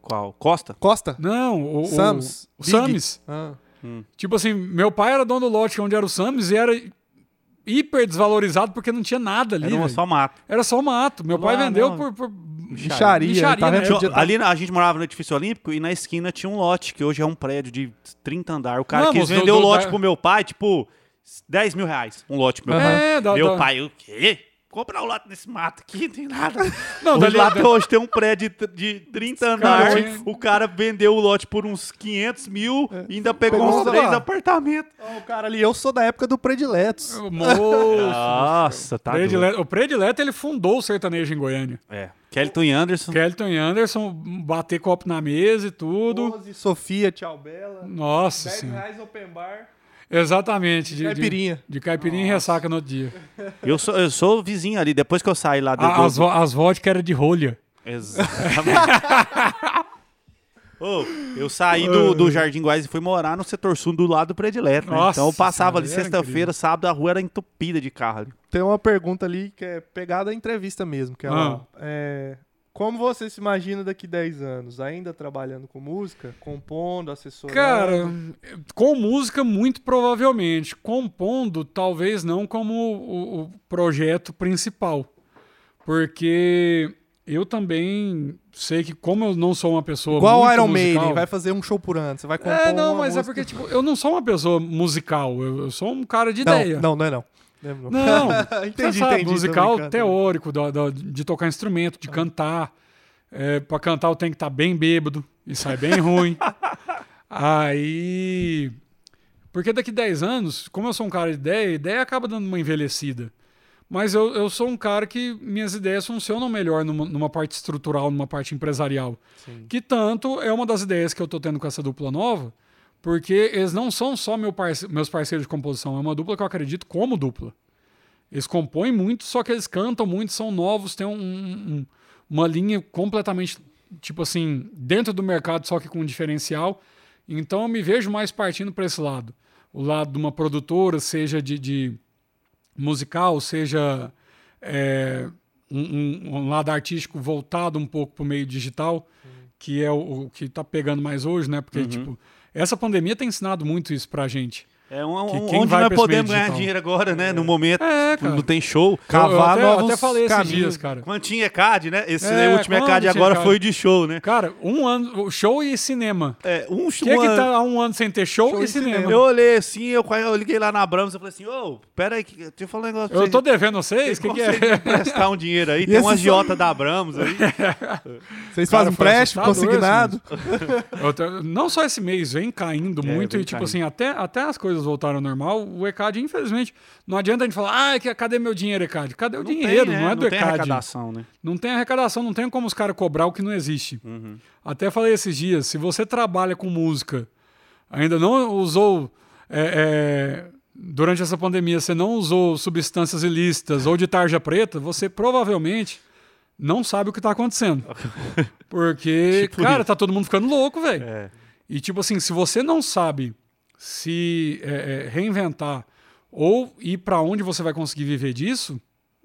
A: Qual? Costa?
B: Costa?
C: Não, o.
B: Sams.
C: O, o
B: Big.
C: Samis.
B: Ah.
C: Tipo assim, meu pai era dono do lote é onde era o Samis e era hiper desvalorizado porque não tinha nada ali.
A: Era uma
C: velho.
A: só mata.
C: Era só mato. Meu pai
A: Lá,
C: vendeu
A: não.
C: por. por...
B: Micharia,
C: Micharia,
B: tá
C: né?
B: vendo?
A: Tinha- ali na- a gente morava no edifício olímpico e na esquina tinha um lote, que hoje é um prédio de 30 andar. O cara
C: Não,
A: quis
C: moço, do-
A: vender o
C: do-
A: lote
C: da-
A: pro meu pai, tipo, 10 mil reais. Um lote pro meu
C: É,
A: pai.
C: da-
A: meu
C: da-
A: pai, o quê? comprar o lato nesse mato aqui, não tem nada.
C: Não,
A: Hoje,
C: dali-
A: lá até hoje tem um prédio de de 30 andares,
C: Cara,
A: o cara vendeu o lote por uns 500 mil
C: É.
A: e ainda pegou,
B: Pegou
A: uns
B: uns
A: três
B: lá.
A: apartamentos.
B: Ó, o cara ali, eu sou da época do Prediletos.
C: O moço.
A: Nossa, tá
C: Predile- O predileto, ele fundou o sertanejo em Goiânia.
A: doido. É. Kelton e Anderson.
C: Kelton e Anderson bater copo na mesa e tudo.
B: 12, Sofia, tchau, Bela.
C: Nossa
B: 10
C: senhora.
B: reais open bar.
C: Exatamente.
B: De caipirinha.
C: De, caipirinha e ressaca no outro dia.
A: Eu sou, eu sou vizinho ali, depois que eu saí lá do...
C: A- as, vo- as vodka era de rolha.
A: Exatamente. Ô, eu saí do, do Jardim Guais e fui morar no setor sul do lado do predileto. né?
C: Nossa
A: Então eu passava ali
C: Senhora, era
A: sexta-feira, sábado, a rua era entupida de carro ali.
B: Tem uma pergunta ali que é pegada da entrevista mesmo, que é,
C: Ah.
B: lá, é, como você se imagina daqui 10 anos? Ainda trabalhando com música, compondo, assessorando?
C: Cara, com música, muito provavelmente. Compondo, talvez não como o, o projeto principal. Porque eu também sei que, como eu não sou uma pessoa.
B: igual
C: muito
B: Iron
C: musical,
B: Maiden, vai fazer um show por ano, você vai compor
C: É, não,
B: uma
C: mas é
B: música-
C: porque, tipo, eu não sou uma pessoa musical. Eu, eu sou um cara de
B: não,
C: ideia.
B: Não, não é não. Não é
C: Não,
B: entendi,
C: sabe,
B: entendi. tô
C: musical
B: brincando. Ah.
C: teórico, da- da- de tocar instrumento, de cantar. É, pra cantar eu tenho que estar bem bêbado e sai bem ruim. Aí. Porque daqui 10 anos, como eu sou um cara de ideia, a ideia acaba dando uma envelhecida. Mas eu, eu sou um cara que minhas ideias funcionam melhor numa, numa parte estrutural, numa parte empresarial. Que tanto é uma das ideias que eu tô tendo com essa dupla nova, porque eles não são só meu parce- meus parceiros de composição, é uma dupla que eu acredito como dupla. Eles compõem muito, só que eles cantam muito, são novos, têm um- um- uma linha completamente, tipo assim, dentro do mercado, só que com um diferencial. Então eu me vejo mais partindo para esse lado. O lado de uma produtora, seja de, de musical, seja é, um, um- um lado artístico voltado um pouco para o meio digital, que é o, o que está pegando mais hoje, né?
A: Uhum.
C: Porque, tipo, essa pandemia tem ensinado muito isso para gente.
A: É um,
C: Que
A: um-
C: quem
A: onde
C: vai
A: nós
C: pra esse meio
A: podemos ganhar
C: digital?
A: dinheiro agora, né? No momento,
C: É,
A: tipo,
C: cara.
A: não tem show.
C: eu
A: Cavar
C: até- eu
A: novos
C: até falei esses
A: caminhos.
C: dias, cara.
A: Quando tinha ECAD, né? Esse
C: É,
A: último
C: quando
A: ECAD
C: tinha
A: agora
C: ECAD.
A: foi de show, né?
C: Cara, um ano, o show e cinema.
A: É, um
C: O que é
A: um
C: que
A: ano-
C: tá há um ano sem ter show,
B: Show
C: e
B: e
C: cinema?
B: cinema.
A: Eu olhei assim, eu, eu liguei lá na Abrams e falei assim, ô, pera aí, que- deixa eu falar um negócio pra
C: Eu,
A: vocês.
C: tô devendo a vocês? O que,
A: Como
C: que
A: vocês
C: é?
A: vão prestar um dinheiro aí? Tem
B: esse
A: um
B: só-
A: agiota da Abrams aí.
B: Vocês
C: Cara, tá
B: fazem
C: foi
B: empréstimo,
C: assustador
B: consignado.
C: assim. Eu tô- não só esse mês, vem caindo
A: É,
C: muito
A: vem
C: e, tipo
A: caindo.
C: assim, até, até as coisas voltaram ao normal. O ECAD, infelizmente, não adianta a gente falar, ah, que- cadê meu dinheiro, ECAD? Cadê o dinheiro?
A: tem, né?
C: Não é do
A: não tem
C: ECAD.
A: arrecadação, né?
C: Não tem arrecadação, não tem como os caras cobrar o que não existe.
A: Uhum.
C: Até falei esses dias, se você trabalha com música, ainda não usou. é, é, durante essa pandemia, você não usou substâncias ilícitas ou de tarja preta, você provavelmente não sabe o que tá acontecendo. Porque,
A: Tipo
C: cara,
A: isso.
C: tá todo mundo ficando louco, velho.
A: É.
C: E tipo assim, se você não sabe se é, é, reinventar ou ir para onde você vai conseguir viver disso,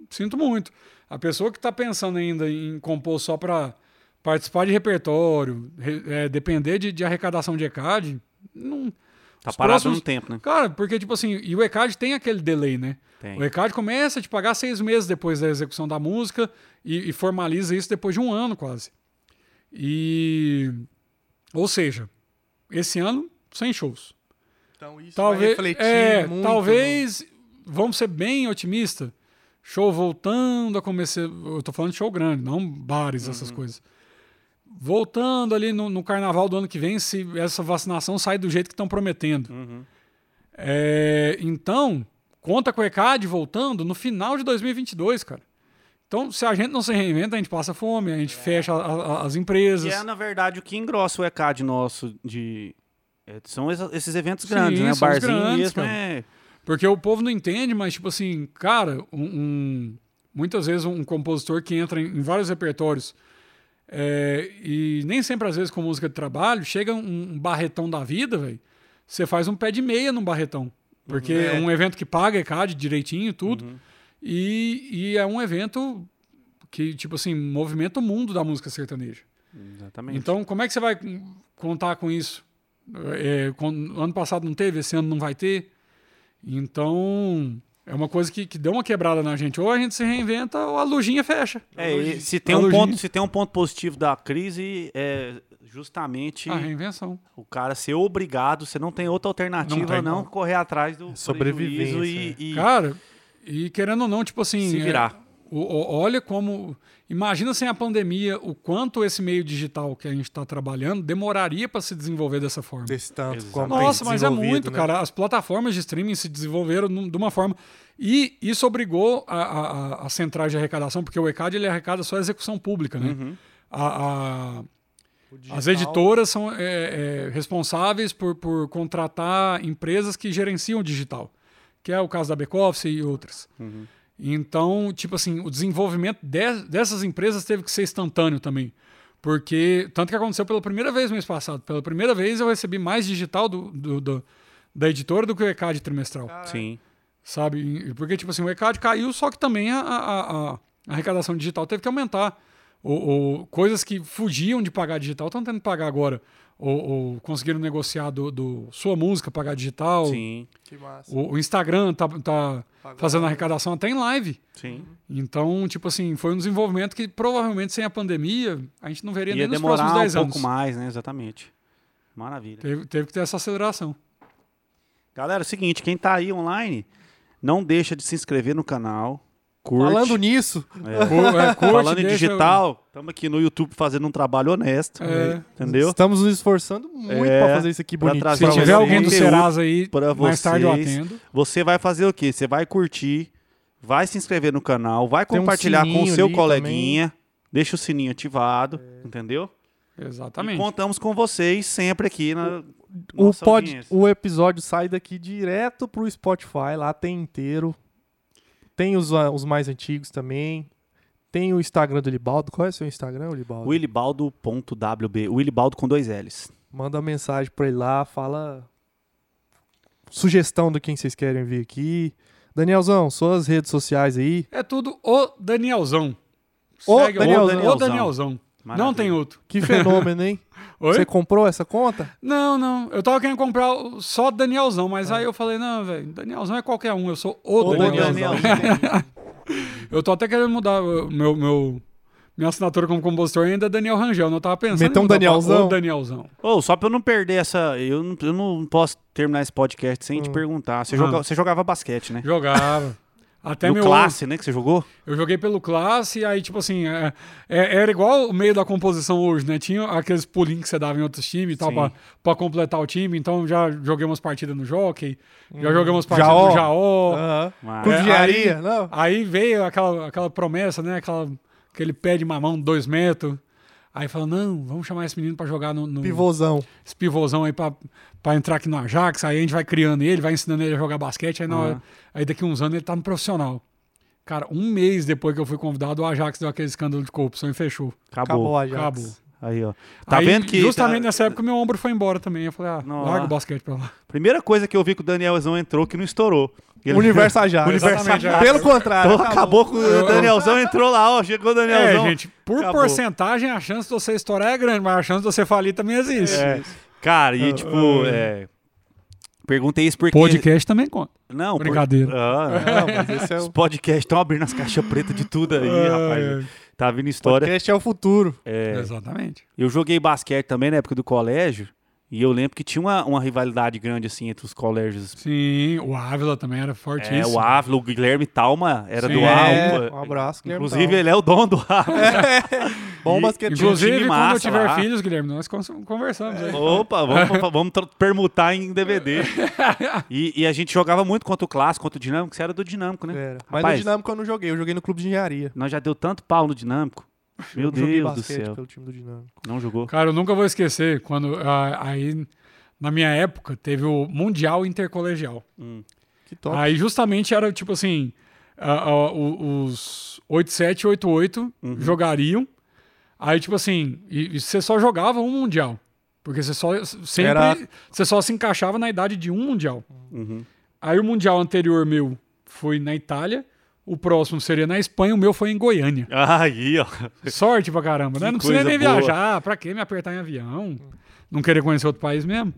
C: sinto muito. A pessoa que tá pensando ainda em compor só para participar de repertório, re- é, depender de, de arrecadação de ECAD, não.
A: Tá
C: os
A: parado
C: próximos-
A: um tempo, né?
C: Cara, porque, tipo assim, e o ECAD tem aquele delay, né?
A: Tem.
C: O ECAD começa a te pagar seis meses depois da execução da música e, e formaliza isso depois de um ano quase. E. Ou seja, esse ano, sem shows.
B: Então isso
C: Talvez. é,
B: muito
C: talvez. Vamos ser bem otimista. Show voltando a começar. Eu tô falando de show grande, não bares, essas coisas. Voltando ali no, no carnaval do ano que vem, se essa vacinação sai do jeito que estão prometendo. É, então, conta com o ECAD voltando no final de 2022, cara. Então, se a gente não se reinventa, a gente passa fome, a gente fecha a- a- as
A: Que
C: empresas.
A: é, na verdade, o que engrossa o ECAD nosso de... é, são es- esses eventos
C: Sim,
A: grandes, né?
C: são os
A: Barzinho
C: grandes,
A: mesmo,
C: cara.
A: é...
C: Porque o povo não entende, mas, tipo assim, cara, um, um- muitas vezes um compositor que entra em, em vários repertórios é, e nem sempre, às vezes, com música de trabalho, chega um, um barretão da vida, velho, você faz um pé de meia num barretão. Porque é,
B: É.
C: um evento que paga ECAD direitinho e tudo. E, e é um evento que, tipo assim, movimenta o mundo da música sertaneja.
A: Exatamente.
C: Então, como é que você vai con- contar com isso? É, con- ano passado não teve, esse ano não vai ter. Então, é uma coisa que, que deu uma quebrada na gente. Ou a gente se reinventa ou a lojinha fecha.
A: É, e se, tem um
C: Elogio.
A: ponto, se tem um ponto positivo da crise, é justamente
C: A reinvenção.
A: o cara ser obrigado, você não tem outra alternativa
C: Não tem
A: a não
C: como.
A: correr atrás do prejuízo
B: sobrevivência,
A: e, e
C: Cara, e querendo ou não, tipo assim.
A: se
C: é,
A: virar.
C: O- o- olha como. Imagina sem a pandemia o quanto esse meio digital que a gente está trabalhando demoraria para se desenvolver dessa forma.
B: Desse tanto.
A: Exato.
B: como tem
C: Nossa, mas é
B: desenvolvido,
C: muito,
B: né?
C: cara. As plataformas de streaming se desenvolveram num- de uma forma. E isso obrigou a, a, a- as centrais de arrecadação, porque o ECAD ele arrecada só a execução pública, né?
B: Uhum.
C: A- a-
B: O
C: as
B: digital-
C: editoras são é, é, responsáveis por, por contratar empresas que gerenciam o digital, que é o caso da Backoffice e outras. Então, tipo assim, o desenvolvimento de- dessas empresas teve que ser instantâneo também. Porque, tanto que aconteceu pela primeira vez no mês passado, pela primeira vez eu recebi mais digital do, do- do- da editora do que o ECAD trimestral,
A: Sim.
C: sabe? E- Porque, tipo assim, o ECAD caiu, só que também a, a- a- a arrecadação digital teve que aumentar. Ou, ou coisas que fugiam de pagar digital estão tendo que pagar agora. Ou, ou conseguiram negociar do, do sua música pagar digital.
A: Sim.
B: Que massa.
C: O, o Instagram tá, tá
B: Pagando.
C: fazendo arrecadação até em live.
A: Sim.
C: Então, tipo assim, foi um desenvolvimento que provavelmente sem a pandemia a gente não veria
A: Ia
C: nem nos próximos
A: demorar um
C: 10
A: pouco
C: anos.
A: mais, né? Exatamente. Maravilha.
C: Teve, teve que ter essa aceleração.
A: Galera, é o seguinte, quem tá aí online, não deixa de se inscrever no canal. Curte.
B: Falando nisso,
A: É.
C: Cu- é, curte,
A: Falando em
C: deixa-
A: digital, estamos aqui no YouTube fazendo um trabalho honesto.
C: É.
A: Entendeu?
B: estamos nos esforçando muito
A: É,
B: pra fazer isso aqui
A: pra
B: bonito.
A: trazer
C: Se
A: Pra
C: tiver
A: você,
C: alguém do
A: conteúdo
C: Serasa aí,
A: pra
C: mais tarde eu
A: vocês.
C: atendo.
A: Você vai fazer o quê? Você vai curtir, vai se inscrever no canal, vai
B: Tem um
A: compartilhar com o
B: sininho
A: seu
B: ali É.
A: coleguinha, deixa o sininho ativado, entendeu? E
C: Exatamente.
A: contamos com vocês sempre aqui na
B: O,
A: nossa
B: pod-
A: audiência.
B: o episódio sai daqui direto pro Spotify, lá tem inteiro. Tem os, ah, os mais antigos também. Tem o Instagram do Libaldo. Qual é o seu Instagram, Libaldo?
A: Willibaldo.wb, Willibaldo com dois L's.
B: Manda uma mensagem pra ele lá, fala sugestão do quem vocês querem vir aqui. Danielzão, suas redes sociais aí.
C: É tudo o Danielzão.
B: O
C: Segue
B: Danielzão.
C: O Danielzão. Não
A: Maravilha.
C: tem outro.
B: Que fenômeno, hein?
C: Oi?
B: Você comprou essa conta?
C: Não, não. Eu tava querendo comprar o- só Danielzão, mas
A: Ah.
C: aí eu falei, não, velho, Danielzão é qualquer um, eu sou o,
B: O Daniel.
C: Danielzão. Eu tô até querendo mudar o meu, meu- minha assinatura como compositor ainda é Daniel Rangel. Não tava pensando.
B: Meteu
C: em
B: um
C: mudar pra
B: Danielzão?
C: O Danielzão.
A: Ô, só pra eu não perder essa. Eu não, eu não posso terminar esse podcast sem te perguntar. Você, joga-
C: Ah.
A: você jogava basquete, né?
C: Jogava. Até
A: no
C: meu.
A: classe, né? Que você jogou?
C: Eu joguei pelo classe, aí, tipo assim, é- é- era igual o meio da composição hoje, né? Tinha aqueles pulinhos que você dava em outros times e tal,
A: Sim.
C: pra, pra completar o time. Então já joguei umas partidas no Jockey, já joguei umas partidas
B: Hum. Jaó.
C: no Jaó.
B: Aham.
A: Ah.
B: Com
C: É,
B: engenharia? Não.
C: Aí veio aquela, aquela promessa, né? Aquela, aquele pé de mamão de dois metros. Aí falou, não, vamos chamar esse menino pra jogar no, no
B: Pivôzão.
C: esse pivôzão aí pra, pra entrar aqui no Ajax. Aí a gente vai criando ele, vai ensinando ele a jogar basquete.
A: É.
C: Aí, na hora- aí daqui uns anos ele tá no profissional. Cara, um mês depois que eu fui convidado, o Ajax deu aquele escândalo de corrupção e fechou.
A: Acabou.
B: Acabou, Ajax.
C: Acabou.
A: Aí, ó. Tá
C: Aí,
A: vendo que.
C: Justamente
A: tá-
C: nessa época meu ombro foi embora também. Eu falei, ah,
A: Não,
C: larga
A: lá.
C: o basquete pra lá.
A: Primeira coisa que eu vi que o Danielzão entrou que não estourou. Ele-
B: Universo Ajax.
A: Universo
C: Exatamente,
A: Ajax.
B: Pelo contrário.
A: Então acabou com o Danielzão, entrou lá, ó. Chegou o
C: tá É,
A: Danielzão.
C: gente, por
A: acabou.
C: porcentagem a chance de você estourar é grande, mas a chance de você falir também existe.
A: É. Cara,
C: Ah,
A: e tipo, é. Perguntei isso porque.
C: Podcast também conta.
A: Não, por-
C: Brincadeira.
A: Ah, não.
B: Não, mas esse é
A: Os
B: o
A: podcasts estão abrindo as caixas pretas de tudo aí,
C: Ah,
A: rapaz.
C: é.
A: Tá vindo história.
B: podcast é o futuro.
A: É,
C: Exatamente.
A: Eu joguei basquete também na época do colégio. E eu lembro que tinha uma, uma rivalidade grande, assim, entre os colégios.
C: Sim, o Ávila também era fortíssimo.
A: É, o Ávila, o Guilherme Talma era
C: Sim,
A: do
C: é.
A: Ávila.
B: um abraço, É. Guilherme
A: Inclusive,
B: Tal.
A: ele é o dono do Ávila.
B: Bom
A: E-
B: basquete.
A: tinha um
C: Inclusive,
A: time
C: quando eu
A: massa
C: tiver
A: lá. É,
C: filhos, Guilherme, nós cons- conversamos. aí.
A: Opa, vamos, vamos tra- permutar em DVD. E, e a gente jogava muito contra o Clássico, contra o Dinâmico. Você era do Dinâmico, né?
B: Era. Mas
A: Rapaz,
B: no Dinâmico eu não joguei, eu joguei no clube de engenharia.
A: nós já deu tanto pau no Dinâmico. Meu
B: Eu joguei
A: Deus do
B: basquete
A: céu.
B: pelo time do Dinâmico.
A: Não jogou.
C: Cara, eu nunca vou esquecer quando ah, aí na minha época teve o Mundial Intercolegial.
B: Que top.
C: Aí justamente era tipo assim, ah, ah, o- os 87 e 88
B: Uhum.
C: jogariam. Aí tipo assim, e, e você só jogava um mundial, porque você só sempre
B: Era-
C: você só se encaixava na idade de um mundial.
A: Uhum.
C: Aí o mundial anterior meu foi na Itália, o próximo seria na Espanha, o meu foi em Goiânia.
A: Aí, ó.
C: Sorte pra caramba, né?
A: Que
C: Não precisa
A: coisa
C: nem
A: boa.
C: viajar. Ah, Pra que me apertar em avião? Não querer conhecer outro país mesmo?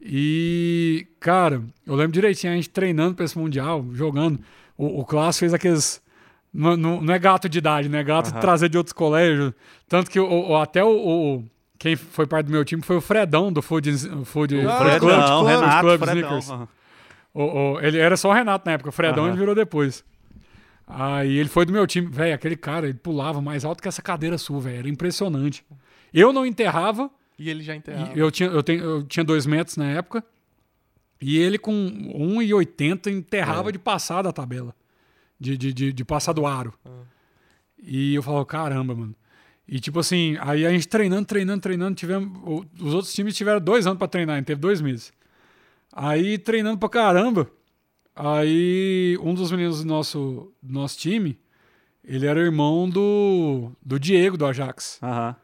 C: E, cara, eu lembro direitinho a gente treinando pra esse Mundial, jogando. O, o Clássico fez aqueles. Não, não- não é gato de idade, né? Gato de trazer de outros colégios. Tanto que o, o- até o, o- Quem foi parte do meu time foi o Fredão do Food, Food,
B: Ah,
C: Food
B: Fredão,
A: Fredão,
C: Club.
B: Club,
A: Renato,
C: Club
A: Fredão.
C: Snickers.
A: aham.
C: O- o- ele era só o Renato na época, o Fredão
A: Aham.
C: ele virou depois. Aí ele foi do meu time. Velho, aquele cara, ele pulava mais alto que essa cadeira sua, velho. Era impressionante. Eu não enterrava.
B: E ele já
C: e
B: enterrava.
C: eu, tinha, eu, tenho- eu tinha dois metros na época. E ele com 1,80 enterrava de passar da tabela. De, de, de, de passar do aro. E eu falava, caramba, mano. E tipo assim, aí a gente treinando, treinando, treinando. Tivemos, o- os outros times tiveram dois anos pra treinar, a gente teve dois meses. Aí treinando pra caramba. Aí um dos meninos do nosso, do nosso time, ele era irmão do, do Diego do Ajax.
A: Aham.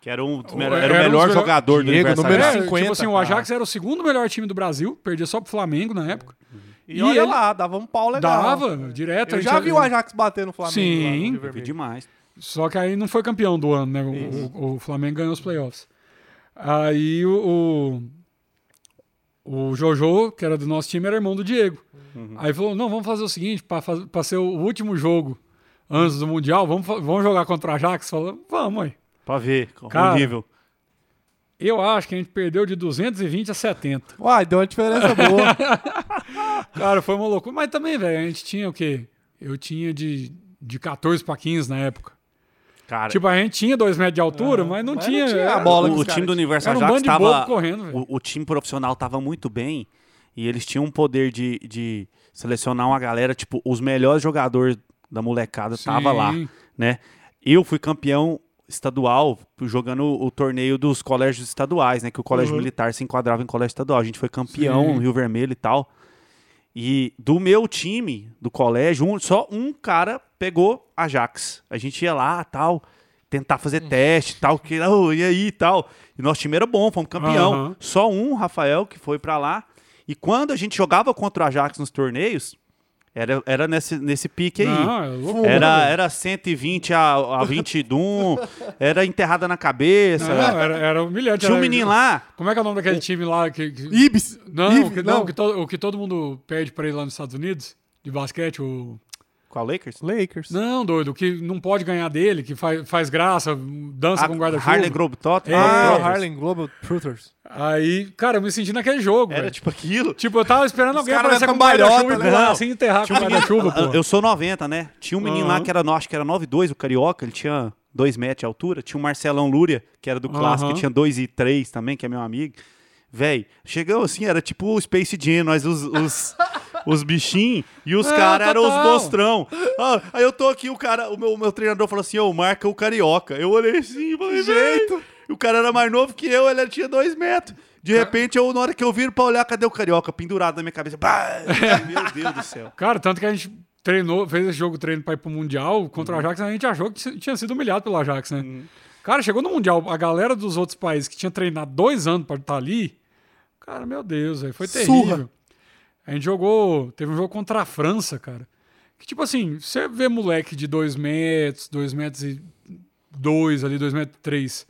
A: Que era, um dos
C: O-
A: melhor- era o
C: era um dos
A: melhor
C: melhor-
A: jogador do
B: Diego,
A: universo.
B: número
A: agrário.
C: É,
B: 50,
C: tipo assim, o
B: cara.
C: Ajax era o segundo melhor time do Brasil, perdia só pro Flamengo na época.
B: E,
C: e
B: olha
C: ele-
B: lá, dava um pau legal.
C: Dava direto. a
B: Eu
C: gente-
B: já vi o Ajax bater no Flamengo. lá no
C: Sim.
B: Rio
A: Eu vi
B: Vermelho.
A: demais.
C: Só que aí não foi campeão do ano, né? O- O, o Flamengo ganhou os playoffs. Aí o, o, o Jojo, que era do nosso time, era irmão do Diego.
B: Uhum.
C: Aí falou: não, vamos fazer o seguinte, para ser o último jogo antes do Mundial, vamos, fa- vamos jogar contra o Ajax? Falou: vamos, aí.
A: Pra ver o
C: Cara,
A: nível.
C: Eu acho que a gente perdeu de 220 a 70.
B: Uai, deu uma diferença boa.
C: Cara, foi uma loucura. Mas também, velho, a gente tinha o quê? Eu tinha de, de 14 para 15 na época.
A: Cara,
C: Tipo, a gente tinha 2 metros de altura, mas não
B: mas não
C: tinha.
B: tinha
C: era-
B: a bola
A: o,
B: dos
A: o
B: caras,
A: time do
B: tipo,
A: Universo
C: era um
A: Ajax
C: bando de
A: tava.
C: bobo correndo, velho.
A: o, o time profissional tava muito bem e eles tinham um poder de, de selecionar uma galera, tipo, os melhores jogadores da molecada tava lá,
C: Sim.
A: né? Eu fui campeão estadual jogando o, o torneio dos colégios estaduais, né? Que o colégio militar se enquadrava em colégio estadual. A gente foi campeão
C: Uhum. Sim.
A: no Rio Vermelho e tal. E do meu time, do colégio, um- só um cara pegou Ajax. A gente ia lá, tal, tentar fazer
C: Uhum.
A: teste, tal, que, "Ô, e aí, tal. E nosso time era bom, fomos campeão.
C: Aham.
A: Só um, Rafael, que foi pra lá. E quando a gente jogava contra o Ajax nos torneios, era, era nesse, nesse pique aí.
C: Não, é louco.
A: Era, era 120 a, a 21, era enterrada na cabeça.
C: Não, era, era humilhante.
A: Tinha um
C: era-
A: menino lá,
C: Como é que é o nome daquele time lá que. que-
B: Ibis.
C: Não,
B: Ibis,
C: que, não, Que todo, o que todo mundo perde pra ele lá nos Estados Unidos, de basquete, o.
A: Qual Lakers?
B: Lakers.
C: Não, doido, que não pode ganhar dele, que faz, faz graça, dança com guarda-chuva.
A: Harlem Globetrotter.
C: É,
B: Ah,
A: Globetrotters.
B: Harlem Global Truthers.
C: Aí, cara, eu me senti naquele jogo.
A: Era
C: velho.
A: tipo aquilo.
C: Tipo, eu tava esperando alguém
B: caras
C: aparecer
B: eram
C: com um guarda-chuva e
B: cambalhota,
A: né?
C: pular
A: Não.
C: assim, enterrar com
A: Tinha um menino-
C: guarda-chuva,
A: Ah,
C: pô.
A: Eu sou 90, né? Tinha um menino lá
C: Aham.
A: que era, no- acho que era 9,2, o Carioca, ele tinha 2 metros de altura. Tinha o Marcelão Lúria, que era do Clássico,
C: Aham.
A: que tinha 2 e 3 também, que é meu amigo. Véi, chegou assim, era tipo o Space Jam, nós os... os... Os bichinhos e os
C: É,
A: caras eram os
C: total.
A: monstrão. Ah, aí eu tô aqui, o cara, o meu, o meu treinador falou assim: ô, marca o carioca. Eu olhei assim, e falei, jeito. O cara era mais novo que eu, ele tinha dois metros. De repente, eu, na hora que eu viro pra olhar, cadê o carioca? Pendurado na minha cabeça. Bah! Meu Deus do céu.
C: Cara, tanto que a gente treinou, fez esse jogo treino pra ir pro Mundial contra o Ajax, a gente achou que t- tinha sido humilhado pelo Ajax, né? Cara, chegou no Mundial, a galera dos outros países que tinha treinado dois anos pra estar ali, cara, meu Deus, velho, foi terrível.
B: Surra.
C: A gente jogou, teve um jogo contra a França, cara. Que tipo assim, você vê moleque de 2 metros, 2 metros e 2 ali, 2 metros e 3,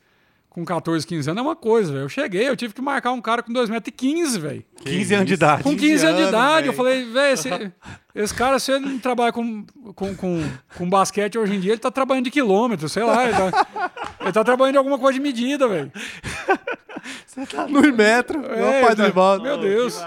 C: com 14, 15 anos é uma coisa, velho. Eu cheguei, eu tive que marcar um cara com 2 metros e 15, velho.
A: 15 anos de idade.
C: Com
B: 15
C: 15 anos de
B: anos,
C: idade, eu
B: É velho.
C: falei, velho, esse, esse cara, se ele não trabalha com, com, com, com basquete hoje em dia, ele tá trabalhando de quilômetro, sei lá. Ele tá, ele tá trabalhando de alguma coisa de medida, velho.
B: No metro.
C: É,
B: Meu pai do
C: tá-
B: Rivaldo.
C: Meu Deus.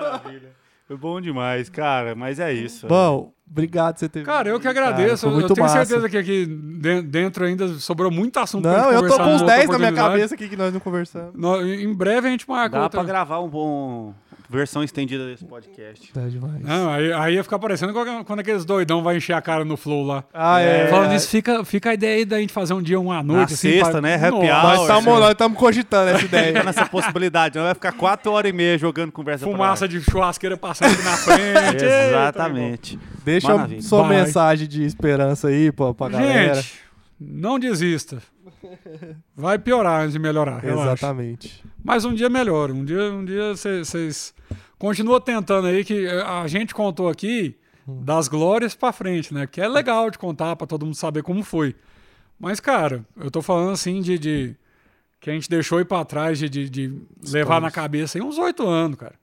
A: Foi bom demais, cara. Mas é isso.
B: Bom, obrigado por você ter vindo.
C: Cara, eu que
B: Cara,
C: agradeço.
B: foi
C: eu- eu
B: muito
C: tenho
B: massa.
C: certeza que aqui de- dentro ainda sobrou muito assunto pra
B: Não,
C: gente
B: eu tô
C: conversar
B: com uns
C: numa outra
B: 10 na minha
C: oportunidade.
B: cabeça aqui que nós não conversamos.
C: No- em breve a gente
B: é
C: marca
A: Dá
C: outra. né?
A: pra gravar um bom versão estendida desse podcast.
B: Tá demais.
C: Não, aí, aí ia ficar parecendo quando- quando aqueles doidão vai encher a cara no flow lá.
B: Ah, é.
C: Falando nisso, fica, fica a ideia aí da gente fazer um dia, uma noite. assim,
A: sexta, né? Happy
C: Nossa.
A: hour.
B: Nós
A: Power,
B: estamos
A: senhor.
B: nós tamo cogitando essa ideia.
A: Tá Nessa possibilidade, não vai ficar quatro horas e meia jogando conversa pra
C: Fumaça tá de churrasqueira passando aqui na frente. Eita,
A: Exatamente.
B: Deixa
A: Maravilha.
B: sua
C: Vai.
B: mensagem de esperança aí pra, pra
C: meu
B: galera.
C: irmão. Gente, não desista. Vai piorar antes de melhorar. Relaxa.
B: Exatamente.
C: Mas um dia melhora. Um dia um dia vocês continuam tentando aí, que eh, a gente contou aqui das glórias pra frente, né? Que é legal de contar pra todo mundo saber como foi. Mas, cara, eu tô falando assim de. de- que a gente deixou ir pra trás de, de- de levar na cabeça aí uns oito anos, cara.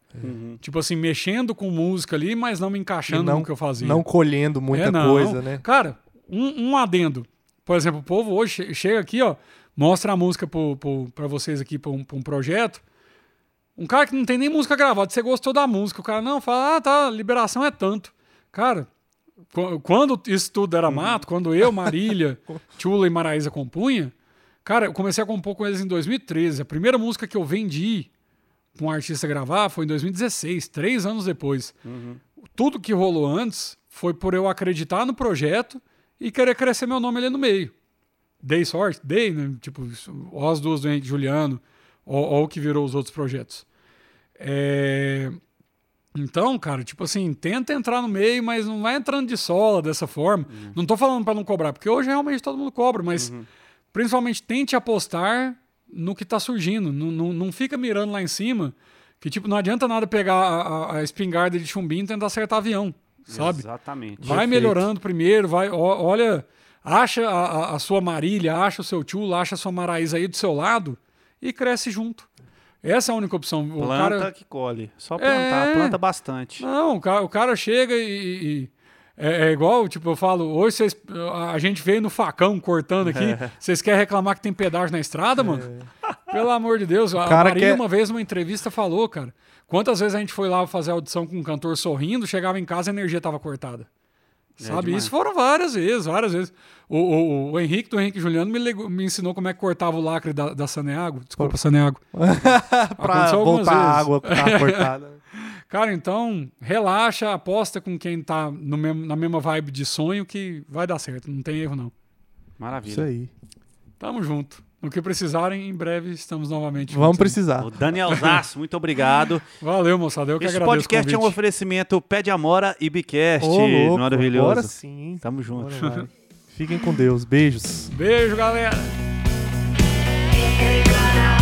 C: Tipo assim, mexendo com música ali, mas não me encaixando
B: E não-
C: no que eu fazia.
B: Não colhendo muita
C: É, não.
B: coisa, né?
C: Cara, um, um adendo. Por exemplo, o povo hoje che- chega aqui, ó, mostra a música pro, pro, pra vocês aqui pra um, pra um projeto. Um cara que não tem nem música gravada, você gostou da música, o cara não fala, ah, tá, liberação é tanto. Cara, qu- Quando isso tudo era mato, quando eu, Marília, Tchula e Maraísa compunha, cara, eu comecei a compor com eles em 2013. A primeira música que eu vendi pra um artista gravar foi em 2016, três anos depois. Tudo que rolou antes foi por eu acreditar no projeto e querer crescer meu nome ali no meio. Dei sorte? Dei, né? Tipo, isso, ó as duas do Henrique Juliano, ó, ó o que virou os outros projetos. É... Então, cara, tipo assim, tenta entrar no meio, mas não vai entrando de sola dessa forma. Não tô falando pra não cobrar, porque hoje realmente todo mundo cobra, mas principalmente tente apostar no que tá surgindo. Não, não, não fica mirando lá em cima, que tipo, não adianta nada pegar a, a- a espingarda de chumbinho e tentar acertar avião, sabe?
A: Exatamente.
C: Vai melhorando primeiro, vai, ó- olha, acha a, a- a sua Marília, acha o seu tio, acha a sua Maraísa aí do seu lado e cresce junto. Essa é a única opção. O
A: Planta
C: cara-
A: que colhe. Só plantar,
C: É.
A: planta bastante.
C: não, o cara, o cara chega e. e- e- é, é igual, tipo, eu falo, hoje vocês, a gente veio no facão cortando aqui.
B: É.
C: Vocês querem reclamar que tem pedágio na estrada, mano? Pelo amor de Deus, a
B: cara
C: Maria
B: quer-
C: uma vez numa entrevista falou, cara, quantas vezes a gente foi lá fazer audição com um cantor sorrindo, chegava em casa e a energia tava cortada.
B: É
C: Sabe?
A: demais.
C: Isso foram várias vezes, várias vezes. O, o- o Henrique do Henrique Juliano me, legou- me ensinou como é que cortava o lacre da, da Saneago. Desculpa, Saneago.
B: pra
C: Aconteceu algumas
B: voltar a
C: vezes.
B: água que tá cortada.
C: Cara, então, relaxa, aposta com quem tá no mesmo- na mesma vibe de sonho que vai dar certo, não tem erro não.
B: Isso
A: Maravilha.
B: aí.
C: Tamo junto. No que precisarem, em breve estamos novamente
B: Vamos
C: juntos.
B: precisar.
A: O Daniel Zasso, muito obrigado.
C: Valeu, moçada. Eu que
A: Este
C: agradeço
A: podcast
C: o
A: é um
C: convite.
A: oferecimento Pé de Amora e Bicast.
B: Ô, louco,
A: maravilhoso.
B: Agora sim.
A: Tamo junto.
B: Agora vai. Fiquem com Deus. Beijos.
C: Beijo, galera.
D: Here we go now.